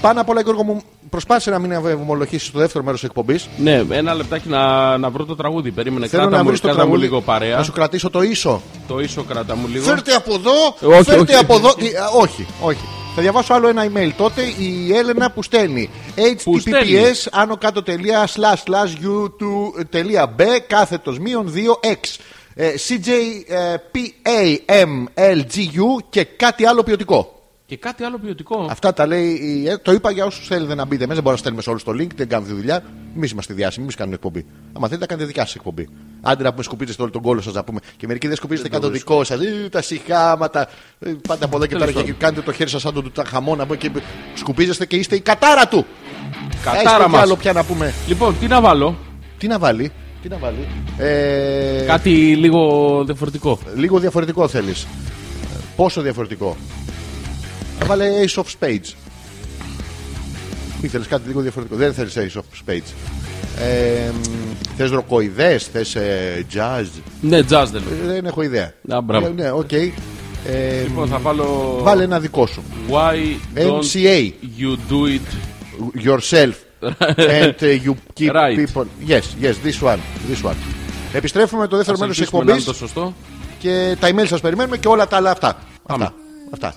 Πάνω απ' όλα, Γιώργο μου, προσπάθησε να μην ευομολογήσει το δεύτερο μέρος της εκπομπής. Ναι, ένα λεπτάκι να, να βρω το τραγούδι. Περίμενε, Θέλω κράτα να μου, βρεις το κράτα μου τραγούδι. λίγο παρέα. Να σου κρατήσω το ίσο. Το ίσο κράτα μου λίγο. Φέρτε από εδώ, όχι, φέρτε όχι. από εδώ. Τι- α, όχι, όχι. Θα διαβάσω άλλο ένα email τότε. Η Έλενα που στέλνει. Που στέλνει. HTTPS άνω κάτω τελεία slash slash youtube.b κάθετος μείον 2x. Ε, CJPAMLGU και κάτι άλλο ποιοτικό. Και κάτι άλλο ποιοτικό. Αυτά τα λέει. η- ε, Το είπα για όσους θέλετε να μπείτε μέσα. Δεν μπορώ να στέλνουμε σε όλους το link, δεν κάνουμε τη δουλειά. Εμείς είμαστε διάσημοι, εμείς κάνουμε εκπομπή. Αν θέλετε, να κάνετε δικιά σας εκπομπή. Άντε να πούμε σκουπίζεστε όλο τον κόλο σας, να πούμε. Και μερικοί δεν σκουπίζετε καν το δικό σας. Τα συχάματα. ε, Πάντα από εδώ και Τέλος πέρα και πάντων. κάνετε το χέρι σας σαν τον ταχαμό να πούμε και σκουπίζεστε και είστε η κατάρα του. Ε, Έχεις Κατάρα κάτι μας. άλλο πια να πούμε. Λοιπόν, τι να βάλω. Τι να βάλει. Τι να βάλει. Ε, Κάτι λίγο διαφορετικό. Λίγο διαφορετικό θέλεις. Πόσο διαφορετικό. Θα βάλε Ace of Spades. Ήθελες κάτι λίγο διαφορετικό. Δεν θέλεις Ace of Spades. Ε, Θε ροκοειδέ, θες ε, jazz. Ναι, jazz δεν λέω. Ε, Δεν έχω ιδέα. Α, μπράβο. Ε, Ναι, οκ. Ε, Λοιπόν, θα βάλω. Βάλε ένα δικό σου. Why don't MCA. you do it Yourself. And uh, you keep Right. people. Yes, yes, this one. This one. Επιστρέφουμε με το δεύτερο μέρος της Ελπίζουμε εκπομπή να είναι το σωστό. και τα email σας περιμένουμε και όλα τα άλλα αυτά. Πάμε. Αυτά. αυτά.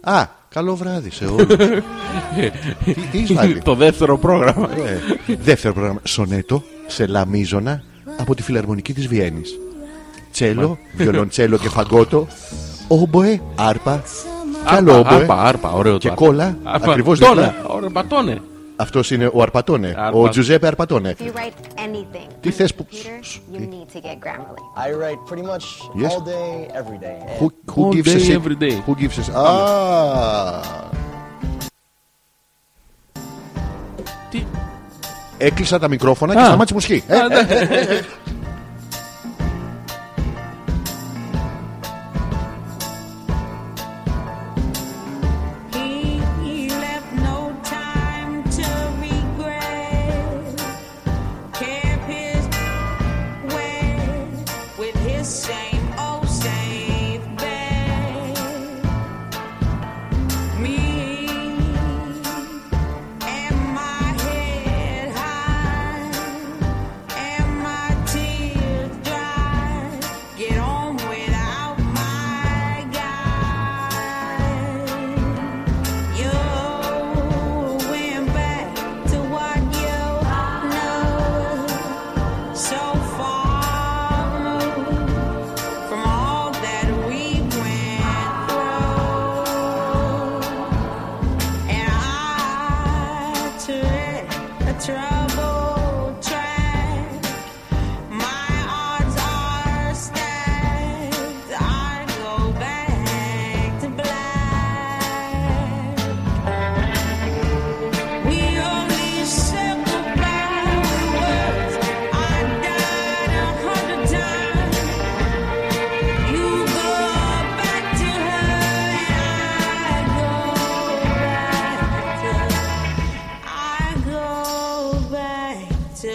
Α, καλό βράδυ σε όλους. τι τι έχεις βάλει. το δεύτερο πρόγραμμα. Ε, Δεύτερο πρόγραμμα. Σονέτο σε λαμίζωνα από τη Φιλαρμονική της Βιέννης. Τσέλο, βιολοντσέλο και φαγκότο. Όμποε, άρπα. Κι άλλο Άρπα, όμποε. άρπα, άρπα, ωραίο Και το άρπα. κόλλα. Άρπα, Ακριβώς τόνε, δίπλα. ωραία, μπατώνε. Αυτός είναι ο Αρπατώνε. Άρπα. Ο Τζουζέπε Αρπατώνε. If you write anything on Τι the θες που- computer, Σ- you need to get Grammarly. I write pretty much Yes. all day, every day. And Who, who All gives day, a shit? every day. Who gives a shit? Ah. Α, Τι, Έκλεισα τα μικρόφωνα και Α. σταμάτησε η μουσική. Ε, Α, ναι. He left no time to regret. Kept his way with his same old safe bet. Me and my head high and my tears dry. Get on without my guy. You went back to what you know so far from all that we went through, and I tread a troubled track. My odds are stacked. I go back to black. We only said goodbye with words. I died a hundred times. You go back to her, and I go back to. I go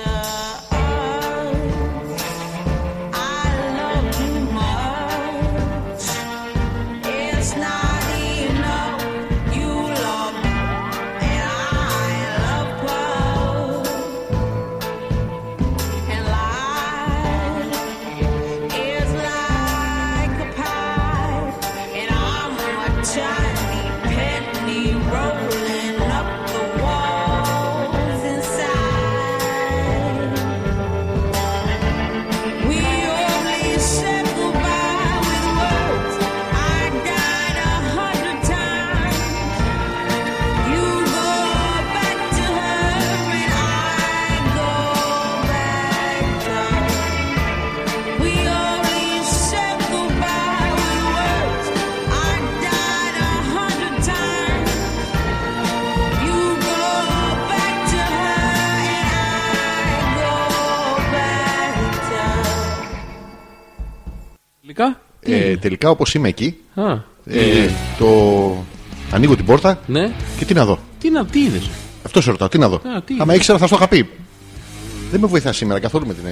τελικά. Ε, τελικά όπως είμαι εκεί, Α, ε, το. Ανοίγω την πόρτα ναι. και τι να δω. Τι, να, τι είδες. Αυτό σε ρωτάω, τι να δω. Α, τι. Άμα ήξερα θα στο είχα πει. Δεν με βοηθά σήμερα καθόλου με την. ε,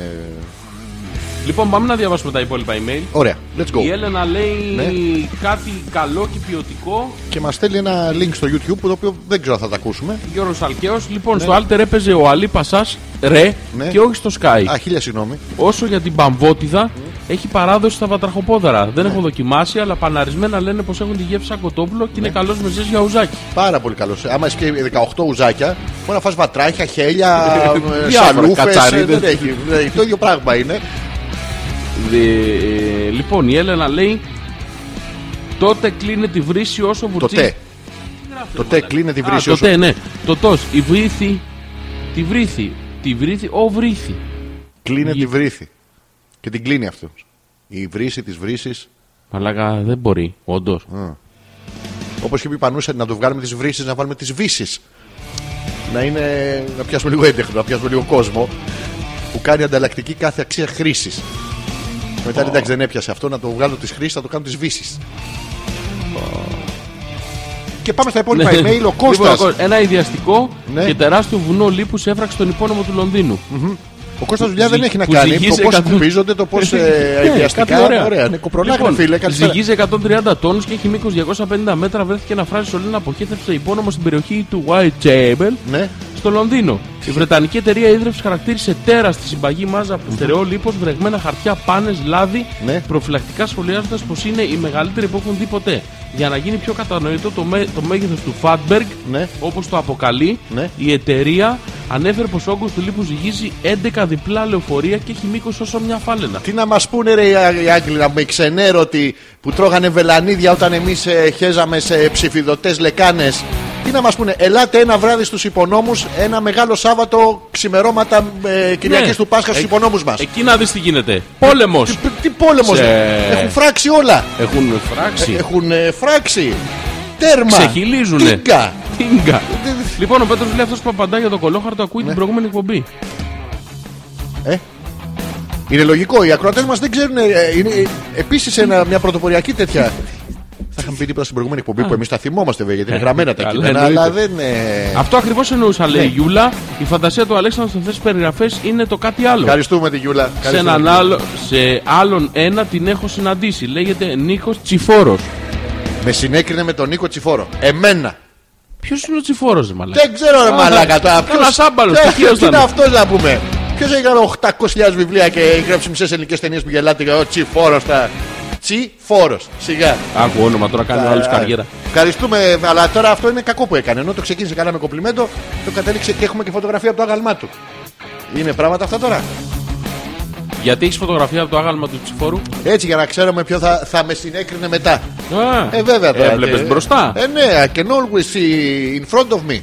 Λοιπόν, πάμε να διαβάσουμε τα υπόλοιπα email. Ωραία, let's Η go. Έλενα λέει Ναι. κάτι καλό και ποιοτικό. Και μας στέλνει ένα link στο YouTube που το οποίο δεν ξέρω αν θα τα ακούσουμε. Γιώργος Αλκαίος. Λοιπόν, στο Alter έπαιζε ο Αλή Πασάς ρε Ναι. και όχι στο Sky. Α, Ναι. χίλια συγγνώμη. Όσο για την παμβότιδα, έχει παράδοση στα βατραχοπόδαρα. Δεν Ναι. έχω δοκιμάσει, αλλά παναρισμένα λένε πως έχουν τη γεύση σαν κοτόπουλο και Ναι. είναι καλός μεζές για ουζάκι. Πάρα πολύ καλός. Άμα είσαι και 18 ουζάκια, μπορεί να φας βατράχια, χέλια, ε, Διάφορα, σαλούφες, ε, κατσαρίδες. δεν έχει. Ε, Το ίδιο πράγμα είναι. Δε- ε, λοιπόν, η Έλενα λέει. Τότε κλείνει τη βρύση όσο Το βουρτσίζει. τε. Το τε κλείνει τη βρύση ε? Α, όσο. το τε, ναι. Το τος. Η βρύθη. Τη βρύθη. Τη βρύθη. Ο βρύθη. Κλείνει Γη. τη βρύθη. Και την κλείνει αυτό. Η βρύση της βρύσης. Μαλάκα δεν μπορεί, όντως. Όπως και πει Πανούσα, να το βγάλουμε τις βρύσεις, να βάλουμε τις βύσεις. Να είναι. να πιάσουμε λίγο έντεχνο, να πιάσουμε λίγο κόσμο. Που κάνει ανταλλακτική κάθε αξία χρήσης. Μετά λέει, εντάξει δεν έπιασε αυτό, να το βγάλω τη χρήση, θα το κάνω τις βύσεις. Και πάμε στα υπόλοιπα Ναι. email. Ο Λοιπόν, Κώστας, ο Κώστας, Ένα ιδιαστικό Ναι. και τεράστιο βουνό λίπους έφραξε τον υπόνομο του Λονδίνου. ο Κώστας δουλειά δεν Ζη- έχει να που κάνει. ζυγίζει Το πώς εκατό- κουμπίζονται, το πώς Ναι, κάτι αειδιαστικά. Ωραία, ναι, κοπρολάκρη, Λοιπόν, φίλε. καλησπέρα. Ζυγίζει 130 τόνου και έχει μήκο 250 μέτρα. Βρέθηκε ένα φράση σωλήνα που αποχέτευσε υπόνομο στην περιοχή του Whitechapel Ναι. στο Λονδίνο. Η Βρετανική εταιρεία ίδρυυση χαρακτήρισε τέρα στη συμπαγή μάζα από στερεό λίπος, βρεγμένα χαρτιά, πάνες, λάδι, Ναι. προφυλακτικά σχολιάζοντας πως είναι η μεγαλύτερη που έχουν δει ποτέ. Για να γίνει πιο κατανοητό το, μέ- το μέγεθος του Fatberg, Ναι. όπως το αποκαλεί, Ναι. η εταιρεία ανέφερε πως ο όγκος του λίπους ζυγίζει 11 διπλά λεωφορεία και έχει μήκος όσο μια φάλαινα. Τι να μας πούνε ρε οι Άγ- οι Άγγλοι, να με ξενέρωτοι που τρώγανε βελανίδια όταν εμείς χέζαμε σε ψηφιδωτές λεκάνες. Τι να μας πούνε, ελάτε ένα βράδυ στους υπονόμους, ένα μεγάλο Σάββατο ξημερώματα ε, Κυριακής Ναι. του Πάσχα στους Ε, υπονόμους μας. Εκεί να δεις τι γίνεται. Πόλεμος! Τι, τι πόλεμος Σε- Έχουν φράξει όλα. Έχουν φράξει. Έχουν ε, φράξει. Τέρμα. Ξεχυλίζουνε. Τίγκα. Τίγκα. Λοιπόν, ο Πέτρος λέει αυτός που απαντά για το κολόχαρτο ακούει Ναι. την προηγούμενη εκπομπή. Ε, είναι λογικό. Οι ακροατές μας δεν ξέρουν. Ε, είναι επίση μια πρωτοποριακή τέτοια. Θα είχαμε πει τίποτα στην προηγούμενη εκπομπή που εμείς τα θυμόμαστε βέβαια γιατί είναι γραμμένα τα Ε, καλά, κείμενα, εννοείται. αλλά δεν. ε, Αυτό ακριβώς εννοούσα, λέει Ναι. η Γιούλα. Η φαντασία του Αλέξανδρου σε αυτές τις περιγραφές είναι το κάτι άλλο. Ευχαριστούμε τη Γιούλα. Σε, Ευχαριστούμε. έναν άλλο, σε άλλον ένα την έχω συναντήσει. Λέγεται Νίκος Τσιφόρος. Με συνέκρινε με τον Νίκο Τσιφόρο. Εμένα. Ποιος είναι ο Τσιφόρος, μαλάκα. Δεν ξέρω ρε Α, μαλάκα τώρα. Κάνα άμπαλο, Ποιος- Ε, στοιχείο Τι ήταν. είναι αυτός να πούμε. Ποιος έγραψε 800.000 βιβλία και έγραψε μισές ελληνικές ταινίες που γελάτε και ο Τσιφόρος τα. Τσιφόρος. Σιγά. Άκου όνομα τώρα κάνει ο άλλο Α, καριέρα. Ε, Ευχαριστούμε, αλλά τώρα αυτό είναι κακό που έκανε. Ενώ το ξεκίνησε καλά με κοπλιμέντο, το κατέληξε και έχουμε και φωτογραφία από το άγαλμά του. Είναι πράγματα αυτά τώρα. Γιατί έχεις φωτογραφία από το άγαλμα του Τσιφόρου. Έτσι για να ξέρουμε ποιο θα, θα με συνέκρινε μετά. Α, Ε, βέβαια τώρα. Έβλεπες Ε, μπροστά. Ε, ναι, I can always see in front of me.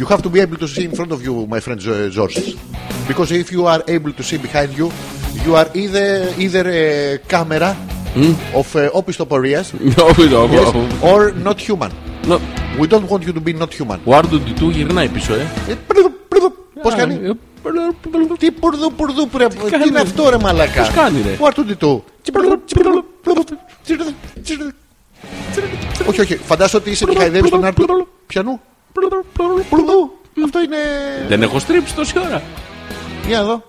You have to be able to see in front of you, my friend uh, George. Because if you are able to see behind you, you are either, either a camera Hmm? of uh, όπιστο πορείας, Όχι, το yes, or not human. Νο- We don't want you to be not human. Ο R2D2 γυρνάει πίσω, ε. Ε, πρδου, πρδου. Πώς κάνει. Τι πουρδού πουρδού πρέπει. Τι κάνει, είναι ρε. αυτό ρε μαλακά. Πώς κάνει, ρε. Που αρτούντι του. Όχι, όχι. Φαντάσου ότι είσαι και χαϊδεύεις τον άρτο. Πιανού. Πουρδού. Αυτό είναι. Δεν έχω στρίψει τόση ώρα. Για εδώ.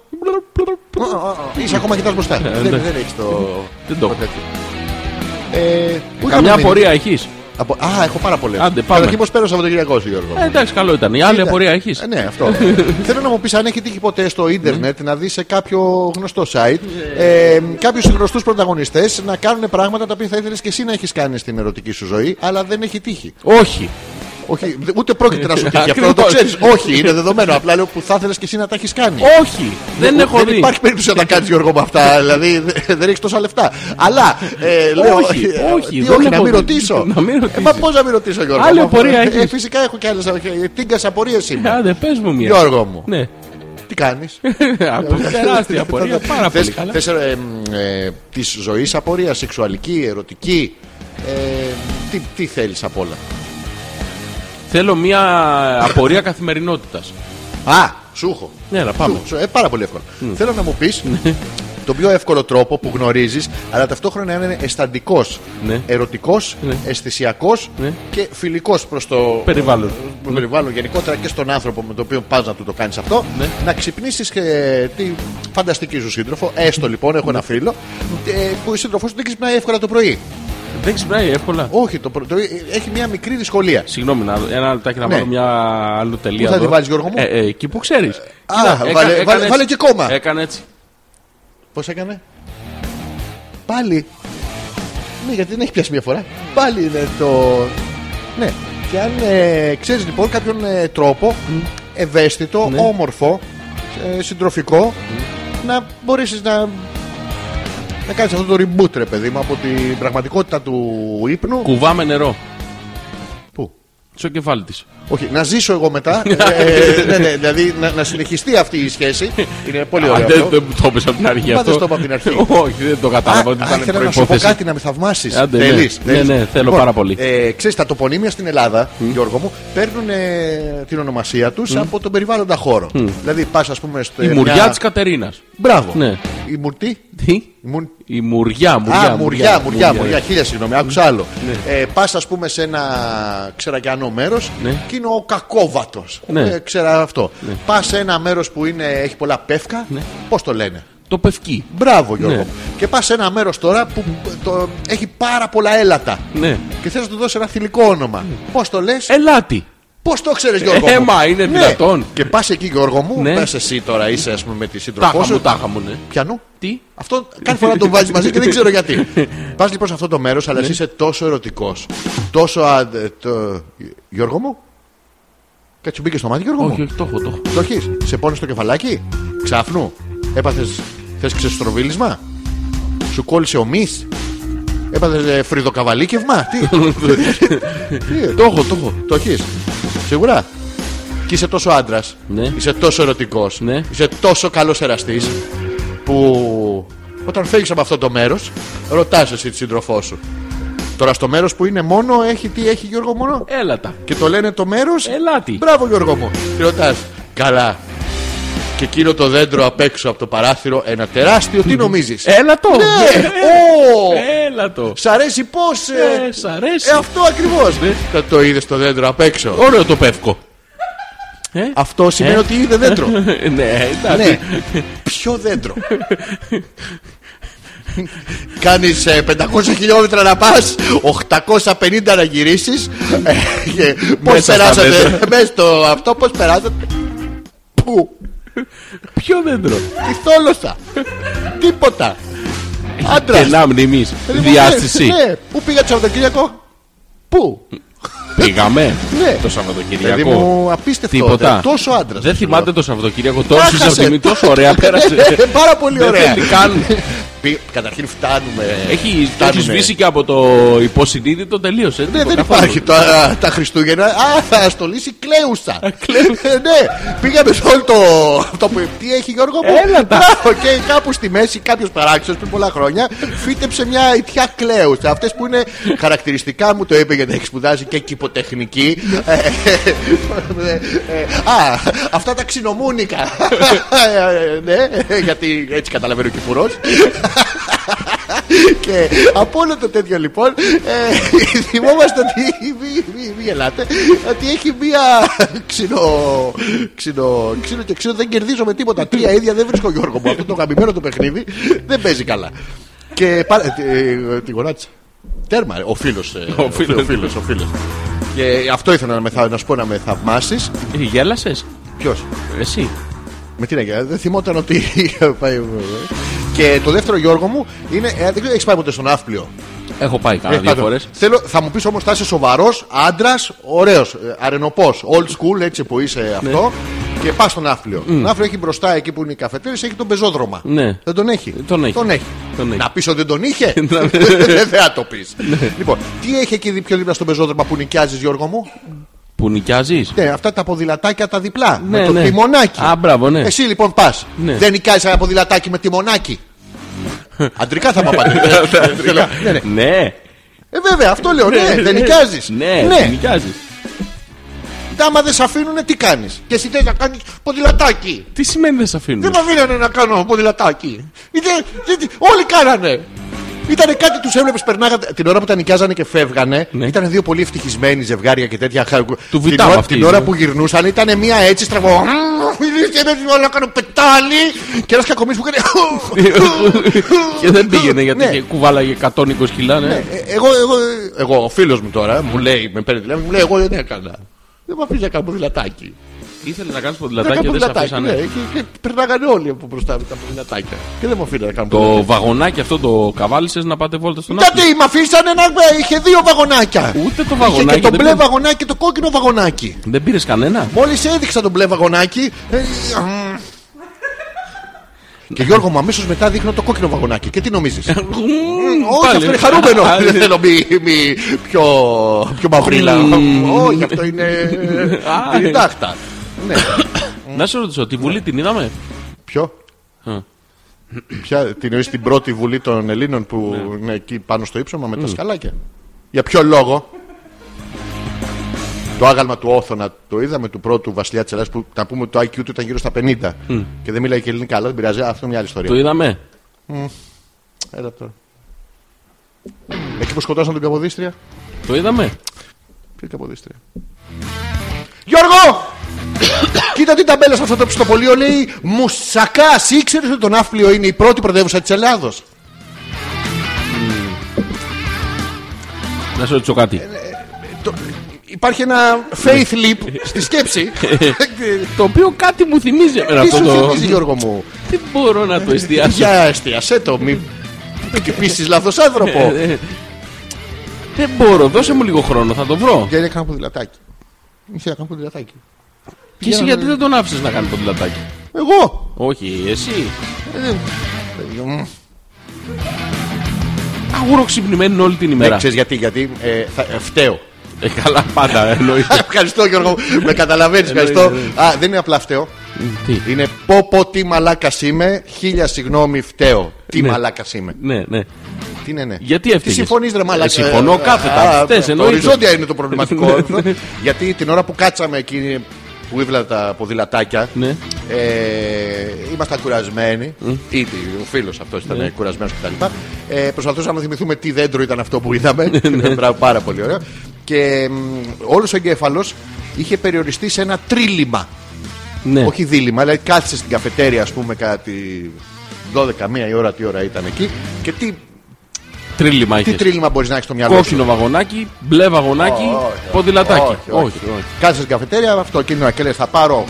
Είσαι ακόμα κοιτάς μπροστά. Δεν δεν έχεις το. Ναι, Δεν το έχω. τέτοιο. Ε, πού Καμιά είχαμε μείνει? απορία έχεις. Από- Α, έχω πάρα πολλές. Άντε, πάμε. Καταρχήν πώς πέρασε από το Κυριακό σου, Γιώργο. Ε, Εντάξει, καλό ήταν. Η άλλη Κοίτα. απορία έχεις. Ε, ναι, αυτό. Θέλω να μου πεις αν έχει τύχει ποτέ στο ίντερνετ Ναι. να δεις σε κάποιο γνωστό site ε, κάποιους γνωστούς πρωταγωνιστές να κάνουν πράγματα τα οποία θα ήθελες και εσύ να έχεις κάνει στην ερωτική σου ζωή, αλλά δεν έχει τύχει. Όχι. Όχι, δε- ούτε πρόκειται να σου τύχει αυτό, να το Ακριβώς. ξέρεις. Όχι, είναι δεδομένο. Απλά λέω που θα ήθελες και εσύ να τα έχεις κάνει. Όχι. Δεν έχω δει. υπάρχει περίπτωση να τα κάνεις Γιώργο με αυτά. Δηλαδή δε- δεν έχεις τόσα λεφτά. Αλλά ε, λέω. Όχι, ε, όχι, τι δεν όχι, να έχω μην δει. ρωτήσω. Να μην Ε, ρωτήσεις. Μα πώς να μην ρωτήσω, Γιώργο. Άλλη Μα- απορία ε, έχεις. Φυσικά έχω ε, κι άλλε. Τίγκα απορίε είμαι. Άντε, πες μου μια. Γιώργο μου. Ναι. Τι κάνεις. Από τεράστια απορία. Πάρα πολύ καλά. Θες ε, μ, ε, της ζωής απορία, σεξουαλική, ερωτική. Ε, τι, τι θέλεις απ' όλα. Θέλω μια απορία καθημερινότητας. Α, σου έχω. Ναι, να πάμε. Ναι. Σου- σου- ε, πάρα πολύ εύκολο. Θέλω να μου πεις τον πιο εύκολο τρόπο που γνωρίζεις, αλλά ταυτόχρονα να είναι αισθαντικός, Ναι. ερωτικός, Ναι. αισθησιακός Ναι. και φιλικός προς το Περιβάλλον. το περιβάλλον γενικότερα και στον άνθρωπο με τον οποίο πας να του το κάνεις αυτό. Ναι. Να ξυπνήσεις ε, τη φανταστική σου σύντροφο. Έστω λοιπόν, έχω ένα φίλο ε, που η σύντροφός του δεν ξυπνάει εύκολα το πρωί. Δεν ξυπνάει εύκολα. Όχι, το πρωί ε, έχει μια μικρή δυσκολία. Συγγνώμη, να- ένα λεπτάκι να Ναι. βάλω μια αλλού τελεία. θα εδώ. τη βάλεις, Γιώργο μου? Ε, ε, εκεί που ξέρεις. βάλε- βάλε- βάλε και κόμμα. Έκανε έτσι. Πώς έκανε. Πάλι. Ναι, γιατί δεν έχει πιάσει μια φορά. Πάλι είναι το. Ναι. Και αν ε, ξέρεις λοιπόν κάποιον ε, τρόπο ευαίσθητο, Ναι. όμορφο, ε, συντροφικό, να μπορέσεις να. Να κάνεις αυτό το reboot, ρε παιδί μου, από την πραγματικότητα του ύπνου. Κουβάμε νερό. Πού? Στο κεφάλι της. Όχι, να ζήσω εγώ μετά. ε, ναι, ναι, δηλαδή να, να συνεχιστεί αυτή η σχέση. Είναι πολύ ωραίο. Δεν αυτό. δεν μου το είπες από την αρχή Μα αυτό. δεν το είπα από την αρχή. Όχι, δεν το κατάλαβα. Α, ότι α, ήταν Ήθελα να σου πω προϋπόθεση. κάτι να με θαυμάσεις. Άντε, ναι. Ναι, ναι, θέλω πάρα πολύ. Ε, Ξέρεις, τα τοπονίμια στην Ελλάδα, Γιώργο μου, παίρνουν ε, την ονομασία τους από τον περιβάλλοντα χώρο. Δηλαδή, πας, ας πούμε, στο. Η μουριά της Κατερίνας. Μπράβο. Ναι. Η μουρτή. Τι? Η μουν... Η μουριά, μουριά. Α, μουριά, μουριά, μουριά, ναι. χίλια συγγνώμη, άκουσα άλλο. Ε, Πας, ας πούμε, σε ένα ξερακιανό μέρος Ναι. και είναι ο κακόβατος. Ναι. Ε, ξέρα αυτό. Πας σε ένα μέρος που είναι, έχει πολλά πεύκα. Ναι. Πώς το λένε. Το πευκή. Μπράβο Γιώργο. Ναι. μου. Και πας σε ένα μέρος τώρα που το, έχει πάρα πολλά έλατα. Ναι. Και θες να του δώσεις ένα θηλυκό όνομα. Πώς το λες, Ελάτι. πώς το ξέρεις Γιώργο. ε, μου? μα, είναι Ναι. δυνατόν. Και πας εκεί Γιώργο μου, Ναι. ναι. πες εσύ τώρα είσαι ας πούμε, με τη σύντροφό Τάχα μου, σου. τάχα μου, ναι. Πιανού. Τι? Αυτό κάθε φορά τον βάζεις μαζί και δεν ξέρω γιατί. πας λοιπόν σε αυτό το μέρος, Ναι. αλλά εσύ είσαι τόσο ερωτικός. Τόσο. Α, ε, το... Γιώργο μου. Κάτσε μπήκε στο μάτι, Γιώργο μου. Όχι, όχι, το έχω, το έχω. Το έχεις, σε πόνι στο κεφαλάκι, ξάφνου, έπαθες, θες ξεστροβίλισμα, σου κόλλησε ο μυς, έπαθες ε, φρυδοκαβαλίκευμα, τι, τι, Ε, Το έχω, το έχω. το έχεις, σίγουρα. Και είσαι τόσο άντρας, Ναι. είσαι τόσο ερωτικός, Ναι. είσαι τόσο καλός εραστής που όταν φεύγεις από αυτό το μέρος, ρωτάς εσύ τη σύντροφό σου. Τώρα στο μέρος που είναι μόνο, έχει τι έχει Γιώργο μόνο. Έλατα. Και το λένε το μέρος. Ελάτι. Μπράβο Γιώργο μου. Τι ρωτάς. Καλά. Και εκείνο το δέντρο απ' έξω από το παράθυρο, ένα τεράστιο, τι νομίζεις. Έλατο. Ε, Ναι! Ω! Έλατο. Σ' αρέσει πώς. Ε, σ' αρέσει. Ναι. Ε, αυτό ακριβώς. Θα το είδες το δέντρο απ' έξω. Ωραίο το πεύκο. Ε, Αυτό σημαίνει ότι είδε δέντρο. ναι, εντάξει. ναι. Ποιο δέντρο. Κάνεις 500 ε, χιλιόμετρα να πας, 850 να γυρίσεις. Πώ Μέσα στα περάσατε. Ε, δέντρα. Μέσα στο αυτό, πώς περάσατε. Πού. Ποιο δέντρο. Τι θόλωσα. Τίποτα. Άντρας. Κενά μνημή. Διάστηση. Ναι. Πού πήγα το Σαββατοκύριακο. Πού. Πήγαμε Ναι. το Παιδί Σαββατοκυριακό. μου, απίστευτο. Τίποτα. δε- Τόσο άντρας. Δεν θυμάται το Σαββατοκύριακο. Τόσο Τάχασε. στιγμή, τόσο ωραία πέρασε. Πάρα πολύ Δεν ωραία. θέλει καν. Πι- Καταρχήν φτάνουμε. Έχει το φτάνουνε. έχει σβήσει και από το υποσυνείδητο τελείωσε. Ναι, δεν καθόλου. υπάρχει τα, τα Χριστούγεννα. Α, θα στολίσει κλαίουσα. Ε, ναι, πήγαμε σε όλο το. Αυτό που, τι έχει Γιώργο μου. Έλα τα. Μπράβο, Και κάπου στη μέση κάποιος παράξενος πριν πολλά χρόνια φύτεψε μια ιτιά κλαίουσα. Αυτές που είναι χαρακτηριστικά μου το είπε γιατί έχει σπουδάσει και κυποτεχνική. Ε, ε, ε, Α, αυτά τα ξινομούνικα. Ε, Ναι, γιατί έτσι καταλαβαίνω και φουρός. Και από όλο το τέτοιο λοιπόν ε, θυμόμαστε ότι μη, μη, μη γελάτε ότι έχει μία ξινο, ξινο, ξινο και ξινο δεν κερδίζω με τίποτα τρία ίδια δεν βρίσκω Γιώργο μου αυτό το γαμημένο το παιχνίδι δεν παίζει καλά και πάλι τη γονάτισα τέρμα ρε, ο φίλος ε, Ο φίλος. ο φίλος, ο φίλος. και αυτό ήθελα να, με, θα- να σου πω να με θαυμάσεις Ε, Γέλασες. ποιος Εσύ. με τι να γίνει, δεν θυμόταν ότι. είχε πάει- και το δεύτερο Γιώργο μου είναι. ε, δεν ξέρω, έχεις πάει ποτέ στον Αύπλιο. Έχω πάει κάνα Ε, δύο θα το- φορές. Θέλω, θα μου πεις όμως, θα είσαι σοβαρός, άντρας, ωραίος, αρενοπό, ε, old school, έτσι που είσαι Ναι. αυτό. Και πας στον Άφλιο. Τον Άφλιο έχει μπροστά εκεί που είναι οι καφετέρε, έχει τον πεζόδρομα. Ναι. Δεν τον έχει. Τον έχει. Τον έχει. Να πεις ότι δεν τον είχε. Να- Ναι. δεν θα το πεις. λοιπόν, τι έχει εκεί πιο δίπλα στον πεζόδρομα που νοικιάζεις, Γιώργο μου. Που νοικιάζεις. Ναι, αυτά τα ποδηλατάκια τα διπλά. Ναι, με το ναι. τιμονάκι. Α, μπράβο, ναι. Εσύ λοιπόν πας. Ναι. Δεν νοικιάζεις ένα ποδηλατάκι με τιμονάκι. Αντρικά θα μου απαντήσεις. Ναι. Ε, βέβαια, αυτό λέω. Ναι, δεν νοικιάζεις. Ναι, δεν νοικιάζεις. άμα δεν σε αφήνουν, τι κάνεις. Και εσύ θέλει να κάνεις ποδηλατάκι. Τι σημαίνει δεν σε αφήνουν. Δεν με αφήνανε να κάνω ποδηλατάκι. Ήταν- δεν- όλοι κάνανε. Ήτανε κάτι τους έβλεπες, περνάγανε. Την ώρα που τα νοικιάζανε και φεύγανε, Ναι. ήταν δύο πολύ ευτυχισμένοι ζευγάρια και τέτοια. χα- Του την, Βιτάμ ώρα, αυτή, την ώρα ναι. που γυρνούσαν ήταν μία έτσι στραβό. Και δεν όλα κάνω πετάλι. Και ένας κακομίς που έκανε. και δεν πήγαινε γιατί Ναι. είχε- κουβάλαγε 120 κιλά, ναι. Ε, εγώ, εγώ, εγώ, ο φίλος μου τώρα μου λέει, με παίρνει τηλέφωνο, μου λέει: Εγώ δεν έκανα. Δεν με αφήνει να κάνω ποδηλατάκι. Ήθελες να κάνεις Να ποδηλατάκι κάνω και δεν σε ποδηλατάκι. ναι. αφήσανε. και, και περνάγανε όλοι από μπροστά με τα ποδηλατάκια. Και δεν μου αφήνανε να κάνω Το βαγονάκι αυτό το καβάλισες να πάτε βόλτα στον Τότε άκρο. με αφήσανε να είχε δύο βαγονάκια. Ούτε το Είχε βαγονάκι. και το δεν μπλε πήρε- βαγονάκι και το κόκκινο βαγονάκι. Δεν πήρες κανένα. Μόλις έδειξα τον μπλε βαγονάκι. ε, αμ. Και Γιώργο μου αμέσως μετά δείχνω το κόκκινο βαγονάκι. Και τι νομίζεις. Όχι, Ε, Πάλι. αυτό είναι χαρούμενο. Α, Δεν ναι. θέλω μη, μη- πιο, πιο μαυρίλα. Μμμ. Όχι, αυτό είναι. ε, Α, είναι τάχτα. Ναι. Να σε ρωτήσω, τη βουλή την είδαμε. Ποιο? Α. Ποια, την εννοείς την πρώτη βουλή των Ελλήνων που Ναι. είναι εκεί πάνω στο ύψωμα με τα σκαλάκια. Για ποιο λόγο. Το άγαλμα του Όθωνα το είδαμε του πρώτου βασιλιά της Ελλάδας που να πούμε ότι το IQ του ήταν γύρω στα 50 και δεν μιλάει και ελληνικά, αλλά δεν πειράζει. Αυτό είναι μια άλλη ιστορία. Το είδαμε. Έλα τώρα. Εκεί που σκοτώσαν τον Καποδίστρια. Το είδαμε. Ποια Καποδίστρια. Γιώργο! Κοίτα τι ταμπέλα σε αυτό το πιστοπολείο λέει Μουσακά, ήξερες ότι το Ναύπλιο είναι η πρώτη πρωτεύουσα της Ελλάδος. Να σε ρωτήσω Ε, κάτι. ναι. Το- υπάρχει ένα faith leap στη σκέψη. Το οποίο κάτι μου θυμίζει εμένα Τι αυτό σου το. θυμίζει Γιώργο μου. Δεν μπορώ να το εστιάσω. Για εστίασέ το, μην χτυπήσεις λάθος άνθρωπο. Ε, ε, Δεν μπορώ, δώσε μου λίγο χρόνο, θα το βρω. Γιατί έκανα ποδηλατάκι. Είχε να κάνω ποδηλατάκι. Και εσύ γιατί δεν τον άφησες να κάνει ποδηλατάκι. Εγώ. Ε, Όχι, εσύ. μ. Αγούρο ξυπνημένοι όλη την Ναι, ημέρα. ξέρεις γιατί, γιατί ε, θα- ε, φταίω. Ε, καλά, πάντα εννοείται. Ευχαριστώ Γιώργο, μου. με Ε, καταλαβαίνεις, ευχαριστώ. ναι, Α, δεν είναι απλά φταίω. Τι. Είναι πω πω τι μαλάκας είμαι, χίλια συγγνώμη φταίω. Τι Ναι. μαλάκας είμαι. Ναι, ναι. Τι ναι, ναι. Γιατί Τι έφταιγες? συμφωνείς, ρε Μαλάκα. Ε, συμφωνώ κάθετα. Α, Φταίς, το εννοείται. Οριζόντια είναι το προβληματικό. Ναι. Γιατί την ώρα που κάτσαμε εκεί που ήβλα τα ποδηλατάκια. Ναι. Ε, ήμασταν κουρασμένοι. Ή τι, ο φίλος αυτός ήταν ναι. κουρασμένος κτλ. Ε, προσπαθούσαμε να θυμηθούμε τι δέντρο ήταν αυτό που είδαμε. Ναι, Ήταν μπράβο, πάρα πολύ ωραίο. Και όλος ο εγκέφαλος είχε περιοριστεί σε ένα τρίλημα. ναι. Όχι δίλημα, αλλά κάθισε στην καφετέρια, ας πούμε, κάτι 12-1 η ώρα, τι ώρα ήταν εκεί. Και τι, Τρίλημα τι είχες. τρίλημα μπορείς να έχεις στο μυαλό σου. Κόκκινο βαγονάκι, μπλε βαγονάκι, Όχι, ποδηλατάκι. όχι. Κάτσε στην καφετέρια, αυτό κίνημα και λε: Θα πάρω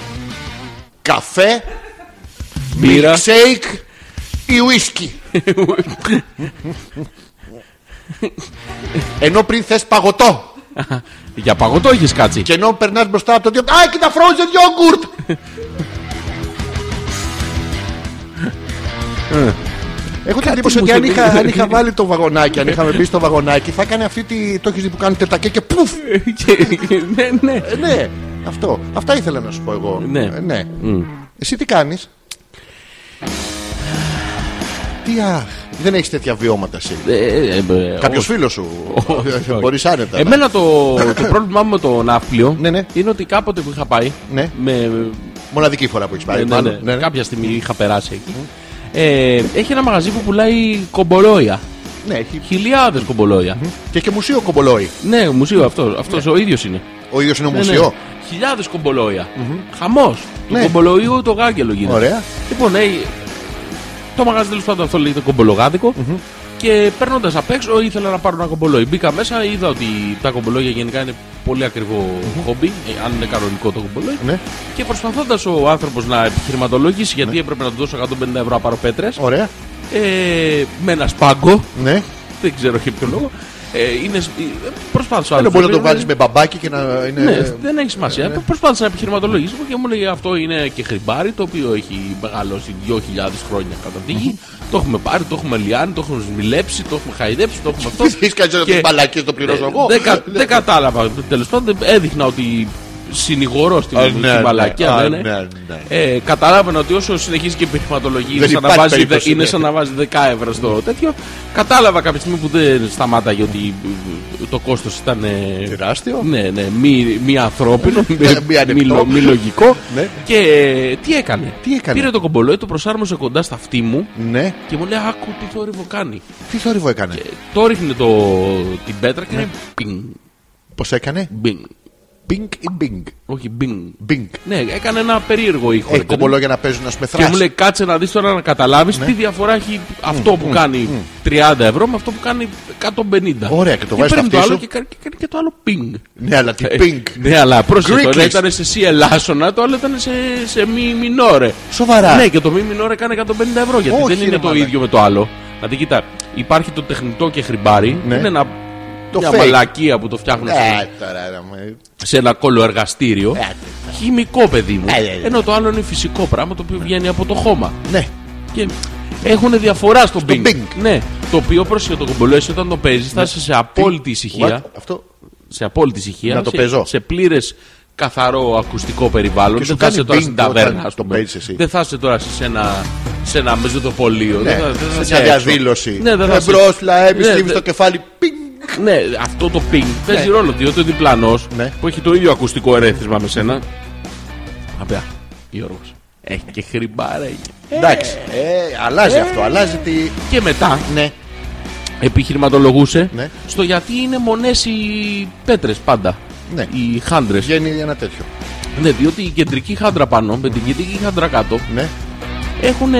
καφέ, Μπύρα. σέικ ή ουίσκι. ενώ πριν θες παγωτό. Για παγωτό είχε κάτσει. Και ενώ περνάς μπροστά από το δύο. Α, κοίτα, frozen yogurt! Έχω την εντύπωση μου ότι αν θυμίζει. είχα, αν είχα βάλει το βαγονάκι, αν είχαμε μπει στο βαγονάκι, θα έκανε αυτή τη. Το έχεις δει που κάνει τετακέ και πουφ! Και- ναι, ναι. Ε, ναι, αυτό. Αυτά ήθελα να σου πω εγώ. Ναι. Ε, Εσύ τι κάνεις. Τι αχ. Δεν έχεις τέτοια βιώματα εσύ. Ε, ε, ε, ε, Κάποιος όχι. φίλος σου. Όχι, όχι. Ε, Μπορείς άνετα. να- Εμένα το, το πρόβλημά μου με το ναύπλιο Ναι, ναι. είναι ότι κάποτε που είχα πάει. Ναι. Με, Μοναδική φορά που έχεις πάει. ναι, ναι, μάλλον. ναι. Ναι, ναι. Κάποια στιγμή είχα περάσει εκεί. Ε, έχει ένα μαγαζί που πουλάει κομπολόια. Ναι, έχει. Χιλιάδες κομπολόια. Και έχει μουσείο κομπολόι. Ναι, μουσείο αυτό. Αυτός ο ίδιος είναι. Ο ίδιος είναι Ναι, μουσείο. ναι. Χιλιάδες κομπολόια. Χαμό. Ναι. Του κομπολοίου το γάγκελο γίνεται. Ωραία. Λοιπόν, ε, το μαγαζί τέλος πάντων αυτό λέγεται κομπολογάδικο. Και παίρνοντας απ' έξω, ήθελα να πάρω ένα κομπολόι. Μπήκα μέσα, είδα ότι τα κομπολόγια γενικά είναι πολύ ακριβό χόμπι, ε, αν είναι κανονικό το κομπολόι. Ναι. Και προσπαθώντας ο άνθρωπος να επιχειρηματολογήσει, γιατί έπρεπε να του δώσω 150 ευρώ να πάρω πέτρες, Ωραία. ε, με ένα σπάγκο, Ναι. δεν ξέρω για ποιο λόγο. Ε, είναι, σ- ε, προσπάθησα. Δεν δηλαδή. άλλωστε, μπορεί να το είναι- βάλεις με μπαμπάκι και να είναι. ναι, δεν έχει σημασία. Προσπάθησα να επιχειρηματολογήσω και μου λέει αυτό είναι και χρυμπάρι το οποίο έχει μεγαλώσει 2.000 χρόνια κατά τη γη. το έχουμε πάρει, το έχουμε λιάνει, το έχουμε σμιλέψει, το έχουμε χαϊδέψει, το έχουμε αυτό. Έχεις κάνει τις Και- μπαλακίες, το πληρώσω Ε, εγώ. Ναι. Δεν, κα- δεν κατάλαβα. Τέλος πάντων, έδειχνα ότι συνηγορό στην Α, ελληνική ναι, ναι. μαλακία, Α, δεν είναι. ναι, ναι. Ε, καταλάβαινε ότι όσο συνεχίζει και η επιχειρηματολογία είναι Δεν σαν, να υπάρχει βάζει, περίπτωση, είναι ναι. σαν να βάζει 10 ευρώ στο τέτοιο. Κατάλαβα κάποια στιγμή που δεν σταμάταγε ότι το κόστος ήταν. ε, Τεράστιο. Ναι, Ναι, ναι, μη, μη ανθρώπινο, μη, Μη ανεκτό. μη λο- μη λογικό. Ναι. Και ε, τι έκανε. Τι έκανε? Πήρε το κομπολόι, το προσάρμοσε κοντά στα αυτή μου Ναι. και μου λέει: Άκου τι θόρυβο κάνει. Τι θόρυβο έκανε. Ε, Το ρίχνει το, την πέτρα Ναι. και είναι πινγκ, Πώς έκανε. μπινγκ. Μπινγκ ή μπινγκ. Όχι, μπινγκ. Μπινγκ. Ναι, έκανε ένα περίεργο ήχο. Έχει ρε παιδί μου. κομπολόγια να παίζουν να ναι. Και μου λέει σπεθράσει. κάτσε να δεις τώρα να καταλάβεις Ναι. τι διαφορά έχει αυτό που κάνει 30 ευρώ με αυτό που κάνει 150. Ωραία, και το βάζεις ταυτί παίρνει το άλλο σου. και κάνει και, κάνει και το άλλο πινγκ. Ναι, αλλά τι πινγκ. Ναι, αλλά πρόσεχε. Greek Το ένα list. ήταν σε C ελάσσονα, το άλλο ήταν σε, σε μη μινόρε. Σοβαρά. Ναι, και το μη μινόρε κάνει 150 ευρώ γιατί Όχι, δεν είναι ρε, το μαλάκα. ίδιο με το άλλο. Δηλαδή, κοίτα, υπάρχει το τεχνητό και χρυμπάρι. Ναι. Είναι ένα, Το μια fake. μαλακία που το φτιάχνουν σε- Ε, τώρα, ρε, μου. σε ένα κόλλο εργαστήριο. Χημικό παιδί μου. Ε, ναι, ναι. Ενώ το άλλο είναι φυσικό πράγμα το οποίο βγαίνει από το χώμα. Ναι. Και έχουν διαφορά στο Bing. Bing. Ναι. Ναι. Το οποίο πρόσεχε το κομπολέσαι όταν το παίζεις, θα είσαι σε απόλυτη ησυχία. What? Αυτό. Σε απόλυτη ησυχία. Να το σε, παίζω. Σε πλήρες καθαρό ακουστικό περιβάλλον. Και σου δεν θα είσαι κάνει τώρα Bing στην όταν ταβέρνα. ας το πούμε. παίζεις εσύ. Δεν θα είσαι τώρα σε ένα, σε ένα μεζοδοπολείο. Ναι, δεν θα, δεν θα σε είσαι μια έξω. διαδήλωση. Ναι, δεν θα είσαι- Εμπρό, λαέ, Ναι, στρίβει δεν- το κεφάλι. Πινγκ. ναι, αυτό το ping παίζει ρόλο. Διότι ο διπλανός Ναι. που έχει το ίδιο ακουστικό ερέθισμα με σένα. Απέα, Γιώργο. Έχει και χρυμπάρε. Εντάξει. Ε, αλλάζει αυτό. Αλλάζει τη. Και μετά Ναι. επιχειρηματολογούσε Ναι. στο γιατί είναι μονές οι πέτρες πάντα. Ναι. Οι χάντρες. Βγαίνει ένα τέτοιο. Ναι, διότι η κεντρική χάντρα πάνω με την κεντρική χάντρα κάτω Ναι. έχουν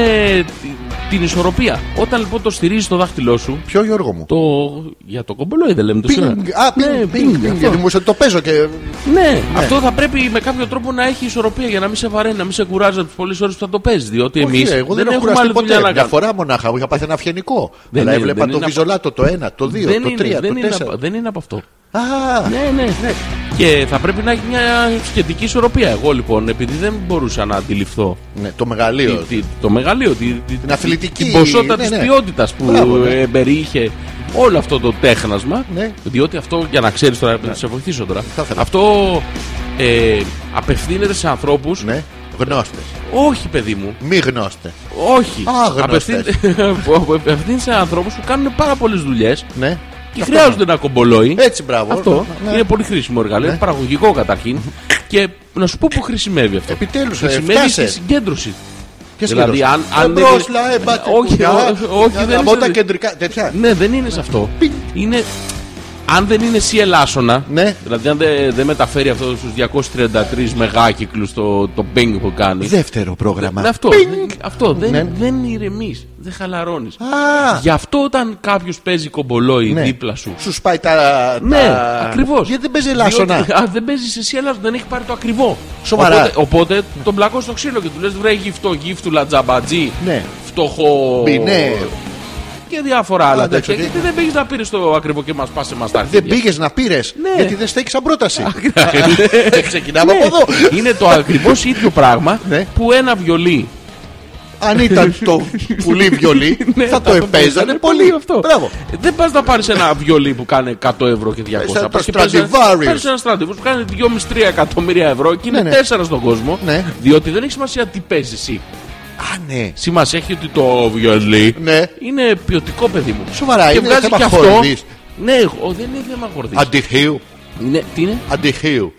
την ισορροπία. Όταν λοιπόν το στηρίζει το δάχτυλό σου, Ποιο Γιώργο μου. το. για το κομπολόι δεν λέμε το Πινγκ. Α, Ναι, πινγκ. πινγκ, αυτό. Γιατί μου είσαι το παίζω και. Ναι, αυτό θα πρέπει με κάποιο τρόπο να έχει ισορροπία για να μην σε βαραίνει, να μην σε κουράζει από τις πολλές ώρες που θα το παίζει. Διότι εμεί Όχι, ρε, εγώ δεν, έχω έχουμε κουραστεί άλλη δουλειά ποτέ. να Μια κάνουμε. φορά μονάχα είχα πάθει ένα αυγενικό. Δεν Αλλά είναι, έβλεπα δεν το είναι βιζολάτο το 1, το 2, Δεν το 3, είναι, δεν το είναι 4. απ- δεν είναι από αυτό. Α, Ναι, ναι, ναι. Και θα πρέπει να έχει μια σχετική ισορροπία. Εγώ λοιπόν, επειδή δεν μπορούσα να αντιληφθώ ναι, το τι- μεγαλείο. τι- το μεγαλείο, τη- τη- Την αθλητική, την ποσότητα ναι, της ναι. ποιότητας που Μπράβο, ναι. ε, περιείχε όλο αυτό το τέχνασμα. Ναι. Διότι αυτό, για να ξέρεις τώρα, να σε βοηθήσω τώρα, Θα ήθελα. αυτό ε, απευθύνεται σε ανθρώπους. Ναι. Γνώστες. Όχι, παιδί μου, Μη γνώστες. όχι. Α, γνωστές. Απευθύνεται σε ανθρώπους που κάνουν πάρα πολλές δουλειές Ναι. και χρειάζονται ένα κομπολόι. Έτσι, μπράβο. Αυτό Ναι. είναι πολύ χρήσιμο εργαλείο, είναι παραγωγικό καταρχήν. και να σου πω πού χρησιμεύει αυτό. Επιτέλους, ε, χρησιμεύει φτάσε. στη συγκέντρωση. Και δηλαδή, αν, αν δεν δεν είναι- όχι, ό- όχι, δεν δηλαδή. Από είναι- τα κεντρικά. Τέτοια. Ναι, δεν είναι σε αυτό. Πιν. Είναι. Αν δεν είναι σιελάσονα, Ναι. δηλαδή αν δεν δεν μεταφέρει αυτό στους 233 μεγάκυκλους το, το ping που κάνει. Δεύτερο πρόγραμμα. Ναι, αυτό, Πινγκ. αυτό δεν, Ναι. δεν ηρεμείς, δεν χαλαρώνεις. Α, Γι' αυτό όταν κάποιος παίζει κομπολόι ναι. δίπλα σου, Σου σπάει τα. Ναι, τα- ακριβώς. Γιατί δεν παίζει λάσονα. Α, δεν παίζει εσύ Ελλάδο, δεν έχει πάρει το ακριβό. Σοβαρά. Οπότε, οπότε τον μπλακώ στο ξύλο και του λες: Βρέ, γυφτό, γύφτουλα, τζαμπατζή. Ναι. Φτωχό. Ναι, Και διάφορα άλλα εντάξει, τέτοια. οκ. Γιατί δεν πήγες να πήρες το ακριβό και μας πας σε μα τα δεν αρχίδια. πήγες να πήρες. Ναι. Γιατί δεν στέκει σαν πρόταση. Ξεκινάμε Ναι. από εδώ. Είναι το ακριβώς ίδιο πράγμα Ναι. που ένα βιολί. Αν ήταν το πουλί βιολί, Ναι, θα το επέζανε πολύ. αυτό. Μπράβο. Ε, Δεν πας να πάρεις ένα βιολί που κάνει 100 ευρώ και 200. Ε, σαν το Πας και παίρνεις ένα- Stradivarius. παίρνεις ένα στρατιβό που κάνει 2,5-3 εκατομμύρια ευρώ και είναι Ναι, ναι. 4 στον κόσμο. Ναι. Διότι δεν έχει σημασία τι παίζεις εσύ. Α, ναι. Σημασία έχει ότι το βιολί Ναι. είναι ποιοτικό παιδί μου. Σοβαρά, και είναι βγάζει θέμα και αυτό. χορδής. Ναι, εγώ δεν είναι θέμα χορδή. Αντιχείου. Ναι, τι είναι. Αντιχείου.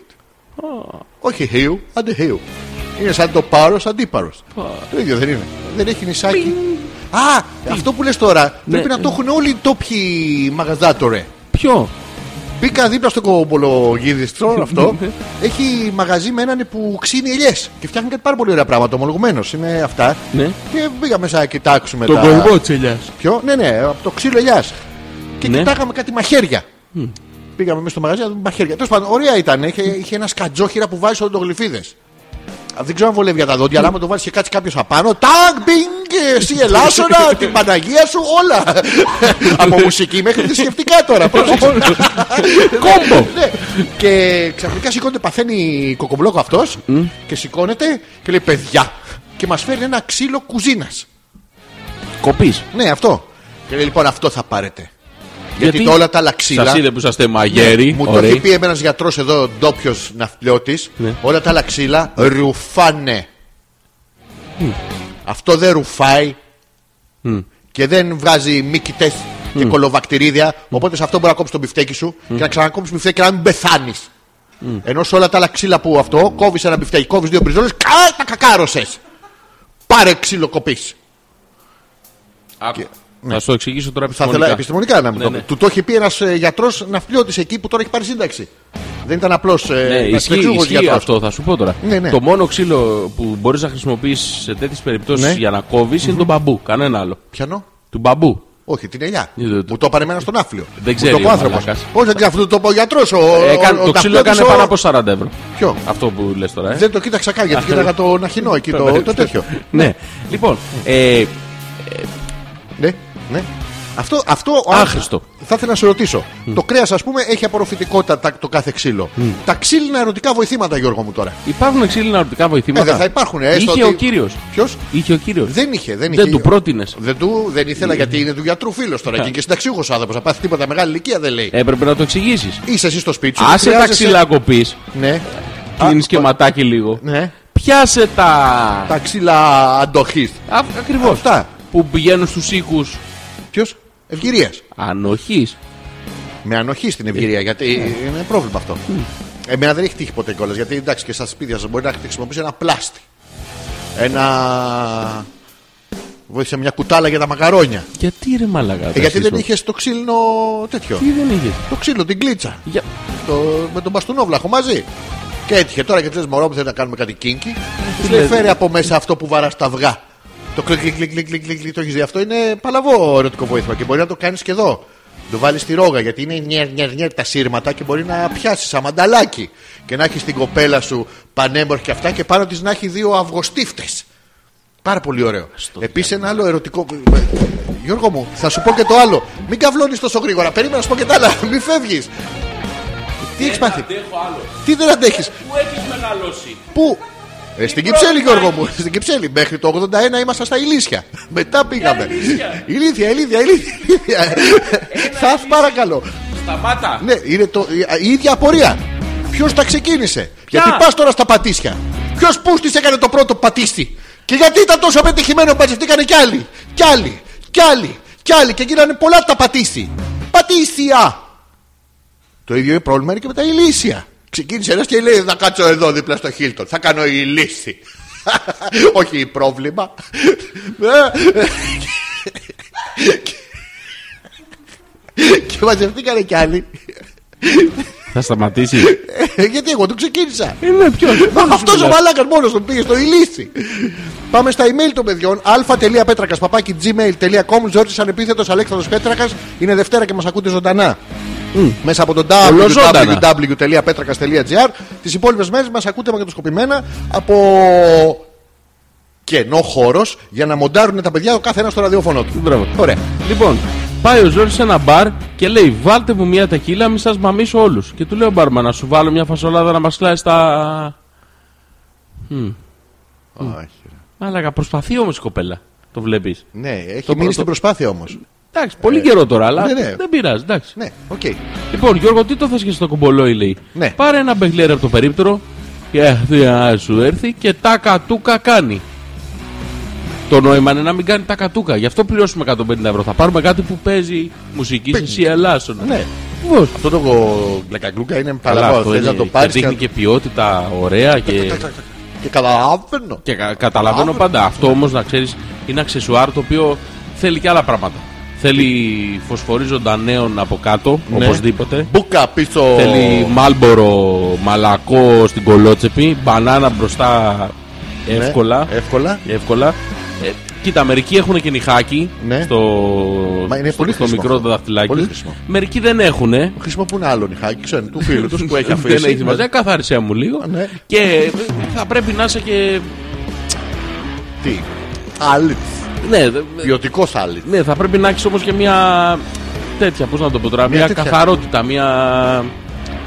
Όχι χείου, αντιχείου. Είναι σαν το πάρος αντίπαρος. Το ίδιο δεν είναι. Δεν έχει νησάκι. Α, αυτό που λες τώρα πρέπει να το έχουν όλοι οι τόπιοι μαγαζάτορε. Ποιο. Μπήκα δίπλα στο κομπολογίδιστρο αυτό. Έχει μαγαζί με έναν που ξύνει ελιές και φτιάχνει κάτι πάρα πολύ ωραία πράγματα. Ομολογουμένως είναι αυτά. Ναι. Και μπήκα μέσα να κοιτάξουμε Το τα. κολυμπό της ελιάς. Ποιο? Ναι, ναι, από το ξύλο ελιάς. Και Ναι. κοιτάγαμε κάτι μαχαίρια. Πήγαμε μέσα στο μαγαζί να δούμε μαχαίρια. Τέλος πάντων, ωραία ήταν. Είχε, είχε ένα σκατζόχυρα που βάζει οντογλυφίδε. Δεν ξέρω αν βολεύει για τα δόντια, αλλά άμα το βάλεις και κάτσει κάποιος απάνω. Τάγκ, μπινγκ, εσύ Ελλάσσονα, την Παναγία σου, όλα. Από μουσική μέχρι θρησκευτικά τώρα. πρόσεξε. Κόμπο. Ναι. Και ξαφνικά σηκώνεται, παθαίνει κοκομπλόκο αυτός και σηκώνεται και λέει παιδιά. Και μας φέρνει ένα ξύλο κουζίνας. Κοπής. Ναι, αυτό. Και λέει λοιπόν αυτό θα πάρετε. Γιατί, τα όλα τα άλλα ξύλα. Σας είδε που είσαστε μαγέρι. Μου το ωραίοι. έχει πει ένας γιατρός εδώ, ντόπιο ναυπλιώτη. Ναι. Όλα τα άλλα ξύλα ρουφάνε. Αυτό δεν ρουφάει. Και δεν βγάζει μυκητέ και κολοβακτηρίδια. Οπότε σε αυτό μπορεί να κόψεις τον μπιφτέκι σου και να ξανακόψεις μπιφτέκι και να μην πεθάνεις. Ενώ σε όλα τα άλλα ξύλα που αυτό, κόβεις ένα μπιφτέκι, κόβεις δύο μπριζόλες, τα κακάρωσες. Πάρε ξύλο κοπή. Άκου. Θα σου το εξηγήσω τώρα Θα επιστημονικά. ήθελα επιστημονικά να μου Ναι, το πει. ναι. Του το έχει πει ένας γιατρός ναυπλιώτης εκεί που τώρα έχει πάρει σύνταξη. Δεν ήταν ε, απλό Ναι, ισχύει, ισχύει αυτό, θα σου πω τώρα. Ναι, ναι. Το μόνο ξύλο που μπορείς να χρησιμοποιήσεις σε τέτοιες περιπτώσεις Ναι. για να κόβεις είναι το μπαμπού. Κανένα άλλο. Πιανό. Του μπαμπού. Όχι, την ελιά. Ε, το- Μου το έπανε εμένα στον άφλιο. Δεν Μου ξέρει το ο άνθρωπος. μαλάκας. Όχι, δεν ξέρει, αυτό το είπε ο γιατρός. Έκανε- Ε, το ξύλο έκανε πάνω από 40 ευρώ. Ποιο? Αυτό που λες τώρα. Ε. Δεν το κοίταξα καν γιατί κοίταγα το ναχινό εκεί, το, το τέτοιο. ναι. Λοιπόν, ε, ναι, ναι. Αυτό, αυτό ο- Άχρηστο. Θα ήθελα να σε ρωτήσω. Το κρέας, ας πούμε, έχει απορροφητικότητα τα- το κάθε ξύλο. Τα ξύλινα ερωτικά βοηθήματα, Γιώργο μου τώρα. υπάρχουν ξύλινα ερωτικά Ε, βοηθήματα. δεν θα υπάρχουν. έστω Είχε ότι- ο κύριος. Ποιος? Είχε ο κύριος. Δεν είχε, δεν είχε. Δεν του πρότεινες. Δεν, του, δεν ήθελα γιατί είναι του γιατρού φίλος τώρα. και είναι και συνταξιούχος άνθρωπος. Θα πάθει τίποτα μεγάλη ηλικία δεν λέει. Έπρεπε να το εξηγήσεις. Είσαι εσύ στο σπίτι σου. Ε. Άσε τα χρειάζεσαι- ξύλα κοπή. Ναι. Κλείνεις και ματάκι λίγο. ναι. Πιάσε τα. Τα ξύλα αντοχής. Ακριβώς. Αυτά. Που πηγαίνουν στους οίκους Ποιο? Ευκαιρία. ανοχής. Με ανοχή στην ευκαιρία, γιατί είναι πρόβλημα αυτό. Εμένα δεν έχει τύχει ποτέ κιόλας, γιατί εντάξει και στα σπίτια σας μπορεί να έχετε χρησιμοποιήσει ένα πλάστη. Ένα. Βοήθησε μια κουτάλα για τα μακαρόνια. Γιατί ρε μαλακά. Ε, γιατί δεν είχες το ξύλινο τέτοιο. Τι δεν είχες. Το ξύλο, την κλίτσα. Για... Το, με τον μπαστούνόβλαχο μαζί. Και έτυχε τώρα και τη λες: Μωρό μου θέλει να κάνουμε κάτι κίνκι. Τη λέει: λέει, Φέρε από μέσα αυτό που βαράς τα αυγά. Το κλικ, κλικ, κλικ, κλικ, κλικ, κλικ, κλικ, το έχεις δει. Αυτό είναι παλαβό ερωτικό βοήθημα και μπορεί να το κάνεις και εδώ. Το βάλει στη ρόγα γιατί είναι νιερ, νιερ, νιερ τα σύρματα και μπορεί να πιάσεις σαν μανταλάκι. Και να έχεις την κοπέλα σου πανέμορφη και αυτά και πάνω της να έχει δύο αυγοστίφτες. Πάρα πολύ ωραίο. Επίσης ένα άλλο ερωτικό. Γιώργο μου, θα σου πω και το άλλο. Μην καβλώνεις τόσο γρήγορα. Περίμενα να σου πω και τα άλλα. Μην φεύγεις. Τι έχει πάθει. Τι δεν αντέχεις. Πού έχεις μεγαλώσει. Πού. Ε, στην Κυψέλη, Γιώργο μου. Στην Κυψέλη. Μέχρι το 81 ήμασταν στα ηλίσια. Μετά πήγαμε. Ηλίσια. Ηλίθια, ηλίθια, ηλίθια. ηλίθια. Θα σ' παρακαλώ. Σταμάτα. Ναι, είναι το, η, η ίδια απορία. Ποιος τα ξεκίνησε. Γιατί πας τώρα στα πατήσια. Ποιος πούστης έκανε το πρώτο πατήσι. Και γιατί ήταν τόσο απετυχημένο που παντρευτήκανε κι άλλοι. Κι άλλοι. Κι άλλοι. Κι άλλοι. Και γίνανε πολλά τα πατήσι. Πατήσια. Το ίδιο πρόβλημα είναι και με τα ηλίσια. Ξεκίνησε ένας και λέει: Θα κάτσω εδώ δίπλα στο Χίλτον. Θα κάνω ηλίση. Όχι η πρόβλημα. και μαζευτήκανε κι άλλοι. Θα σταματήσει. Ε, Γιατί εγώ το ξεκίνησα. Είναι δηλαδή. ποιο. Αυτό ο μαλάκας μόνος του πήγε στο ηλίστη. Πάμε στα email των παιδιών. αλφα.πέτρακα παπάκι gmail.com. Ζόρι ανεπίθετο Αλέξανδρος Πέτρακας. Είναι Δευτέρα και μας ακούτε ζωντανά. Μέσα από το Ολοζώντανα. www.πέτρακα.gr. Τις υπόλοιπες μέρες μας ακούτε μακροσκοπημένα από κενό χώρος για να μοντάρουν τα παιδιά ο καθένα στο ραδιόφωνο του. Μπράβο. Ωραία. Λοιπόν, πάει ο Ζόρι σε ένα μπαρ και λέει: Βάλτε μου μια τακίλα, μη σας μαμίσω όλους. Και του λέω: Μπαρμα, να σου βάλω μια φασολάδα να μας κλάσει τα. Όχι. Μάλακα, προσπαθεί όμως η κοπέλα. Το βλέπεις. Ναι, έχει Το μείνει πρώτο- στην προσπάθεια όμως. Εντάξει, πολύ καιρό τώρα, αλλά ναι, ναι. δεν πειράζει. Εντάξει. Ναι, οκ. Λοιπόν, Γιώργο, τι το θες και στο κομπολόι, λέει. Ναι. Πάρε ένα μπεχλέρι από το περίπτερο και αυτή, α, σου έρθει και τα κατούκα κάνει. Το νόημα είναι να μην κάνει τα κατούκα. Γι' αυτό πληρώσουμε 150 ευρώ. Θα πάρουμε κάτι που παίζει μουσική σε Σιελάσσον. Ναι. Πώς. Αυτό το γκλακαγκλούκα είναι παραπάνω. Θε είναι. να το Και πάρει. Δείχνει και ποιότητα, ωραία και, Και καταλαβαίνω. και κα- καταλαβαίνω πάντα. Αυτό όμως να ξέρεις είναι αξεσουάρ το οποίο θέλει και άλλα πράγματα. Θέλει φωσφορίζοντα νέων από κάτω, Ναι. οπωσδήποτε. Μπούκα πίσω. Ναι, Θέλει μάλμπορο μαλακό στην κολότσεπη, μπανάνα μπροστά Ναι, εύκολα. Εύκολα. εύκολα. Ε, κοίτα, μερικοί έχουν και νυχάκι Ναι. στο, Μα είναι στο, πολύ στο χρήσιμο μικρό αυτό. δαχτυλάκι. Πολύ χρήσιμο. μερικοί δεν έχουν. Χρησιμοποιούν άλλο νυχάκι, ξέρουν του φίλου τους που έχει αφήσει. δεν έχει σημασία, καθάρισέ "Ε, μου λίγο. Ναι. Και θα πρέπει να είσαι και. Τι. Άλλη. Ναι, δε- Ποιοτικό άλλης. ναι θα πρέπει να έχεις όμως και μια. Τέτοια, πώς να το πω τώρα, Μια μια, τέτοια. καθαρότητα, μια.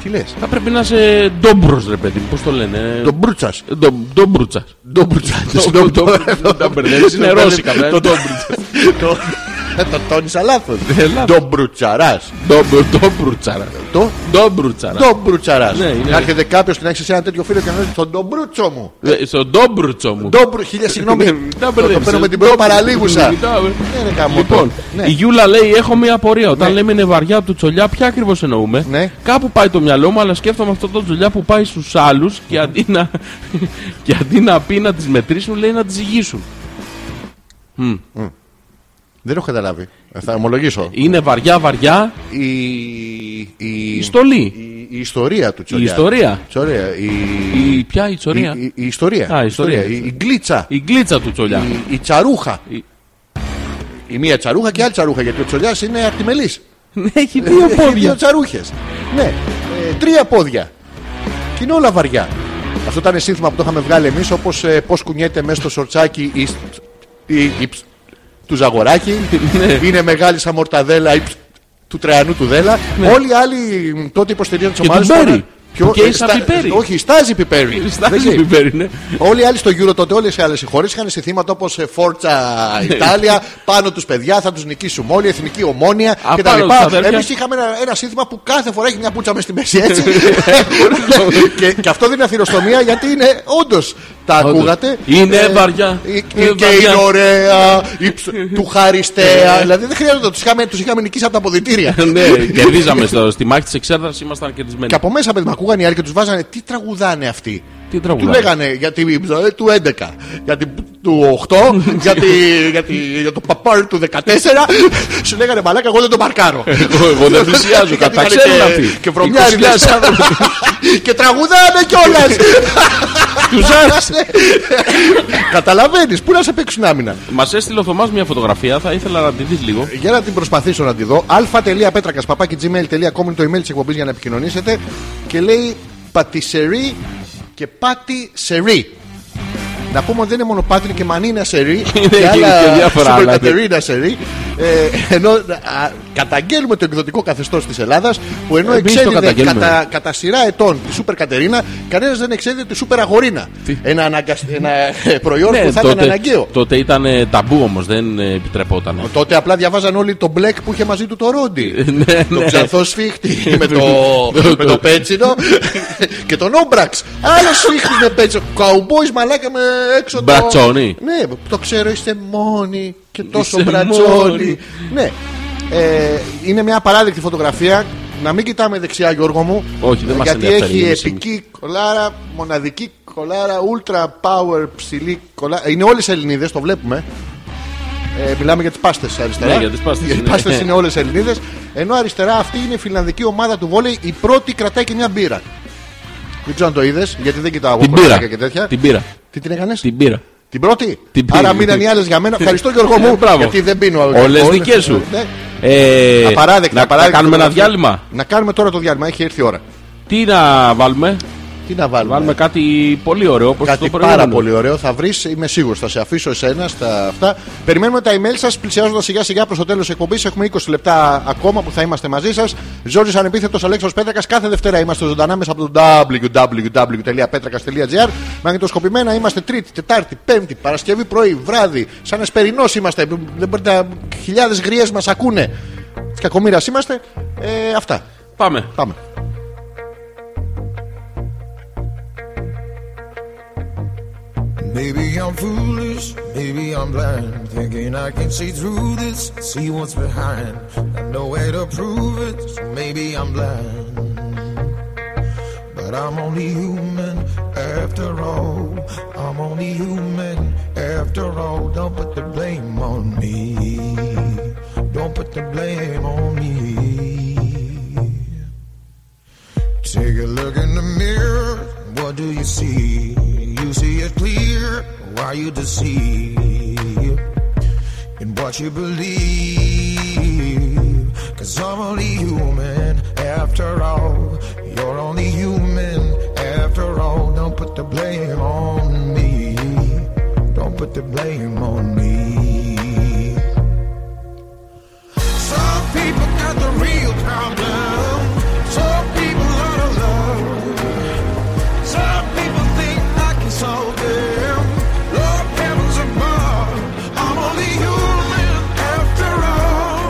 Τι λες. Θα πρέπει να είσαι ντόμπρος, ρε παιδί μου, πώς το λένε. Το μπρούτσα. Ντο- Ντόμπρουτσα. Το μπρούτσα. Το- το- το- το- τα μπερδεύεις, είναι ρώσικα, βέβαια. Το μπρούτσα. Το τόνισα λάθος. Έλα. Το μπρουτσαρά. Ντομπρουτσάρα. Το Ντομπρουτσάρα. ντομπρουτσαρά. Ναι, είναι- Να έρχεται κάποιο και να έχει σε ένα τέτοιο φίλο και να λέει Τον ντομπρούτσο μου. Ε, Στον ντόμπρουτσο μου. Ε, Ντομπρου, χίλια συγγνώμη. Τα Το μπερδέψες. το παίρνω με την πρώτη παραλίγουσα. Τα- Ναι, ρε, γαμώτο. Λοιπόν, Ναι. η Γιούλα λέει: Έχω μία απορία. Όταν λέμε είναι βαριά του τσολιά, ποια ακριβώς εννοούμε. Ναι. Κάπου πάει το μυαλό μου, αλλά σκέφτομαι αυτό το τσολιά που πάει στους άλλους Ναι. και, αντί να... και αντί να πει να τις μετρήσουν, λέει να τις ζυγίσουν. Δεν έχω καταλάβει. Ε, Θα ομολογήσω. Είναι βαριά, βαριά Η, η, η στολή. η- η ιστορία του Τσοριά. Η ιστορία. Τσοριά, Η, Η... Ποια η τσορία. η- η- η ιστορία. Α, η Η ιστορία. ιστορία. Η, η γκλίτσα. Η γκλίτσα του τσολιά. Η, η τσαρούχα. Η- Η... μία τσαρούχα και άλλη τσαρούχα γιατί ο Τσολιάς είναι ακτιμελής. Ναι, έχει δύο Έχει δύο πόδια. τσαρούχες. Ναι. Ε, τρία πόδια. Και είναι όλα βαριά. Αυτό ήταν σύνθημα που το είχαμε βγάλει εμείς όπως ε, πώς κουνιέται μέσα στο σορτσάκι η, στ- η, η ψ- του Ζαγοράκη. Ναι. είναι μεγάλη σαν μορταδέλα η ψ- του Τρεανού του Δέλα. Όλοι οι άλλοι μ, τότε υποστηρίζαν τις Ναι. Και του ομάδες Μπέρι. τώρα- Ποιο- Και ε, ίσα στα- πιπέρι. Όχι, στάζει πιπέρι. Δεν Στάζει ξέρω. πιπέρι, ναι. Όλοι οι άλλοι στο Euro τότε, όλες οι άλλες χώρες είχαν συνθήματα όπω Φόρτσα Ναι. Ιταλία, πάνω τους παιδιά, θα τους νικήσουμε όλοι, εθνική ομόνια Α, κτλ. πάνω τους αδέρφια. Εμείς είχαμε ένα, ένα σύνθημα που κάθε φορά έχει μια πουτσα με στη μέση έτσι. και, και αυτό δεν είναι αθυροστομία γιατί είναι όντως. Τα Όντως. ακούγατε. Είναι βαριά. ε, Είναι και βαριά. είναι ωραία, η ψ- του χαριστέα. δηλαδή δεν χρειάζεται, τους είχαμε, τους είχαμε νικήσει από τα αποδητήρια. ναι, κερδίζαμε στο- στη μάχη της εξέδρασης, ήμασταν κερδισμένοι. Και από μέσα παιδί μου ακούγανε οι άλλοι και τους βάζανε τι τραγουδάνε αυτοί. Τι τραγουδά. Του λέγανε για την ψωλή του 11, για την του 8, για, τη, για, τη, για το παπάρι του 14. Σου λέγανε μαλάκα, εγώ δεν τον μαρκάρω. Εγώ- εγώ δεν πλησιάζω, Γιατί κατά είχαν ξέρουν και- αυτοί. Και βρωμιάριδες. 20.000 άνθρωποι. και τραγουδάνε κιόλας. Τους άρεσε. Καταλαβαίνεις, πού να σε παίξουν άμυνα. Μας έστειλε ο Θωμάς μια φωτογραφία, θα ήθελα να τη δεις λίγο. Για να την προσπαθήσω να τη δω. αλφα.πέτρακα gmail.com είναι το email της εκπομπής για να επικοινωνήσετε. Και λέει πατησερή και πάτη σερή. Να πούμε ότι δεν είναι μόνο πάτη, είναι και μανίνα σερή. και- και διάφορα άλλα. ναι. Κατερίνα σερή. Ε, ενώ α, καταγγέλουμε το εκδοτικό καθεστώς της Ελλάδας που ενώ Εμείς το εξέδιδε καταγγέλνουμε. κατά, κατά σειρά ετών τη Σούπερ Κατερίνα, κανένας δεν εξέδιδε τη Σούπερ Αγορίνα. Τι? Ναι, Ένα, αναγκασ- ένα ε, προϊόν που θα ήταν αναγκαίο. τότε ήταν ταμπού όμως, δεν ε, επιτρεπόταν. Τότε απλά διαβάζαν όλοι το μπλεκ που είχε μαζί του το ρόντι. ναι, το ναι. ξανθό σφίχτη με το, με το πέτσινο και τον όμπραξ. Άλλο σφίχτη με πέτσινο. Καουμπόι μαλάκα με έξω το. Μπρατσόνι. Ναι, το ξέρω, είστε μόνοι και τόσο Είστε μόνοι. μπρατσόνι. Ναι. Ε, είναι μια παράδεκτη φωτογραφία. Να μην κοιτάμε δεξιά, Γιώργο μου. Όχι, δεν μας Γιατί ενδιαφέρει, έχει εμείς επική κολάρα, μοναδική κολάρα, ultra power, ψηλή κολάρα. Είναι όλες Ελληνίδες, το βλέπουμε. Ε, μιλάμε για τις πάστες αριστερά. Ναι, για τις πάστες, Οι ναι. πάστες είναι όλες Ελληνίδες. Ενώ αριστερά αυτή είναι η φιλανδική ομάδα του βόλεϊ. Η πρώτη κρατάει και μια μπύρα. Δεν ξέρω αν το είδες, γιατί δεν κοιτάω εγώ Την κοριτσάκια πήρα. και τέτοια. Την πήρα. Τι την έκανες? Την πήρα. Την πρώτη. Την πήρα. Ε, Άρα μείναν οι άλλες για μένα. Ευχαριστώ Γιώργο μου. Μπράβο. Γιατί δεν πίνω. Όλες αλκοόλ. δικές σου. Ναι. Ε, Απαράδεκτα. να- να απαράδεκτα κάνουμε ένα φωτογραφία. διάλειμμα. Να κάνουμε τώρα το διάλειμμα. Έχει έρθει η ώρα. Τι να βάλουμε, Τι να βάλουμε. βάλουμε κάτι πολύ ωραίο όπως το Κάτι προηγούμενο. πάρα πολύ ωραίο. Θα βρεις, είμαι σίγουρος. Θα σε αφήσω εσένα στα αυτά. Περιμένουμε τα email σας πλησιάζοντας σιγά σιγά προς το τέλος τη εκπομπής. Έχουμε 20 λεπτά ακόμα που θα είμαστε μαζί σας. Ζόρις Ανεπίθετος Αλέξος Πέτρακας. Κάθε Δευτέρα είμαστε ζωντανά μέσα από το www.petrakas.gr. Μαγνητοσκοπημένα είμαστε Τρίτη, Τετάρτη, Πέμπτη, Παρασκευή πρωί, βράδυ. Σαν εσπερινός είμαστε. Δεν μπορεί να- Χιλιάδες γριές μας ακούνε. Της κακομοίρας είμαστε. Ε, αυτά. Πάμε. Πάμε. Maybe I'm foolish, maybe I'm blind. Thinking I can see through this, see what's behind. I know way to prove it, so maybe I'm blind. But I'm only human after all. I'm only human after all. Don't put the blame on me. Don't put the blame on me. Take a look in the mirror. What do you see? You see it clear. Why you deceive in what you believe? Cause I'm only human after all. You're only human after all. Don't put the blame on me. Don't put the blame on me. Some people got the real problem. Some people are alone. Some people think I can solve them. Lord heavens above. I'm only human after all.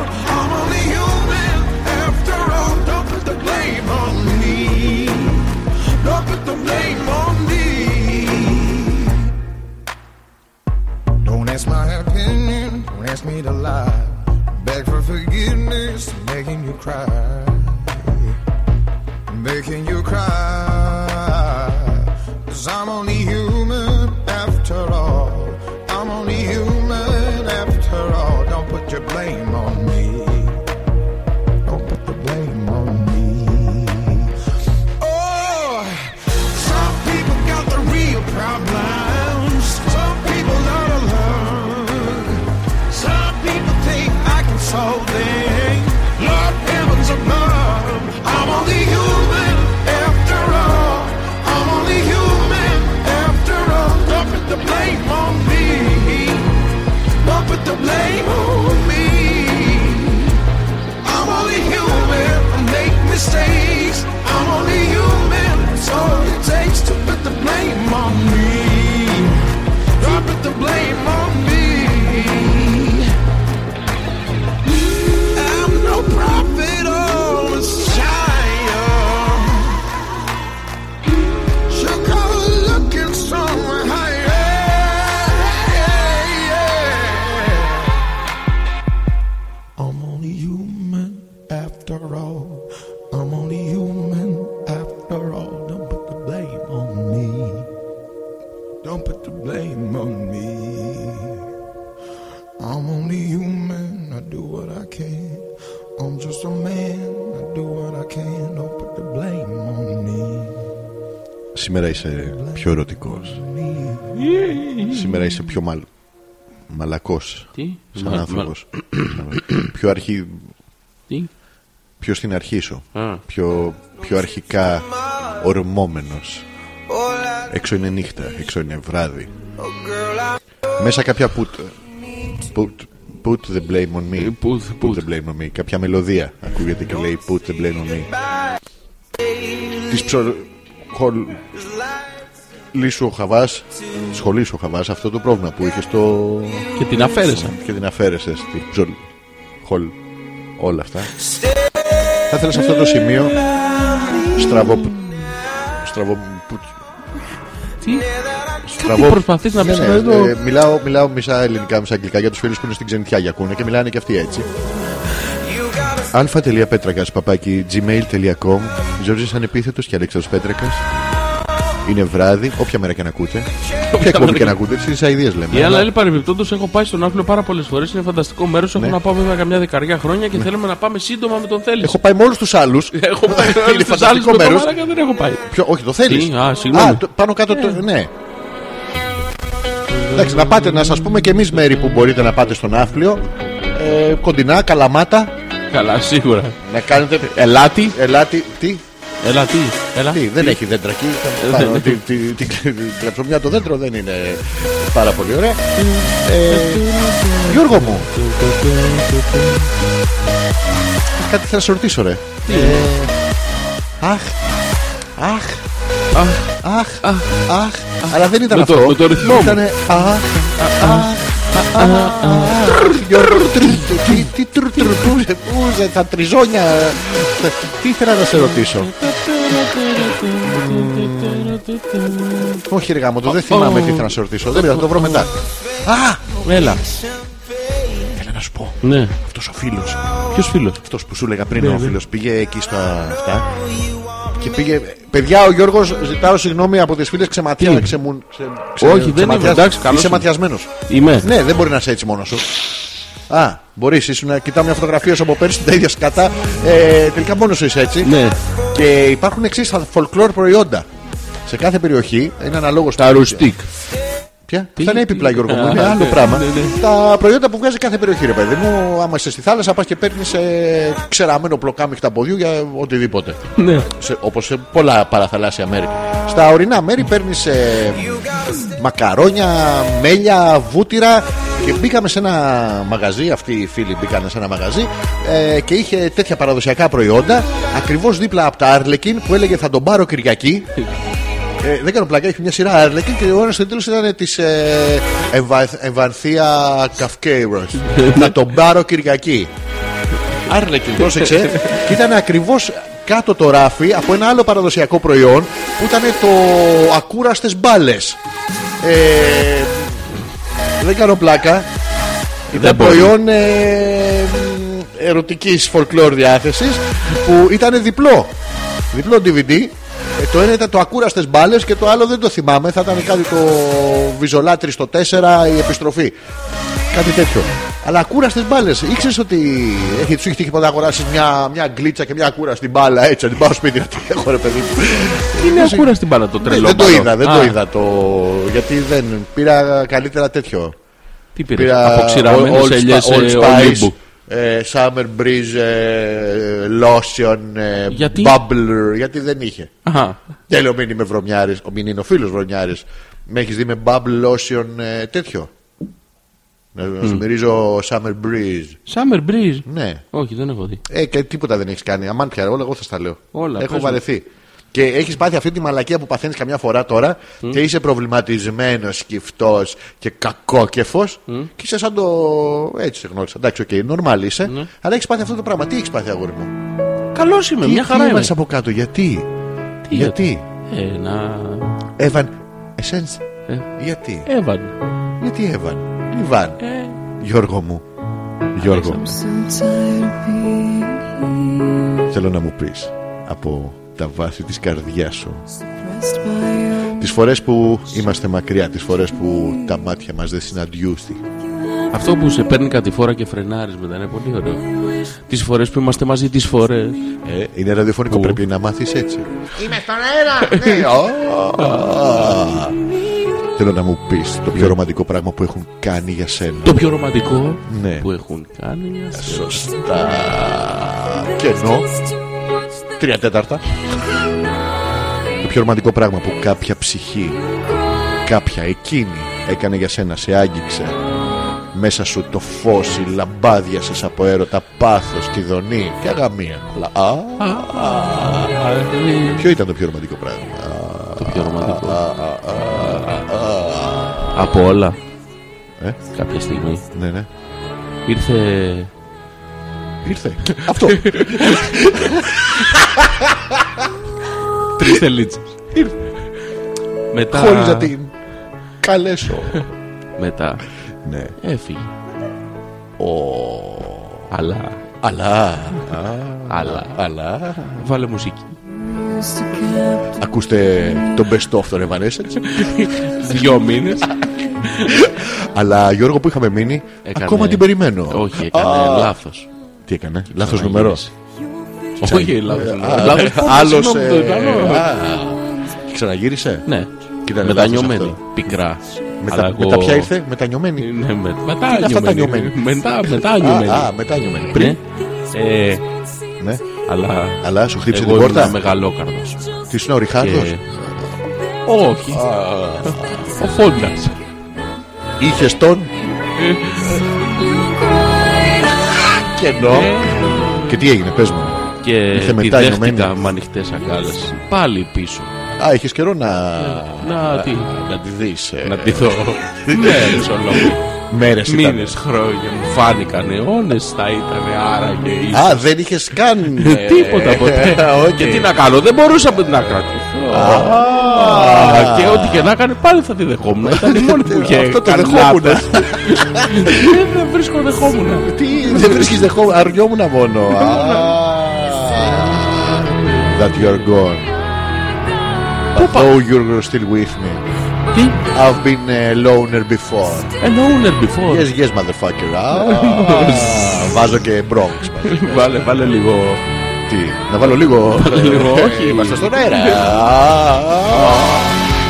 made a lie. Beg for forgiveness, making you cry. Making you cry. Cause I'm only human after all. I'm only human after all. Don't put your blame on me. Don't put the blame on me. Oh, some people got the real problems. Some people are alone. Some people think I can solve them. Lord heavens above, I'm only human after all. I'm only human after all. Don't put the blame on me. Don't put the blame on me. I'm only human. I make mistakes. I'm only human. That's all it takes to put the blame on me. Don't put the blame on me. I'm no prophet or messiah. So come looking somewhere higher. I'm only human after all. I'm only human after all. Don't put the blame on me. Don't put the blame on me. I'm only human, I do what I can. I'm just a man, I do what I can. Don't put the blame on me. Σήμερα είσαι πιο ερωτικός Σήμερα είσαι πιο μαλ... μαλακός Τι, Σαν Μα- άνθρωπος Πιο αρχή μα- Τι, Πιο στην αρχή σου Α. πιο, πιο αρχικά ορμόμενος Έξω είναι νύχτα, έξω είναι βράδυ Μέσα κάποια put Put, put the blame on me put- put. the blame on me Κάποια μελωδία ακούγεται και λέει Put the blame on me Της ψωρο... χολ- Λύσου ο Χαβάς Σχολής ο Χαβάς Αυτό το πρόβλημα που είχες στο... και την αφαίρεσα. Και την αφαίρεσες Την ψολ... χολ... Όλα αυτά Θα ήθελα σε αυτό το σημείο Στραβό... Στραβό... Τι, Στραβό... προσπαθείς να Ναι, πεις ναι, εδώ. ε, μιλάω, μιλάω μισά ελληνικά, μισά αγγλικά για τους φίλους που είναι στην ξενιτιά για ακούνε και μιλάνε και αυτοί έτσι. α.πέτρακας παπάκι gmail.com Ζόρζης Ανεπίθετος και Αλέξανδρος Πέτρακας Είναι βράδυ, όποια μέρα και να ακούτε Όποια εκπομπή και να Ναι, ακούτε, τις αηδίες λέμε Η άλλα αλλά- έλει παρεμπιπτόντως έχω πάει στον Άφλιο πάρα πολλές φορές. Είναι φανταστικό μέρος. Έχω Ναι. να πάω βέβαια καμιά δεκαριά χρόνια και θέλουμε να πάμε σύντομα με τον θέλει. Έχω πάει με όλους τους άλλους Έχω πάει Είναι όλους τους άλλους φανταστικό με το μέρος. μάρακα δεν έχω πάει. Ποιο, όχι, το θέλει. Τι, α, συγγνώμη. Ε. πάνω κάτω το. Ναι. Εντάξει, να πάτε να σας πούμε και εμείς μέρη που μπορείτε να πάτε στον Άφλιο. Ε, κοντινά, καλαμάτα. Καλά, σίγουρα. Να κάνετε. Ελάτι, Ελάτι. Τι, ελά τι, ελά. τι δεν έχει δέντρα εκεί. Ε, Πάνω, δεν- την- την- Την την κλαψομιά το δέντρο δεν είναι πάρα πολύ ωραία. Ε, Γιώργο μου. Κάτι θα σε ρωτήσω, ρε. Ε, Αχ. Αχ. Αχ, αχ, αχ, αλλά δεν ήταν Με το- αυτό. με το ρυθμό μου. Ήτανε αχ, αχ, αχ, αχ, Γιώργο, τρ, τρ, τι- Τι τρ, τρ, πούζε, πούζε, τα τριζόνια. Τα- Τι ήθελα να σε ρωτήσω. Όχι ρε γάμο, το δεν θυμάμαι τι ήθελα να σε ρωτήσω. Δεν πειράζει, θα το βρω μετά. Α, Έλα. θέλω να σου πω. Ναι. Αυτός ο φίλος, Ποιος φίλος. αυτός που σου έλεγα Ναι, πριν ο φίλος, πήγε εκεί στα αυτά. Και πήγε, παιδιά, ο Γιώργος ζητάω συγγνώμη από τις φίλες ξεματιά, ξεμουν, ξε, ξε- Όχι, δεν ξεματιάς- είμαι, εντάξει, καλώς Είσαι είμαι. ματιασμένος. Είμαι. Ναι, δεν μπορεί να είσαι έτσι μόνος σου. Α, μπορείς, ήσουν να κοιτάω μια φωτογραφία σου από πέρσι τα ίδια σκατά. Ε, τελικά μόνος σου είσαι έτσι. Ναι. Και υπάρχουν εξής folklore προϊόντα. Σε κάθε περιοχή είναι αναλόγως. Τα ρουστίκ. Ποια? Τι- Αυτά είναι επιπλά, τι- Γιώργο μου. Α, Είναι άλλο ναι, πράγμα. ναι, ναι. Τα προϊόντα που βγάζει κάθε περιοχή, ρε παιδί μου. Άμα είσαι στη θάλασσα, πας και παίρνεις ξεραμένο πλοκάμι χταποδιού για οτιδήποτε. Ναι. Σε, όπως σε πολλά παραθαλάσσια μέρη. Στα ορεινά μέρη παίρνεις ε, μακαρόνια, μέλια, βούτυρα και μπήκαμε σε ένα μαγαζί, αυτοί οι φίλοι μπήκανε σε ένα μαγαζί ε, και είχε τέτοια παραδοσιακά προϊόντα ακριβώς δίπλα από τα Άρλεκιν που έλεγε θα τον πάρω Κυριακή ε, δεν κάνω πλακά, έχει μια σειρά Άρλεκιν και ο ένας στο τέλος ήταν της ε, Ευα- Ευανθία Καυκέιρος. Να τον πάρω Κυριακή. Άρλεκιν, πρόσεξε. και ήταν ακριβώς κάτω το ράφι από ένα άλλο παραδοσιακό προϊόν που ήταν το ακούραστες μπάλες. Ε, δεν κάνω πλάκα. Ήταν μπορεί. προϊόν ε, ερωτικής folklore διάθεσης που ήταν διπλό. Διπλό DVD. Ε, το ένα ήταν το ακούραστες μπάλες και το άλλο δεν το θυμάμαι. Θα ήταν κάτι το Βιζολάτρι στο 4 η επιστροφή. Κάτι τέτοιο. Αλλά ακούραστες μπάλες. Ήξερες ότι έχει του είχε τύχει ποτέ να αγοράσεις μια, μια γκλίτσα και μια ακούραστη μπάλα έτσι. Να την πάω σπίτι να την έχω ρε παιδί μου. Είναι ακούρα στην μπάλα το Ναι, τρελό. δεν το μπαλό. είδα, δεν Α, το είδα το. Γιατί δεν. Πήρα καλύτερα τέτοιο. Τι πήρες. Πήρα Αποξηραμένες ελιέ Ολύμπου. ε, Summer Breeze, ε, Lotion, ε, Γιατί? Bubbler. Γιατί δεν είχε. Αχα. Τέλειο μην είμαι βρωμιάρης, ο μην είναι ο φίλος βρωμιάρης. Με έχεις δει με Bubble Lotion ε, τέτοιο. Να να σου μυρίζω Summer Breeze. Summer Breeze. Ναι. Όχι, δεν έχω δει. Ε, και τίποτα δεν έχεις κάνει. Αμάν πια, όλα εγώ θα στα λέω. Όλα, πες Έχω μου. βαρεθεί. Και έχεις πάθει αυτή τη μαλακία που παθαίνεις καμιά φορά τώρα και είσαι προβληματισμένος, σκυφτός και κακόκεφος. Και είσαι σαν το. Έτσι σε γνώρισα. Εντάξει, οκ, normal είσαι. Ναι. Αλλά έχεις πάθει αυτό το πράγμα. Τι έχεις πάθει, αγόρι μου. Καλός είμαι, Τι- μια χαρά τι είμαι. έβαλες από κάτω, γιατί. Τι γιατί. Ε, να. Έβαν. Εσένς. Ε. Γιατί. Έβαν. Γιατί Έβαν. Ιβάν. Γιώργο μου. Γιώργο μου. Θέλω να μου πεις από τα βάθη της καρδιάς σου Τις φορές που είμαστε μακριά Τις φορές που τα μάτια μας δεν συναντιούστηκαν Αυτό που σε παίρνει κατηφόρα και φρενάρεις μετά είναι πολύ ωραίο. Τις φορές που είμαστε μαζί, τις φορές. ε, Είναι ραδιοφωνικό, Ου. πρέπει να μάθεις έτσι Είμαι στον αέρα Θέλω να μου πεις το πιο ρομαντικό πράγμα που έχουν κάνει για σένα Το πιο ρομαντικό Ναι. που έχουν κάνει. Σωστά Και ενώ Τρία τέταρτα Το πιο ρομαντικό πράγμα που κάποια ψυχή Κάποια εκείνη έκανε για σένα Σε άγγιξε Μέσα σου το φως Η λαμπάδια σας από έρωτα Πάθος, κηδονή και αγαμία Αλλά, α, Ποιο ήταν το πιο ρομαντικό πράγμα Το πιο ρομαντικό. Από όλα. Ε? Κάποια στιγμή Ναι, ναι ήρθε. Ήρθε Αυτό Τρεις τελίτσες. Μετά. Χωρίς να την καλέσω Μετά Ναι έφυγε. Ο Αλλά. Αλλά Αλλά. Αλλά Βάλε μουσική. Ακούστε το best of των Evanescence Δυο μήνες. Αλλά Γιώργο που είχαμε μείνει, ακόμα την περιμένω. Όχι, έκανες λάθος. Τι έκανε, λάθος νούμερο. Όχι, λάθο. Ε, Άλλο. Άλλο. Ξαναγύρισε. Ναι. Κοίτα, λάθος Μετανιωμένη. αυτό. Πικρά. Αλλά Μετά, εγώ- μετά ποια ήρθε, μετανιωμένη. Ναι, με- αυτά τα μετάνιωμένη. νιωμένη. Μετά, Α, α, μετάνιωμένη. μετανιωμένη. Πριν, Πριν. Ε, ναι. αλλά Αλλά σου χτύπησε την εγώ ήμουν πόρτα. μεγαλόκαρδος. Τι είναι ο Ριχάρδος. Και- Όχι. Ο Φόντας. Είχες τον. Και ενώ. Και τι έγινε, πες μου. Και Ήρθε τη μετά η δέχτηκα Ηνωμένη. με ανοιχτές αγκάλες. Πάλι πίσω. Α, είχες καιρό να. ε, Να τι. Να τη δεις. Να τη δω. Μέρες ολόκληρες. Μέρε Ναι. Μήνες, χρόνια μου φάνηκαν αιώνες θα ήταν άραγε ίσως. Α, δεν είχες καν. Ε, Τίποτα ποτέ. Οκ. Και τι να κάνω, δεν μπορούσα να κρατηθώ. Α, Και ό,τι και να κάνει πάλι θα τη δεχόμουν. Ήταν η μόνη που είχε. ε, Αυτό το κάνει δεχόμουν. λάθος. Δεν- Δεν βρίσκω δεχόμουν. Τι, δεν βρίσκεις δεχό, αρνιόμουν μόνο. Α, That you're gone. But though you're still with me. Τι, I've been a loner before. an owner before. Yes, yes, motherfucker. Α, Βάζω και Bronx. μαζί. Βάλε, βάλε λίγο. Τι, να βάλω λίγο. ε, λίγο, όχι. Είμαστε στον αέρα.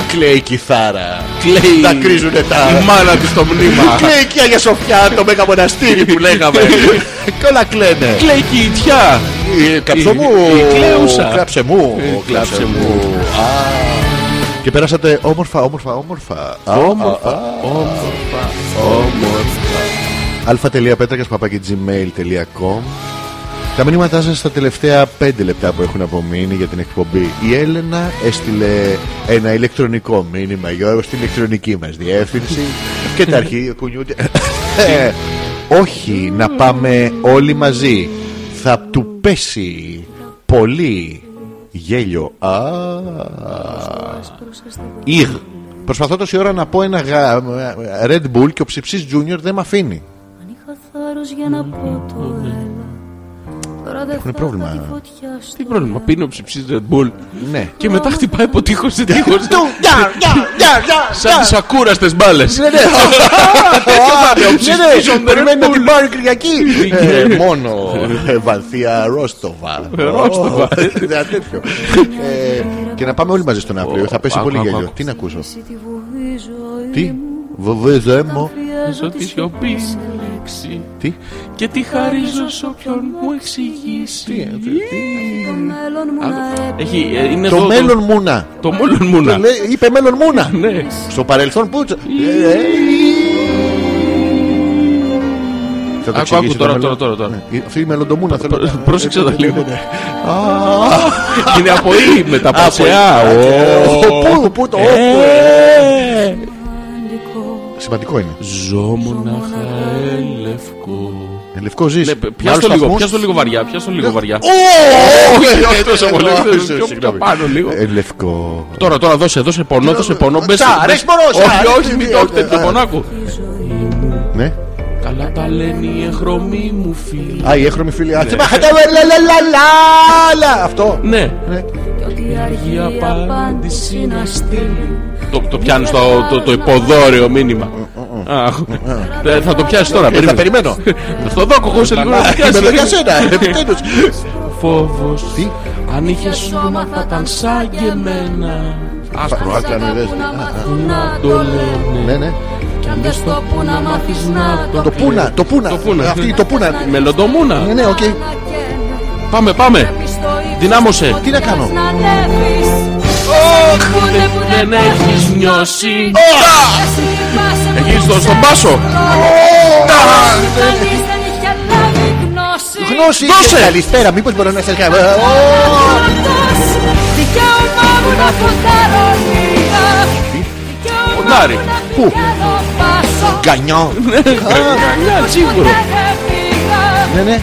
Κλαίει η κιθάρα. Κλαίει. Τα κρίζουνε τα. Η μάνα τη στο μνήμα. Κλαίει και η Αγία Σοφιά, το μέγα μοναστήρι που λέγαμε. Και όλα κλαίνε. Κλαίει και η Ιτιά. Ε, Κάψε μου. Η- η κλαίουσα. Κλάψε μου. Ε, κλάψε μου. Α. Και πέρασατε όμορφα, όμορφα, όμορφα. Όμορφα, όμορφα, όμορφα. αλφα.πέτρακα.gmail.com Τα μηνύματά σας στα τελευταία 5 λεπτά που έχουν απομείνει για την εκπομπή. Η Έλενα έστειλε ένα ηλεκτρονικό μήνυμα Γιώργος στην ηλεκτρονική μας διεύθυνση και τα αρχή κουνιούνται. Ε, Όχι, να πάμε όλοι μαζί. Θα του πέσει πολύ γέλιο. Α. Ιγ. Προσπαθώ τόση ώρα να πω ένα γα... Red Bull και ο ψυψής Junior δεν με αφήνει. για να πω το έλα. Τώρα δεν Έχουνε θα πρόβλημα. τη φωτιά στο Τι πρόβλημα, πίνω ψυψή Red Bull. Ναι. Και μετά χτυπάει από τείχο σε τείχος. Γεια, γεια, γεια, γεια, Σαν γεια. τις ακούραστες Ναι, μπάλες. ναι. ψυχής Ναι, των ναι. Περιμένει να Red την πάρει Κυριακή. Ε, Ε, Μόνο ε, Βανθία Ρόστοβα. Ρόστοβα. Ένα τέτοιο. Ε, Και να πάμε όλοι μαζί στον Αύριο. Θα πέσει Άκου, πολύ άκου, γέλιο. άκου. Τι να ακούσω. εσύ τη βουβή ζωή Τι. μου. Βοβέζε μου. Χρειάζω Τη τη σιωπής σιωπή σε σε λέξη. ε, Τι. Και τη χαρίζω σε όποιον μου ε, εξηγήσει. Το μέλλον μου να Έχει, ε, είναι εδώ Το μέλλον μούνα. Το μέλλον μου να. Λέει, Είπε μέλλον μούνα. Ναι. Στο παρελθόν που. Θα το Άκου, εξηγήσει άκου, το τώρα, μέλλον. τώρα, τώρα, τώρα. Ναι. Αυτή η μελλοντομούνα θέλω. Προ- να- Ναι. Πρόσεξε τα λίγο. Α, Είναι από ή με τα πασιά. Α, Ω. ο, Πού, πού το. όπου, Ε. επαντικό. Σημαντικό είναι. Ζω μονάχα ελευκό. Ε, Λευκό ζεις. Ναι, Μάλλον πιάσ' το λίγο, σταθμούς. πιάσ' το λίγο βαριά, πιάσ' το λίγο βαριά. Ω, Όχι, ε, όχι τόσο ε, πολύ, ε, πιο- ε, πιο συγγνώμη. πάνω λίγο. Ε, Λευκό. Τώρα, τώρα δώσε, δώσε πονό, δώσε πονό. Μπες, Σα, μπες- αρέσει πονός, σα, Όχι, αρέσει, όχι, μην ε, όχι τέτοιο ε, πονό, άκου. Ναι. Καλά τα λένε οι εχρωμοί μου φίλοι. Α, η έχρωμη φίλη. Α, τσεπα, χατά, λα, λα, λα, λα, λα. Αυτό. Ναι, Ναι. Η η αργή απάντηση απάντηση να να στείλει. Το, το πιάνεις το, το, το υποδόρειο μήνυμα. Αχ, ε, θα το πιάσεις τώρα, Ε, Θα περίμενε. περιμένω. Στο δόκο εγώ σε λίγο να το πιάσεις. Είμαι εδώ για σένα, Ναι. επιτέλους. Φόβος, Τι? αν είχες σώμα θα ήταν σαν και εμένα. Άσπρο, Άκου, άκου, να δεις. που να Α, α. μάθουν να το λένε. Ναι, ναι. Κι αν δες το που να μάθεις να το Το πούνα, το Το πούνα. πούνα. Αυτή το πούνα. Ναι, Μελοντομούνα. ναι, οκ. Πάμε, πάμε. Δυνάμωσε. Τι να κάνω. Δεν έχεις νιώσει. Έχεις το στον πάσο. Γνώση Δώσε. και καλησπέρα. Μήπως μπορώ να σας κάνω. Ποντάρι. Πού? Πού? Γκανιό. Καλά, σίγουρο. Ναι, ναι.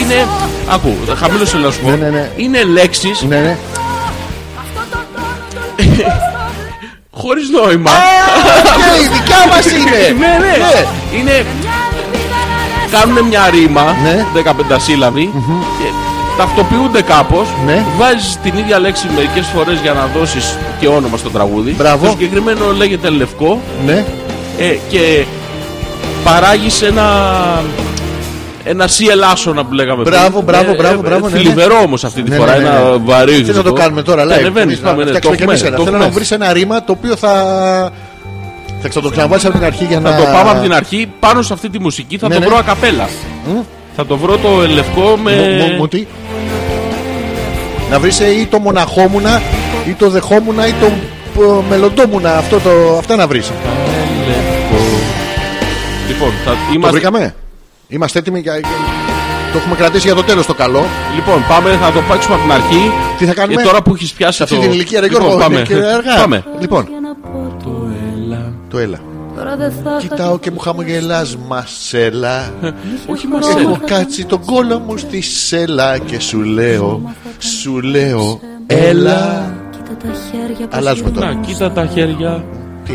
Είναι. Ακού, χαμήλωσε να σου πω. Ναι, ναι, ναι. Είναι λέξεις Ναι, ναι. χωρίς νόημα. Και η δικιά μας είναι. Ναι, ναι. Είναι. Κάνουν μια ρήμα. Ναι. 15 σύλλαβη. Και ταυτοποιούνται κάπως Ναι. Βάζεις την ίδια λέξη μερικές φορές για να δώσεις και όνομα στο τραγούδι. Μπράβο. Το συγκεκριμένο λέγεται λευκό. Ναι. Ε, και παράγεις ένα ένα σιελάσονα που λέγαμε Ε, Μπράβο, μπράβο, μπράβο, μπράβο, ναι, ναι. Θλιβερό όμως αυτή τη Ναι, φορά, ναι, ναι, ένα ναι. βαρύ. Τι να το γλυκό. κάνουμε τώρα, Ναι, live. ανεβαίνεις, Να πάμε, ναι, το φτιάξουμε κι έχουμε, εμείς ένα. το Θέλω να έχουμε. βρεις ένα ρήμα το οποίο θα. Θα ξαναβάλεις από την αρχή για να. Θα το πάμε από την αρχή πάνω σε αυτή τη μουσική. Θα Ναι, το ναι. βρω ακαπέλα. Θα το βρω το λευκό με. Μου- μου- μου τι? Να βρεις ε, ή το μοναχόμουνα ή το δεχόμουνα ή το ε, μελλοντόμουνα. Αυτό το, αυτά να βρεις. Λοιπόν, θα Το είμαστε... βρήκαμε. Είμαστε έτοιμοι για... για- Το έχουμε κρατήσει για το τέλος το καλό. λοιπόν, πάμε, θα το παίξουμε από την αρχή. Τι θα κάνουμε? Και Ε, τώρα που έχεις πιάσει Σε αυτή το... την ηλικία, ρε λοιπόν, Γιώργο, πάμε. είναι και αργά. πάμε. Λοιπόν, Το έλα. το έλα. Τώρα δεν θα Κοιτάω και μου χαμογελάς, μασέλα. Όχι Έχω Μαρσέλα. κάτσει τον κόλλο μου στη σέλα και σου λέω, σου λέω, έλα. Κοίτα τα χέρια που Αλλάζουμε σου- τώρα. Να, κοίτα τα χέρια.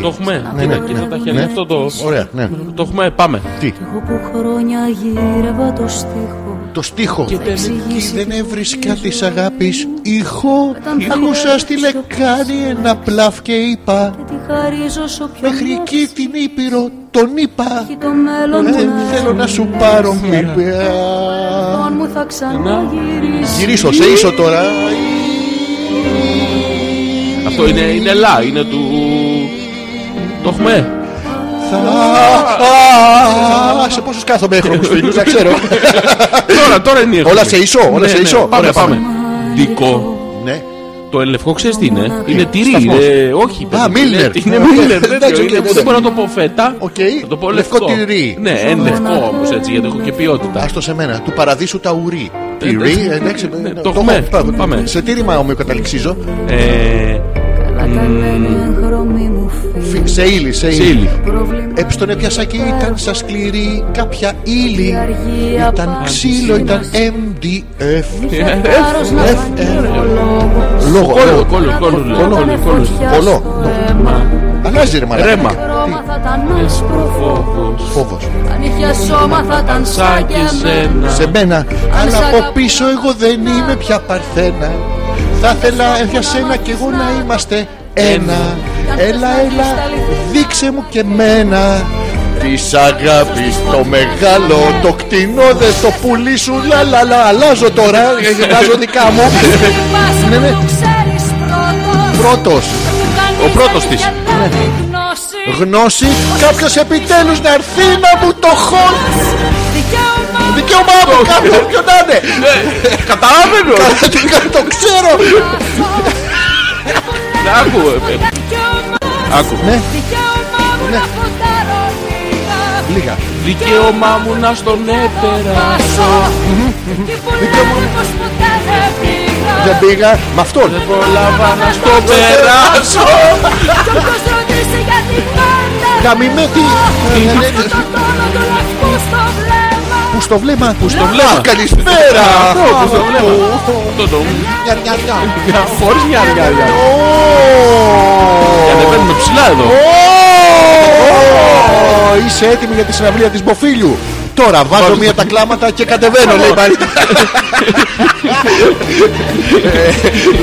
Το έχουμε. Ναι, ναι, Κοίτα, κοίτα ναι. τα χέρια. Ναι. Αυτό το. Ωραία, ναι. Το έχουμε, πάμε. Τι, Εγώ που χρόνια γύρευα το στίχο το στίχο. εξηγήσει Και δεν τη έβρισκα ζωή της μου. αγάπης ήχο. Όταν θα Άκουσα με στη ρίξω λεκάνη πίσω. ένα πλάφ και είπα. Και τη χαρίζω σ' όποιον Μέχρι έρθει. εκεί την Ήπειρο τον είπα. Και το μέλλον μου Δεν να Ε, θέλω να σου πάρω μήπια. έρθει. Λοιπόν, μου θα ξαναγυρίσεις Γυρίσω σε ίσο τώρα. Αυτό είναι, είναι λα, είναι του. Το έχουμε. Θα- Σε πόσους κάθομαι έχρωμους φίλους, να ξέρω. τώρα, τώρα είναι η Όλα εχμή. σε ίσο, όλα Ναι, σε ναι, ίσο. Πάμε, Ωραία, πάμε. Δικό. Ναι. Το ελευκό ξέρεις τι είναι. Είναι τυρί. Σταθμός. είναι- Όχι. παιδί, Μίλνερ. Είναι Ε, είναι Μίλνερ. εντάξει, τέτοιο, οκ, είναι- οκ. Δεν μπορώ να το πω φέτα. Οκ. Θα το πω Λευκό λευκό. τυρί. Ναι, εν λευκό όμως έτσι γιατί έχω και ποιότητα. Άστο σε μένα. Του παραδείσου τα ουρί. Τι εντάξει. ρί, εντάξει. Ναι, ε, το το έχουμε. έχω. Πάμε. Πάμε. Σε τι ρήμα ομοιοκαταληξίζω. Ε, Καλά τα λένε χρώμη μου φίλη Φι- Σε ύλη, σε σε ύλη. ύλη. Πρόβλημα Έψτον έπιασα και ήταν σαν σκληρή κάποια ύλη. αργή Ήταν απάντηση ξύλο, να ήταν σε- MDF. Είχε Ναι. θάρρος να F, φανεί F. ο λόγος Λόγο, Κόλλο, λόγο. λοιπόν, κόλλο, κόλλο, Κόλλο, κόλλο, κόλλο. φωτιά κόλλο. στο Το- αίμα. Αλλάζει ρε μαλάκα. Ρέμα. Χρώμα θα ήταν άσπρο φόβος Φόβος. Αν είχε Ε. σώμα θα ήταν σαν και εμένα Σε μένα. Αλλά σ' από αγαπώ, πίσω εγώ δεν είμαι πια παρθένα. Θα ήθελα για σένα κι εγώ να είμαστε ένα. Έλα, έλα, δείξε μου και μένα. Της αγάπης το μεγάλο, το κτηνό δε το πουλί σου. Λα, λα, λα, αλλάζω τώρα. Αλλάζω δικά μου. Μας Ναι, ναι. που ξέρεις πρώτος Πρώτος. που κανείς Ο πρώτος δεν της. Ναι. είχε λάβει γνώση. Γνώση, κάποιος επιτέλους να έρθει να μου το Λοιπόν. χώνει. Δικαίωμα Δικαίωμά μου, κάποιον ποιον να είναι. Καταλάβαινο! Καλά, Το ξέρω. Άκου, ε, ε, άκου. Ναι, Δικαίωμά μου να φωτάρω λίγα λίγα. Δικαίωμά μου να στον έπερα. Περάσω Εκεί που λένε πως ποτέ δεν πήγα Δεν πήγα με αυτόν. Δεν προλάβα να στο περάσω. Κι όποιος ρωτήσει γιατί πάντα Γαμημένη. Έχω τον τόνο του λευκού στο βλέμμα Πού στο βλέμμα. Πού στο βλέμμα. Καλησπέρα. Αυτό, πού στο βλέμμα. Αυτό το. Νια, νια, νια. Χωρί μια αργάλια. Ανεβαίνουμε ψηλά εδώ. Ω, Είσαι έτοιμη για τη συναυλία της Μποφίλιου. Τώρα βάζω μία τα κλάματα και κατεβαίνω λέει η Μαρίτα. Ε,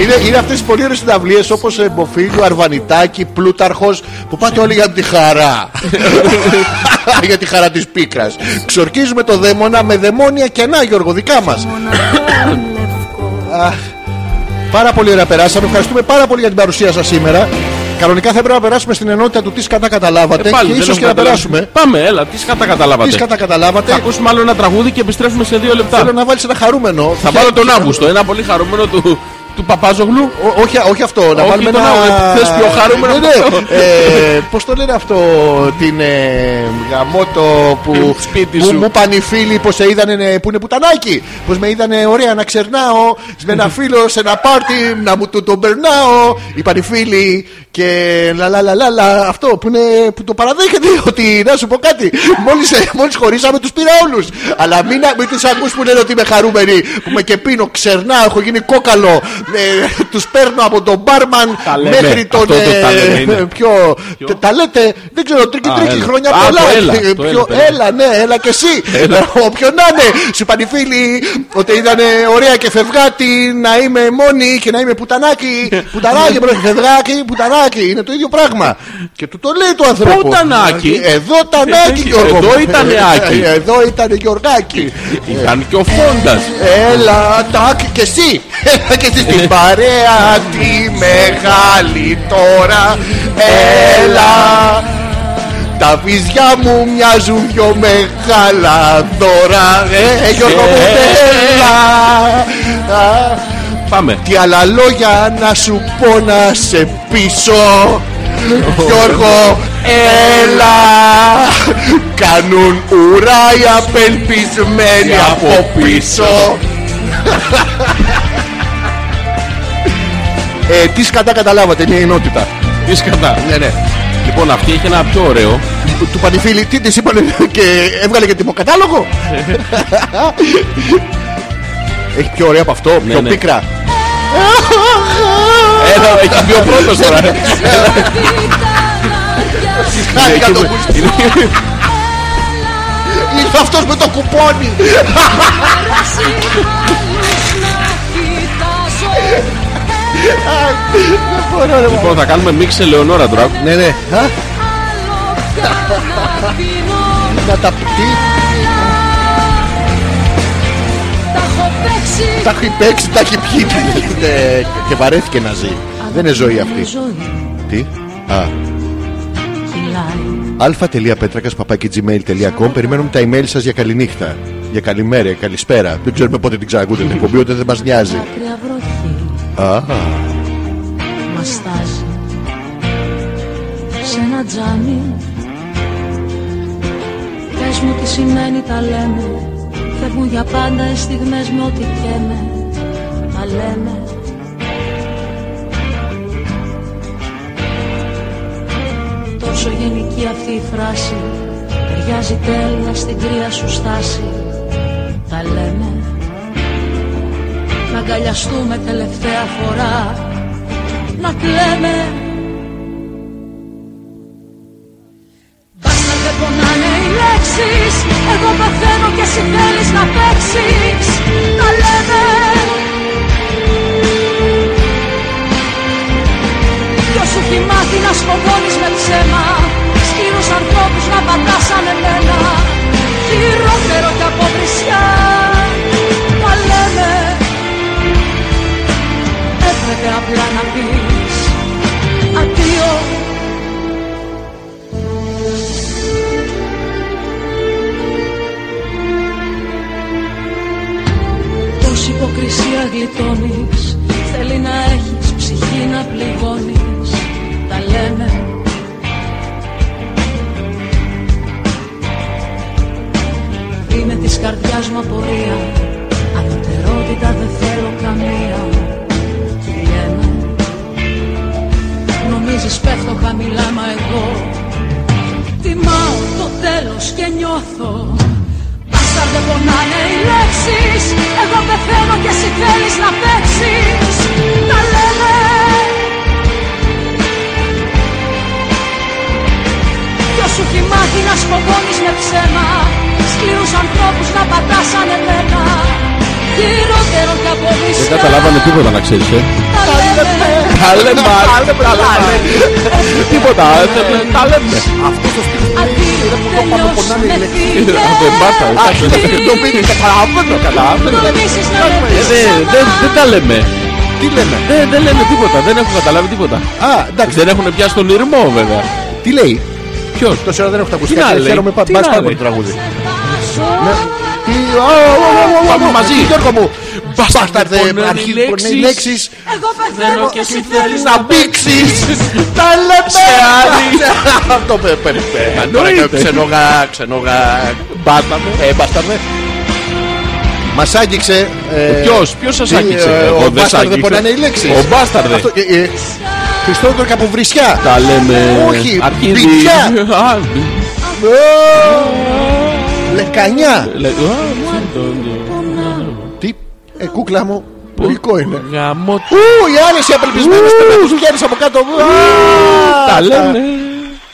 είναι, είναι αυτές οι πολύ ωραίες συναυλίες όπως ε, Μποφίλιου, Αρβανιτάκη, Πλούταρχος που πάτε όλοι για τη χαρά. για τη χαρά της πίκρας. Ξορκίζουμε το δαίμονα με δαιμόνια κενά Γιώργο δικά μας. Πάρα πολύ ωραία περάσαμε. Ευχαριστούμε πάρα πολύ για την παρουσία σας σήμερα. Κανονικά θα έπρεπε να περάσουμε στην ενότητα του τι κατά καταλάβατε Ε, Πάλι, και δεν ίσως και έχουμε να καταλάβει. περάσουμε. Πάμε, έλα, τι κατά καταλάβατε. Τι κατά Θα καταλάβατε. ακούσουμε άλλο ένα τραγούδι και επιστρέφουμε σε δύο Θέλω λεπτά. να βάλεις ένα χαρούμενο. Θα βάλω τον Αύγουστο, ένα πολύ χαρούμενο του, του Παπάζογλου. Ό, όχι, όχι αυτό, να Όχι βάλουμε τον ένα... άλλο, θες πιο χαρούμενο Ναι, ναι. από αυτό. Ε, πώς το λένε αυτό, την ε, γαμότο που, Σπίτι που σου. μου είπαν οι φίλοι πως σε είδανε ε, που είναι πουτανάκι. Πως με είδανε ωραία να ξερνάω με ένα φίλο σε ένα πάρτι, να μου το, τον περνάω. Είπαν οι φίλοι και λα λα λα λα, λα, αυτό που, είναι, που το παραδέχεται ότι να σου πω κάτι. Μόλις, ε, μόλις χωρίσαμε τους πήρα όλους. Αλλά μην, α- μην τους ακούς που λένε ότι είμαι χαρούμενη, που με και πίνω, ξερνάω, έχω γίνει κόκαλο. Ε, τους παίρνω από τον μπάρμαν Τα λέμε. μέχρι τον. Αυτό το ε, τα λέμε είναι. Ποιο. τε- Τα λέτε. Δεν ξέρω, τρίκι Α, τρίκι έλα. χρόνια Α, πολλά. το έλα, Ε, το ποιο- έλα, το Έλα, ναι, έλα και εσύ. Όποιον να είναι. Σου είπαν οι φίλοι ότι ήταν ωραία και φευγάτη να είμαι μόνη και να είμαι πουτανάκι. Πουτανάκι, μπρο, φευγάκι, πουτανάκι. Είναι το ίδιο πράγμα. Και του το λέει το άνθρωπο. Πουτανάκι. Εδώ τανάκι, Ε, Γιώργο. εδώ ήτανε Άκη. Ε, Ε, Εδώ ήταν Γιωργάκι. Ήταν και ο Φόντας. Έλα, τάκ και εσύ. Έλα και εσύ στην παρέα τη μεγάλη τώρα. Έλα. Τα βυζιά μου μοιάζουν δυο μεγάλα δώρα. Ε, ε, Γιώργο μου, έλα. Α, Πάμε. Τι άλλα λόγια να σου πω να σε πίσω. Γιώργο, έλα. Κάνουν ουρά οι απελπισμένοι από πίσω. Ε, τι σκατά καταλάβατε, είναι η ενότητα. Τι σκατά. Ναι, ναι. Λοιπόν, αυτή έχει ένα πιο ωραίο. Του, του πανηφίλη, τι της είπανε και έβγαλε και τιμοκατάλογο. Ναι. Έχει πιο ωραία από αυτό, πιο ναι. πίκρα. Ένα, έχει μπει ο πρώτος τώρα. Χάρηκα το Είναι- που είναι- Ήρθε αυτός με το κουπόνι. Λοιπόν, θα κάνουμε μίξ Ελεονόρα τώρα. Ναι, ναι. Α, Να τα τι, τα έχει παίξει, τα έχει πιει. Ε, Και βαρέθηκε να ζει. Δεν είναι ζωή αυτή. Τι. Α. α.πέτρακα.gmail.com Περιμένουμε τα email σας για καληνύχτα. Για καλημέρα, καλησπέρα. Δεν ξέρουμε πότε την ξανακούτε την εκπομπή, ούτε δεν μας νοιάζει. Α, Μαστάζει σε ένα τζάμι Πες μου τι σημαίνει τα λέμε Φεύγουν για πάντα οι στιγμές με ό,τι καίμε Τα λέμε Τόσο γενική αυτή η φράση Ταιριάζει τέλεια στην κρύα σου στάση Τα λέμε Να αγκαλιαστούμε τελευταία φορά να κλαίμε γλιτώνεις Θέλει να έχεις ψυχή να πληγώνεις Τα λέμε Είναι της καρδιάς μου απορία Ανωτερότητα δεν θέλω καμία Κυλιέμαι Νομίζεις πέφτω χαμηλά μα εγώ Τιμάω το τέλος και νιώθω Πάσα δεν πονάνε οι λέξεις Εγώ πεθαίνω και εσύ θέλεις να παίξεις Τα λέμε Ποιος σου έχει μάθει να σκοπώνεις με ψέμα Σκληρούς ανθρώπους να πατάς ανεμένα Χειρότερο και από Δεν καταλάβανε τίποτα να ξέρεις, ε. Τα λέμε Τα λέμε, τα λέμε, τα λέμε. Τίποτα, ε, τα λέμε. Αυτό το σπίτι Αντίο τέλος με φύγε Απεμπάτα, εντάξει. Αντίο, Το πήρε, καταλαβαίνω, καταλαβαίνω. Νομίζεις να με Ε, πεις δεν- Δεν ξανά. δεν τα λέμε. Τι λέμε. Δεν δεν λέμε τίποτα, δεν έχω καταλάβει τίποτα. Α, εντάξει. Δεν έχουν πιάσει τον ήρμο, βέβαια. Τι λέει. Ποιο. Τόση ώρα δεν έχω τα Τι να ακουστικά. λέει, Χαίρομαι πα- τι μπας να πάνω από λέει. το τραγούδι. Σω- Τι. Ω, ω, ω, ω, ω, Πάμε ω, μαζί. τι, Γιώργο μου. Μπάσταρδε, Μπάσταρδε, πονάνε αρχίζει οι πονάνε οι λέξεις. λέξεις. Εγώ πεθαίνω και εσύ θέλεις να μπήξεις. Τα λέμε. Αυτό πε- πε- πε. Εννοείται. Ξενόγα, ξενόγα. Μπάταμε. Ε, μπάσταρδε. Μας άγγιξε. ε, Ποιος, ποιος σας τι, άγγιξε. ε, Εγώ Ο δεν σ' μπάσταρδε άγγιξα. πονάνε οι λέξεις. Ο μπάσταρδε. Αυτό, ε, ε, Χριστόδωρο Καποβρισιά. Τα λέμε. Όχι, Αρχίζει. μπιτιά. Α, Λεκανιά. λέ- α, αυτό. Τι, ε, κούκλα μου, γλυκό είναι. Γαμώ. Ου, οι άλλες οι απελπισμένες τους πιάνεις από κάτω. Α, Τα λέμε.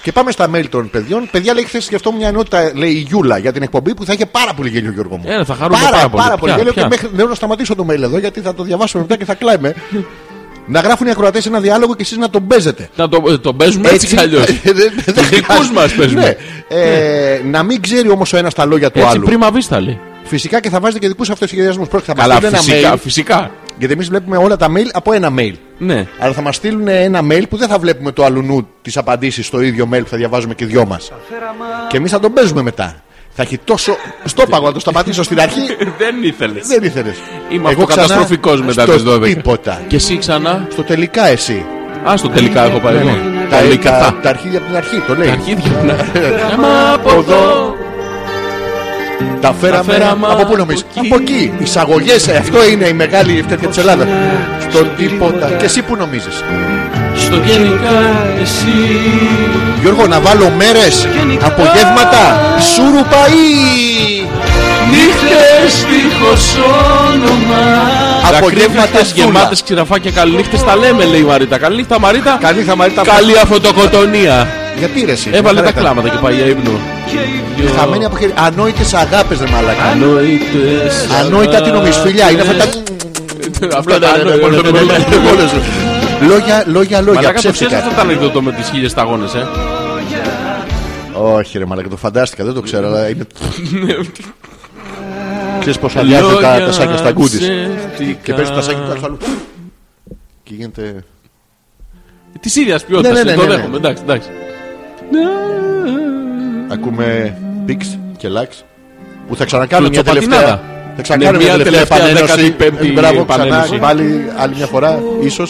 Και πάμε στα mail των παιδιών. Παιδιά, λέει, χθες σκεφτόμουν μια ενότητα, λέει η Γιούλα, για την εκπομπή που θα είχε πάρα πολύ γέλιο, Γιώργο μου. Ε, θα χαρούμε πάρα πολύ. Πάρα πολύ Ποια, γέλιο ποια? και μέχρι λέω να σταματήσω το mail εδώ, γιατί θα το διαβάσουμε μετά και θα κλαίμε. να γράφουν οι ακροατές ένα διάλογο και εσείς να τον παίζετε. Να το, το παίζουμε έτσι κι αλλιώ. Δεν- Ε, δεν- δεν Τους δικούς χρειάζεται. μας παίζουμε. Ναι. Ε, Να μην ξέρει όμως ο ένας τα λόγια του Έτσι, άλλου. πρίμα βίστα λέει. Φυσικά και θα βάζετε και δικούς αυτοσχεδιασμούς. Πρόκειται να μας Καλά, στείλουν ένα φυσικά, mail. φυσικά. Γιατί εμείς βλέπουμε όλα τα mail από ένα mail. Ναι. Αλλά θα μας στείλουν ένα mail που δεν θα βλέπουμε το αλουνού τις απαντήσεις στο ίδιο mail που θα διαβάζουμε και οι δυο μας. Και εμείς θα τον παίζουμε μετά. Θα έχει τόσο. Στο παγό, να το σταματήσω στην αρχή. Δεν ήθελες. Δεν ήθελες. Είμαι αυτοκαταστροφικός μετά τις 12. Τίποτα. Και εσύ ξανά. Στο τελικά εσύ. Α το τελικά έχω πάει εγώ. Ναι, Τα, Τα τα, λικαθά. τα αρχίδια από την αρχή το λέει. Λοιπόν, Τα αρχίδια. να- Φέραμα από εδώ. Τα φέραμε, φέραμε από πού νομίζει. από εκεί. Από εκεί. Εισαγωγές, αυτό είναι η μεγάλη τέτοια τη Ελλάδα. Στον τίποτα. Και εσύ που νομίζεις. Στο γενικά εσύ. Γιώργο, να βάλω μέρες, απογεύματα, σούρουπα ή. Νύχτες δίχως όνομα. Απογεύματα Απογεύματα στούλα. γεμάτες ξηραφάκια. Καληνύχτες τα λέμε λέει η Μαρίτα. Καληνύχτα Μαρίτα. Καλή θα μαρίτα. Καλή αφωτοκοτονία. Γιατί ρε, εσύ, Έβαλε τα μαλάκα. κλάματα και πάει για ύπνο. Χαμένη από χέρι. Ανόητες αγάπες, ρε μαλάκα. Ανόητες. Ανόητα τι νομίζει, φιλιά. Είναι αυτά τα. Αυτά τα Ναι, ναι, ναι, ναι, ναι, ναι, ναι, ναι, ναι, ναι, ναι. Λόγια, λόγια, λόγια. Μαλάκα το ξέρεις αυτό Ψεύτικα. το ανεκδοτό με τις χίλιες σταγόνες ε. Όχι, ρε μαλάκα, το φαντάστηκα. Δεν το ξέρω, αλλά είναι. Ναι. Ξέρεις πώ αδειάζουν τα Λόγια τα σάκια στα γκούντι. ψεύτικα. Και παίζουν τα σάκια τους άλλου. Και γίνεται. Της ίδιας Ναι, ποιότητας, ναι, ε, ναι, το ναι. δέχομαι, εντάξει, εντάξει. Ακούμε πίξ και λάξ. Που θα ξανακάνουμε μια Τσοπατινάδα. τελευταία. Θα ξανακάνουμε Ναι, μια μια τελευταία τελευταία επανένωση. 15η Ε, Μπράβο, ξανά επανένωση. πάλι άλλη μια φορά, ίσως.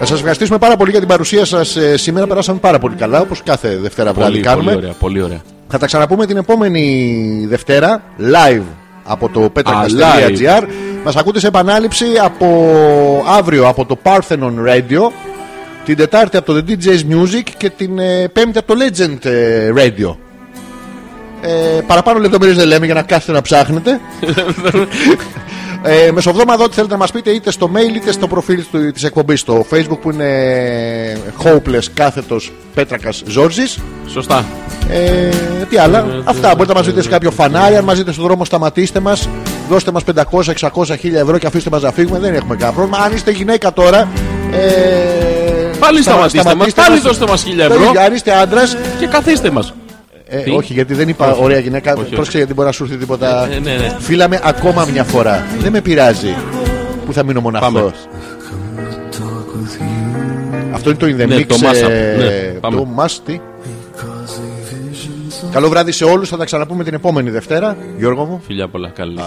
Να σας ευχαριστήσουμε πάρα πολύ για την παρουσία σας σήμερα. Περάσαμε πάρα πολύ καλά, όπως κάθε Δευτέρα βράδυ Πολύ, πολύ κάνουμε. ωραία, πολύ ωραία. Θα τα ξαναπούμε την επόμενη Δευτέρα live από το petrakas.gr Μας ακούτε σε επανάληψη από αύριο από το Parthenon Radio την Τετάρτη από το The DJ's Music και την ε, Πέμπτη από το Legend ε, Radio ε, παραπάνω λεπτομέρειες δεν λέμε για να κάθετε να ψάχνετε ε, μεσοβδόμαδα ό,τι θέλετε να μας πείτε είτε στο mail είτε στο προφίλ του- της εκπομπής στο facebook που είναι hopeless κάθετος πέτρακας Ζόρζης Σωστά. ε, τι άλλα. Ναι, Αυτά. Μπορείτε να μας δείτε σε κάποιο φανάρι. Αν μας δείτε στον δρόμο, σταματήστε μας. Δώστε μας 500, 600, 1000 ευρώ και αφήστε μας να φύγουμε. Δεν έχουμε κανένα πρόβλημα. Αν είστε γυναίκα τώρα. Ε, Πάλι σταμα- σταματήστε μας, πάλι δώστε μας 1000 ευρώ. Τέλεια, Αν είστε άντρας. Και καθίστε μας. Ε, Τι? όχι, γιατί δεν είπα ωραία γυναίκα. Πρόσεξε γιατί μπορεί να σου έρθει τίποτα. Ε, ναι, ναι. Φίλαμε ακόμα μια φορά. Δεν με πειράζει που θα μείνω μοναχός. Πάμε. Αυτό είναι το in the Ναι, mix. το mashup. ε, Ναι, πάμε. το must, τι. Καλό βράδυ σε όλους. Θα τα ξαναπούμε την επόμενη Δευτέρα. Γιώργο μου, Φιλιά πολλά, καλή.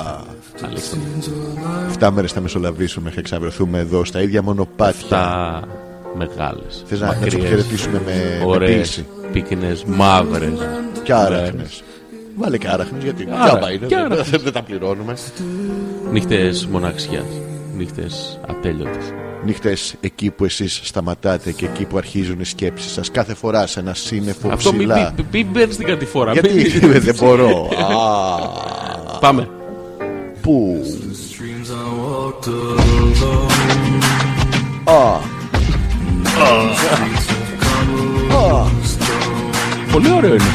Αλέξανδρε. 7 μέρες θα μεσολαβήσουμε και ξαναβρεθούμε εδώ στα ίδια μονοπάτια. Τα μεγάλες, Θες να να τους χαιρετήσουμε με, με ωραίες, ποίηση. πυκνές, μαύρες. Και άραχνε. Βάλε και άραχνε γιατί. Άρα- τζάμπα είναι, και δεν- άραχνες. Δεν δεν τα πληρώνουμε. Νύχτες μοναξιάς, νύχτες ατέλειωτες. Νύχτες εκεί που εσείς σταματάτε και εκεί που αρχίζουν οι σκέψεις σας. Κάθε φορά σε ένα σύννεφο Αυτό μην ψηλά. μη, μη μπαίνεις στην κατηφόρα. Γιατί Μην- δεν μπορώ. Α, Πάμε. Πού. Α, Πολύ ωραίο είναι.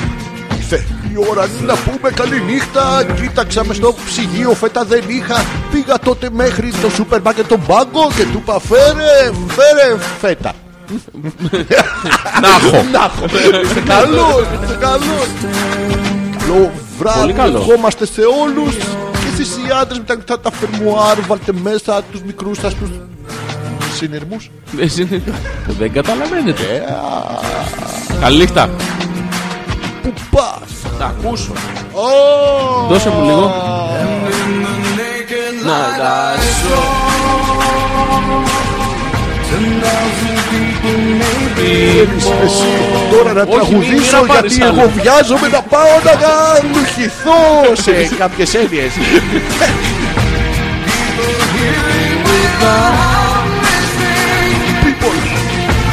ήρθε η ώρα να πούμε καληνύχτα. Κοίταξα μες στο ψυγείο, φέτα δεν είχα. Πήγα τότε μέχρι το σούπερ μάρκετ τον πάγκο και του είπα φέρε, φέρε φέτα. Να έχω. Να έχω. Είστε καλό, είστε καλό. Καλό βράδυ. Πολύ καλό. Ευχόμαστε σε όλους. Και εσείς οι άντρες με τα ανοιχτά τα φερμουάρ, βάλτε μέσα τους μικρούς σας τους συνειρμούς. Εσύ είναι- Δεν Ε, καταλαβαίνετε. Καλή νύχτα. Που πας. Να ακούσω. Δώσε μου λίγο. Να, να, Εσύ τώρα να Όχι, μην- μην τραγουδήσω να πάρεις γιατί άλλο. εγώ βιάζομαι να πάω να γαλουχηθώ σε κάποιες έννοιες. People,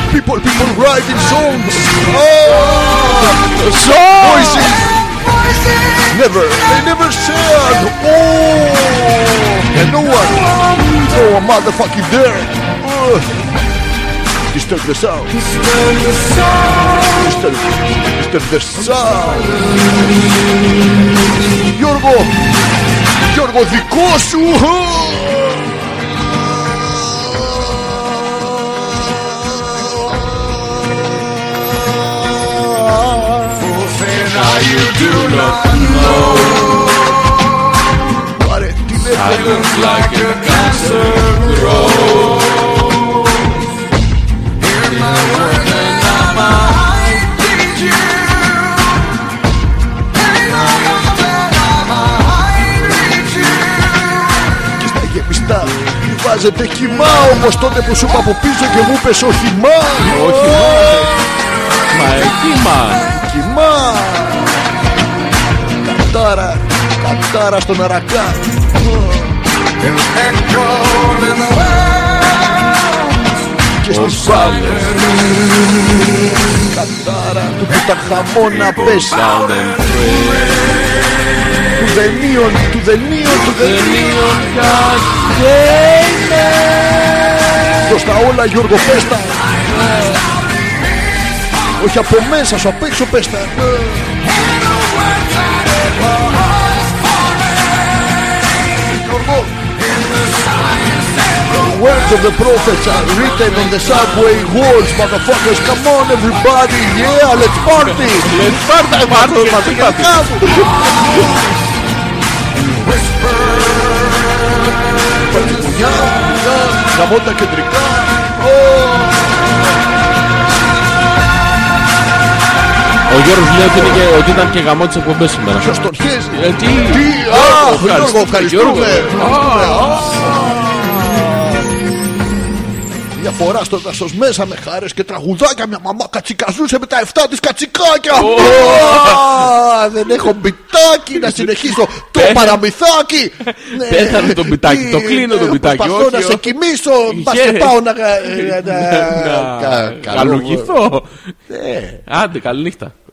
people, people writing songs. Oh, voices. Never, they never said. Oh, and no one. Oh, a motherfucking dare. Uh, Ugh. Disturb the sound. Mr. Mr. Versailles. Γιώργο, Γιώργο δικό σου. uh-huh. Πάρε τηλέφωνο. και στα γεμιστά Βάζετε κοιμά όμως τότε που σου είπα από πίσω και μου είπες όχι μα Όχι, μα. Μα εκεί μα. κοιμά Κατάρα, κατάρα στον αρακά Και στις πάλες Κατάρα του που τα χαμόνα πέσα Του δενείων, του δενείων, του δενείων Προς τα όλα Γιώργο πες τα όχι από μέσα σου, απ' έξω πες τα. Γιώργο. The words of the prophets are written on the subway walls, motherfuckers. Come on, everybody, yeah, let's party. Let's party, party, party, party. Παρτιμουνιά, γαμώ τα κεντρικά. Ω, Ο Γιώργος λέει ότι, είναι και- ότι ήταν και γαμό της εκπομπές σήμερα. Ποιος τον χέζει. Ε, τι. Τι, αχ, Γιώργος, ευχαριστούμε. Γιώργο. Μια φορά στο δάσος μέσα με χάρες και τραγουδάκια μια μαμά κατσικαζούσε με τα 7 της κατσικάκια. Α, Δεν έχω μπιτάκι να συνεχίσω το Πέ- παραμυθάκι. Ναι. Πέθανε το μπιτάκι, Τι, το κλείνω το ε, μπιτάκι, Προσπαθώ όχι, να σε όχι. κοιμήσω. Μπας Γε. και πάω να... ε, ε, να- Να κα- καλό- καλουχηθώ. Ναι. Άντε, καλή νύχτα.